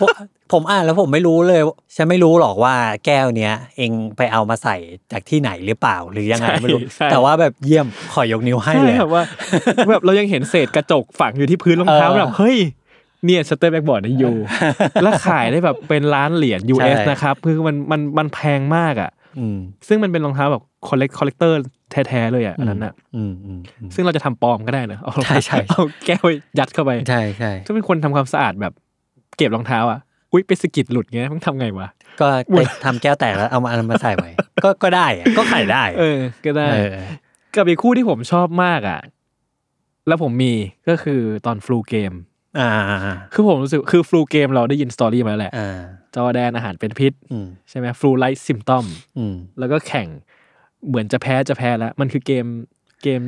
[SPEAKER 2] ผมผมอ่านแล้วผมไม่รู้เลย ฉันไม่รู้หรอกว่าแก้วเนี้ย เองไปเอามาใส่จากที่ไหนหรือเปล่าหรือยังไงไม่รู้
[SPEAKER 3] ใช่
[SPEAKER 2] แต่ว่าแบบเยี่ยมขอยกนิ้วให้
[SPEAKER 3] ใช่
[SPEAKER 2] เลย
[SPEAKER 3] แบบว่า แบบเรายังเห็นเศษกระจกฝังอยู่ที่พื้นรองเท้า
[SPEAKER 2] เออ
[SPEAKER 3] แบบเฮ้ยเนี่ยสเตอร์แบ็กบอร์ดนะ ยูแล้วขายได้แบบเป็นล้านเหรียญ US
[SPEAKER 2] ใช่
[SPEAKER 3] นะครับคือมันมันมันแพงมากอ่ะ
[SPEAKER 2] อืม
[SPEAKER 3] ซึ่งมันเป็นรองเท้าแบบคอลเลกคอลเลกเตอร์แท้ๆเลยอ่ะอันนั้นอ่ะ
[SPEAKER 2] อืมอืมอืม
[SPEAKER 3] ซึ่งเราจะทำปลอมก็ได้นะเอา
[SPEAKER 2] ใช่ใช่
[SPEAKER 3] เอาแก้วยัดเข้าไป
[SPEAKER 2] ใช่ใช่
[SPEAKER 3] ถ้าเป็นคนทำความสะอาดแบบ เก็บรองเท้าอ่ะอุ้ยไปสะกิดหลุดเงี้ยต้องทำไงวะ
[SPEAKER 2] ก็
[SPEAKER 3] อุ๊
[SPEAKER 2] ไป
[SPEAKER 3] ย
[SPEAKER 2] ทำแก้วแตกแล้วเอามาเอามาใส่ไว้ ก็ก็ได้อะก็ขายได้
[SPEAKER 3] เออ ก็ได้
[SPEAKER 2] เออ
[SPEAKER 3] กับอีกคู่ที่ผมชอบมากอ่ะ แล้วผมมีก็คือตอนฟลูเกม
[SPEAKER 2] อ่าอ่าอ่า
[SPEAKER 3] คือผมรู้สึกคือฟลูเกมเราได้ยินสตอรี่มาแล้วแหละ
[SPEAKER 2] อ่า
[SPEAKER 3] จอแดนอาหารเป็นพิษ
[SPEAKER 2] อืม
[SPEAKER 3] ใช่ไหมฟลูไลท์ซิมตอม
[SPEAKER 2] อืม
[SPEAKER 3] แล้วก็แข่งเหมือนจะแพ้จะแพ้แล้ว มันคือเกมเกม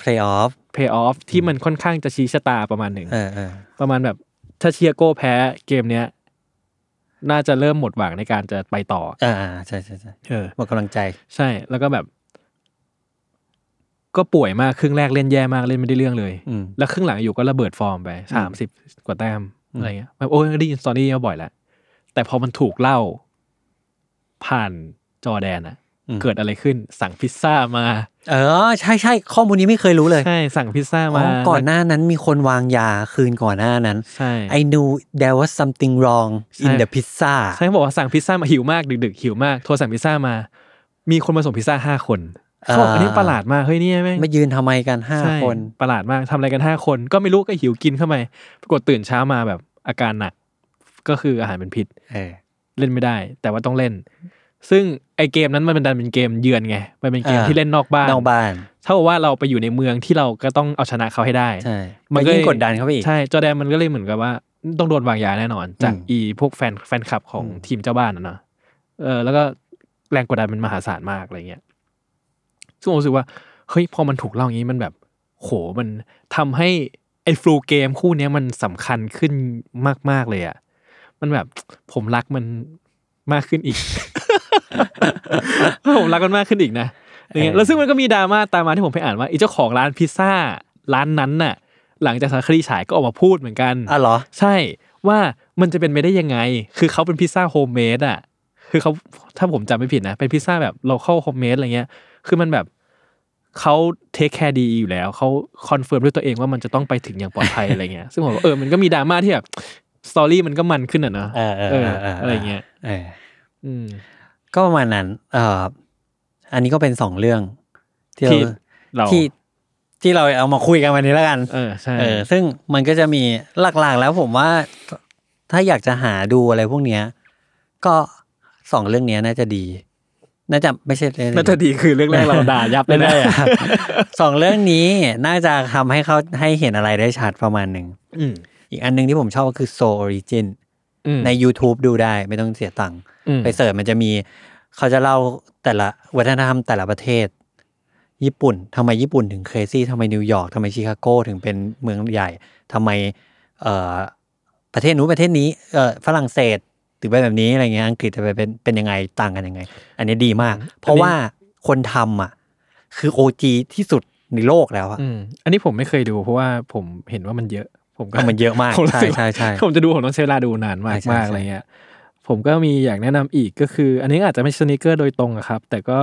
[SPEAKER 2] เพลย์ออฟ
[SPEAKER 3] เพย์ออฟที่มันค่อนข้างจะชี้ชะตาประมาณหนึ่ง
[SPEAKER 2] เออเออ
[SPEAKER 3] ประมาณแบบถ้าเชียร์โก้แพ้เกมเนี้ย น่าจะเริ่มหมดหวังในการจะไปต่อ
[SPEAKER 2] อ่าอ่าใช่ใช่ใช่
[SPEAKER 3] เออ
[SPEAKER 2] หมดกำลังใจ
[SPEAKER 3] ใช่แล้วก็แบบ ก็ป่วยมากครึ่งแรกเล่นแย่มากเล่นไม่ได้เรื่องเลย
[SPEAKER 2] อืม
[SPEAKER 3] แล้วครึ่งหลังอยู่ก็ระเบิดฟอร์มไปสามสิบกว่าแต้ม
[SPEAKER 2] อืม
[SPEAKER 3] อะไรเงี้ยแบบโอ้ยได้ยินสตอรี่มาบ่อยแล้วแต่พอมันถูกเล่า ผ่านจอแดนอะ
[SPEAKER 2] อืม
[SPEAKER 3] เกิดอะไรขึ้น สั่งพิซซ่ามา
[SPEAKER 2] เออใช่ใช่ข้อมูลนี้ไม่เคยรู้เลย
[SPEAKER 3] ใช่สั่งพิซซ่า
[SPEAKER 2] อ๋
[SPEAKER 3] มา
[SPEAKER 2] อก่อนหน้านั้นมีคนวางยาคืนก่อนหน้านั้น
[SPEAKER 3] ใช่
[SPEAKER 2] I knew there was something wrong
[SPEAKER 3] ใช่
[SPEAKER 2] in the pizza
[SPEAKER 3] ใช่เขาบอกว่าสั่งพิซซ่ามาหิวมากดึกๆหิวมากโทรสั่งพิซซ่ามา มีคนมาส่งพิซซ่าห้าคน
[SPEAKER 2] อ่า
[SPEAKER 3] เขาบอกอันนี้ประหลาดมากเฮ้ยเนี่ยแม่ง
[SPEAKER 2] มายืนทำไมกันห้า
[SPEAKER 3] ใช่
[SPEAKER 2] คน
[SPEAKER 3] ประหลาดมากทำอะไรกันห้าคน ก็ไม่รู้ก็หิวกินเข้าไปปรากฏตื่นเช้ามาแบบอาการหนัก ก็คืออาหารเป็นพิษ
[SPEAKER 2] เออ
[SPEAKER 3] เล่นไม่ได้ แต่ว่าต้องเล่น ซึ่งไอเกมนั้นมันเป็นดันเป็นเกมเยือนไงมันเป็นเกม
[SPEAKER 2] อ่า
[SPEAKER 3] ที่เล่นนอกบ้าน
[SPEAKER 2] นอกบ้าน
[SPEAKER 3] เท่ากับว่าเราไปอยู่ในเมืองที่เราก็ต้องเอาชนะเขาให้ได้
[SPEAKER 2] ใช่
[SPEAKER 3] มั
[SPEAKER 2] มัน น
[SPEAKER 3] ก็
[SPEAKER 2] ยิ่ง
[SPEAKER 3] เลย
[SPEAKER 2] กดดันเข้าไปอีก
[SPEAKER 3] ใช่จอร์แดนมันก็เลยเหมือนกับว่า ต้องโดนวางยาแน่นอน จาก
[SPEAKER 2] อืม
[SPEAKER 3] อีพวกแฟนแฟนคลับของ
[SPEAKER 2] อืม
[SPEAKER 3] ทีมเจ้าบ้านนะเนอะเออแล้วก็แรงกดดันมันมหาศาลมากอะไรเงี้ยซึ่งผมรู้สึกว่าเฮ้ยพอมันถูกเล่าอย่างนี้มันแบบ โหมันทำให้ไอ้ฟลูเกมคู่เนี้ยมันสำคัญขึ้นมาก ๆ เลยอะ่ะมันแบบผมรักมันมากขึ้นอี ก ผมรักมันมากขึ้นอีกนะอะไรเงี้ยแล้วซึ่งมันก็มีดราม่าตามมาที่ผมไปอ่านว่าไอ้เจ้าของร้านพิซซ่าร้านนั้นน่ะ หลังจากสารคดีฉายก็ออกมาพูดเหมือนกัน
[SPEAKER 2] อ่ะเหรอ
[SPEAKER 3] ใช่ว่ามันจะเป็นไปได้ยังไง คือเขาเป็นพิซซ่าโฮมเมดอ่ะ คือเขาถ้าผมจำไม่ผิดนะ เป็นพิซซ่าแบบ local homemade อะไรเงี้ย คือมันแบบเขาเทคแคร์ดีอยู่แล้ว เขาคอนเฟิร์มด้วยตัวเองว่ามันจะต้องไปถึงอย่างปลอดภัย อะไรเงี้ย ซึ่งผมว่าเออ มันก็มีดราม่าที่แบบ สตอรี่มันก็มันขึ้นอ่ะเนอะ
[SPEAKER 2] เออเออเออเออ
[SPEAKER 3] อะไรเงี้ย
[SPEAKER 2] เออ
[SPEAKER 3] อืม
[SPEAKER 2] ก็ประมาณนั้น เอออันนี้ก็เป็นสองเรื่อง ที่
[SPEAKER 3] ที่
[SPEAKER 2] เรา
[SPEAKER 3] เรา
[SPEAKER 2] ที่ที่เราเอามาคุยกันวันนี้แล้วกัน
[SPEAKER 3] เออ ใช่
[SPEAKER 2] เออ ซึ่งมันก็จะมีหลักๆแล้วผมว่า ถ้าอยากจะหาดูอะไรพวกเนี้ย ก็สองเรื่องเนี้ยน่าจะดี น่าจะไม่ใช่เรื่อง
[SPEAKER 3] น่าจะดีคือเรื่องแรกเราด่ายับเลยนะ
[SPEAKER 2] สองเรื่องนี้น่าจะทำให้เขาให้เห็นอะไรได้ชัดประมาณหนึ่ง
[SPEAKER 3] อืม
[SPEAKER 2] อีกอันหนึ่งที่ผมชอบก็คือ Soul Origin
[SPEAKER 3] อืม
[SPEAKER 2] ใน YouTube ดูได้ไม่ต้องเสียตังค์
[SPEAKER 3] อืม
[SPEAKER 2] ไปเสิร์ชมันจะมี เขาจะเล่าแต่ละวัฒนธรรมแต่ละประเทศ ญี่ปุ่นทำไมญี่ปุ่นถึงเครซี่ทำไมนิวยอร์กทำไมชิคาโกถึงเป็นเมืองใหญ่ทำไมเอ่อประเทศนู้นประเทศนี้เอ่อฝรั่งเศสถึงเป็นแบบนี้อะไรเงี้ยอังกฤษจะไปเป็นเป็นยังไงต่างกันยังไง อันนี้ดีมาก เพราะว่าคนทำอ่ะคือโอจีที่สุดในโลกแล้วอะ
[SPEAKER 3] อืมอันนี้ผมไม่เคยดูเพราะว่าผมเห็นว่ามันเยอะ ผมก็
[SPEAKER 2] เอามันเยอะมาก
[SPEAKER 3] ผมรู้
[SPEAKER 2] ใช่
[SPEAKER 3] สึก
[SPEAKER 2] ใช่ใช่
[SPEAKER 3] ผมจะดูผมต้องใช้เวลาดูนานมาก
[SPEAKER 2] ใช่ใช่
[SPEAKER 3] มาก
[SPEAKER 2] ใช่
[SPEAKER 3] อะไรเงี้ย ผมก็มีอยากแนะนำอีกก็คือ อันนี้อาจจะไม่ใช่สนิเกอร์โดยตรงอะครับ แต่ก็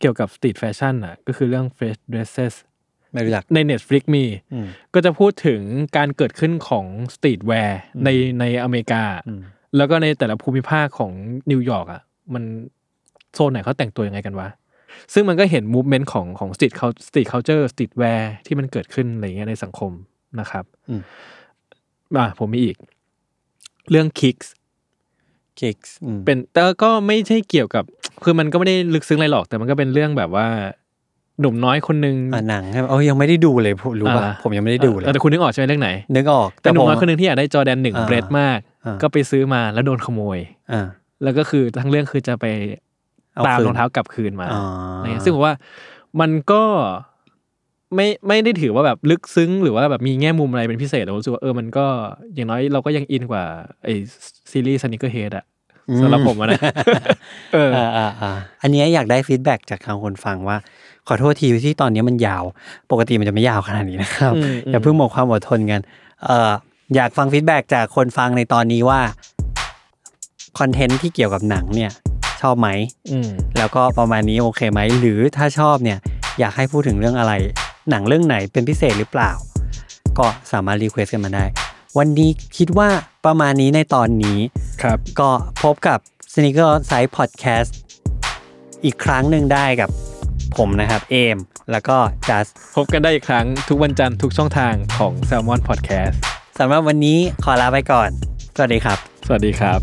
[SPEAKER 3] เกี่ยวกับสตรีทแฟชั่นอ่ะ ก็คือเรื่อง Fresh Dresses
[SPEAKER 2] ไม่รู้จัก
[SPEAKER 3] ใน Netflix มี
[SPEAKER 2] อืม
[SPEAKER 3] ก็จะพูดถึงการเกิดขึ้นของสตรีทแวร์ในในอเมริกา
[SPEAKER 2] อืม
[SPEAKER 3] แล้วก็ในแต่ละภูมิภาคของนิวยอร์กอ่ะ มันโซนไหนเขาแต่งตัวยังไงกันวะ ซึ่งมันก็เห็นมูฟเมนต์ของของสตรีทเขาสตรีทเคาเจอร์สตรีทแวร์ที่มันเกิดขึ้นอะไรเงี้ยในสังคมนะครับ
[SPEAKER 2] อืม
[SPEAKER 3] อ่ะผมมีอีก เรื่องคิกส์
[SPEAKER 2] คิกส์อืม
[SPEAKER 3] เป็นแต่ก็ไม่ใช่เกี่ยวกับ คือมันก็ไม่ได้ลึกซึ้งอะไรหรอก แต่มันก็เป็นเรื่องแบบว่า หนุ่มน้อยคนนึง
[SPEAKER 2] อ่ะหนังใช่ไหมเอ้ยยังไม่ได้ดูเลยผมรู้ป่ะ
[SPEAKER 3] อ่า
[SPEAKER 2] ผมยังไม่ได้ดูเลย
[SPEAKER 3] ออแต่คุณนึกออกใช่ไหมเรื่องไหน
[SPEAKER 2] นึกออก
[SPEAKER 3] แต่หนุ่มน้อย
[SPEAKER 2] ผม
[SPEAKER 3] คนหนึ่งที่อยากได้จอแดนหนึ่ง
[SPEAKER 2] อ่า
[SPEAKER 3] เบรดมาก
[SPEAKER 2] อ่า
[SPEAKER 3] ก็ไปซื้อมาแล้วโดนขโมย
[SPEAKER 2] อ่า
[SPEAKER 3] แล้วก็คือทั้งเรื่องคือจะไป
[SPEAKER 2] เอ
[SPEAKER 3] ตาม
[SPEAKER 2] คืน
[SPEAKER 3] รองเท้ากลับคืนมา
[SPEAKER 2] อ๋ออ
[SPEAKER 3] ะไรเงี้ยซึ่งผมว่ามันก็ไม่ไม่ได้ถือว่าแบบลึกซึ้ง หรือว่าแบบมีแง่มุมอะไรเป็นพิเศษแต่ผมรู้สึกว่าเออมันก็อย่างน้อยเราก็ยังอินกว่าไอซีรีส์สนิเกอร์เฮดอะสำหรับผมอะนะ เออ
[SPEAKER 2] อ่าอ่าอ่าอันเนี้ยอยากได้ฟีดแบ็กจากทางคนฟังว่า ขอโทษทีที่ตอนเนี้ยมันยาว ปกติมันจะไม่ยาวขนาดนี้นะครับ
[SPEAKER 3] อืมอืม
[SPEAKER 2] อย่าเพิ่งหมดความอดทนกันเอ่ออยากฟังฟีดแบ็กจากคนฟังในตอนนี้ว่าคอนเทนต์ที่เกี่ยวกับหนังเนี่ย ชอบไหม
[SPEAKER 3] อืม
[SPEAKER 2] แล้วก็ประมาณนี้โอเคไหม หรือถ้าชอบเนี่ย อยากให้พูดถึงเรื่องอะไร หนังเรื่องไหนเป็นพิเศษหรือเปล่า ก็สามารถรีเควสกันมาได้ วันนี้คิดว่าประมาณนี้ในตอนนี้
[SPEAKER 3] ครับ
[SPEAKER 2] ก็พบกับ s n e a k e r s i d e Podcast อีกครั้งหนึ่งได้กับผมนะครับ เอม แล้วก็จัส
[SPEAKER 3] พบกันได้อีกครั้งทุกวันจันทร์ทุกช่องทางของ Salmon Podcast
[SPEAKER 2] สำหรับวันนี้ขอลาไปก่อน สวัสดีครับ
[SPEAKER 3] สวัสดีครับ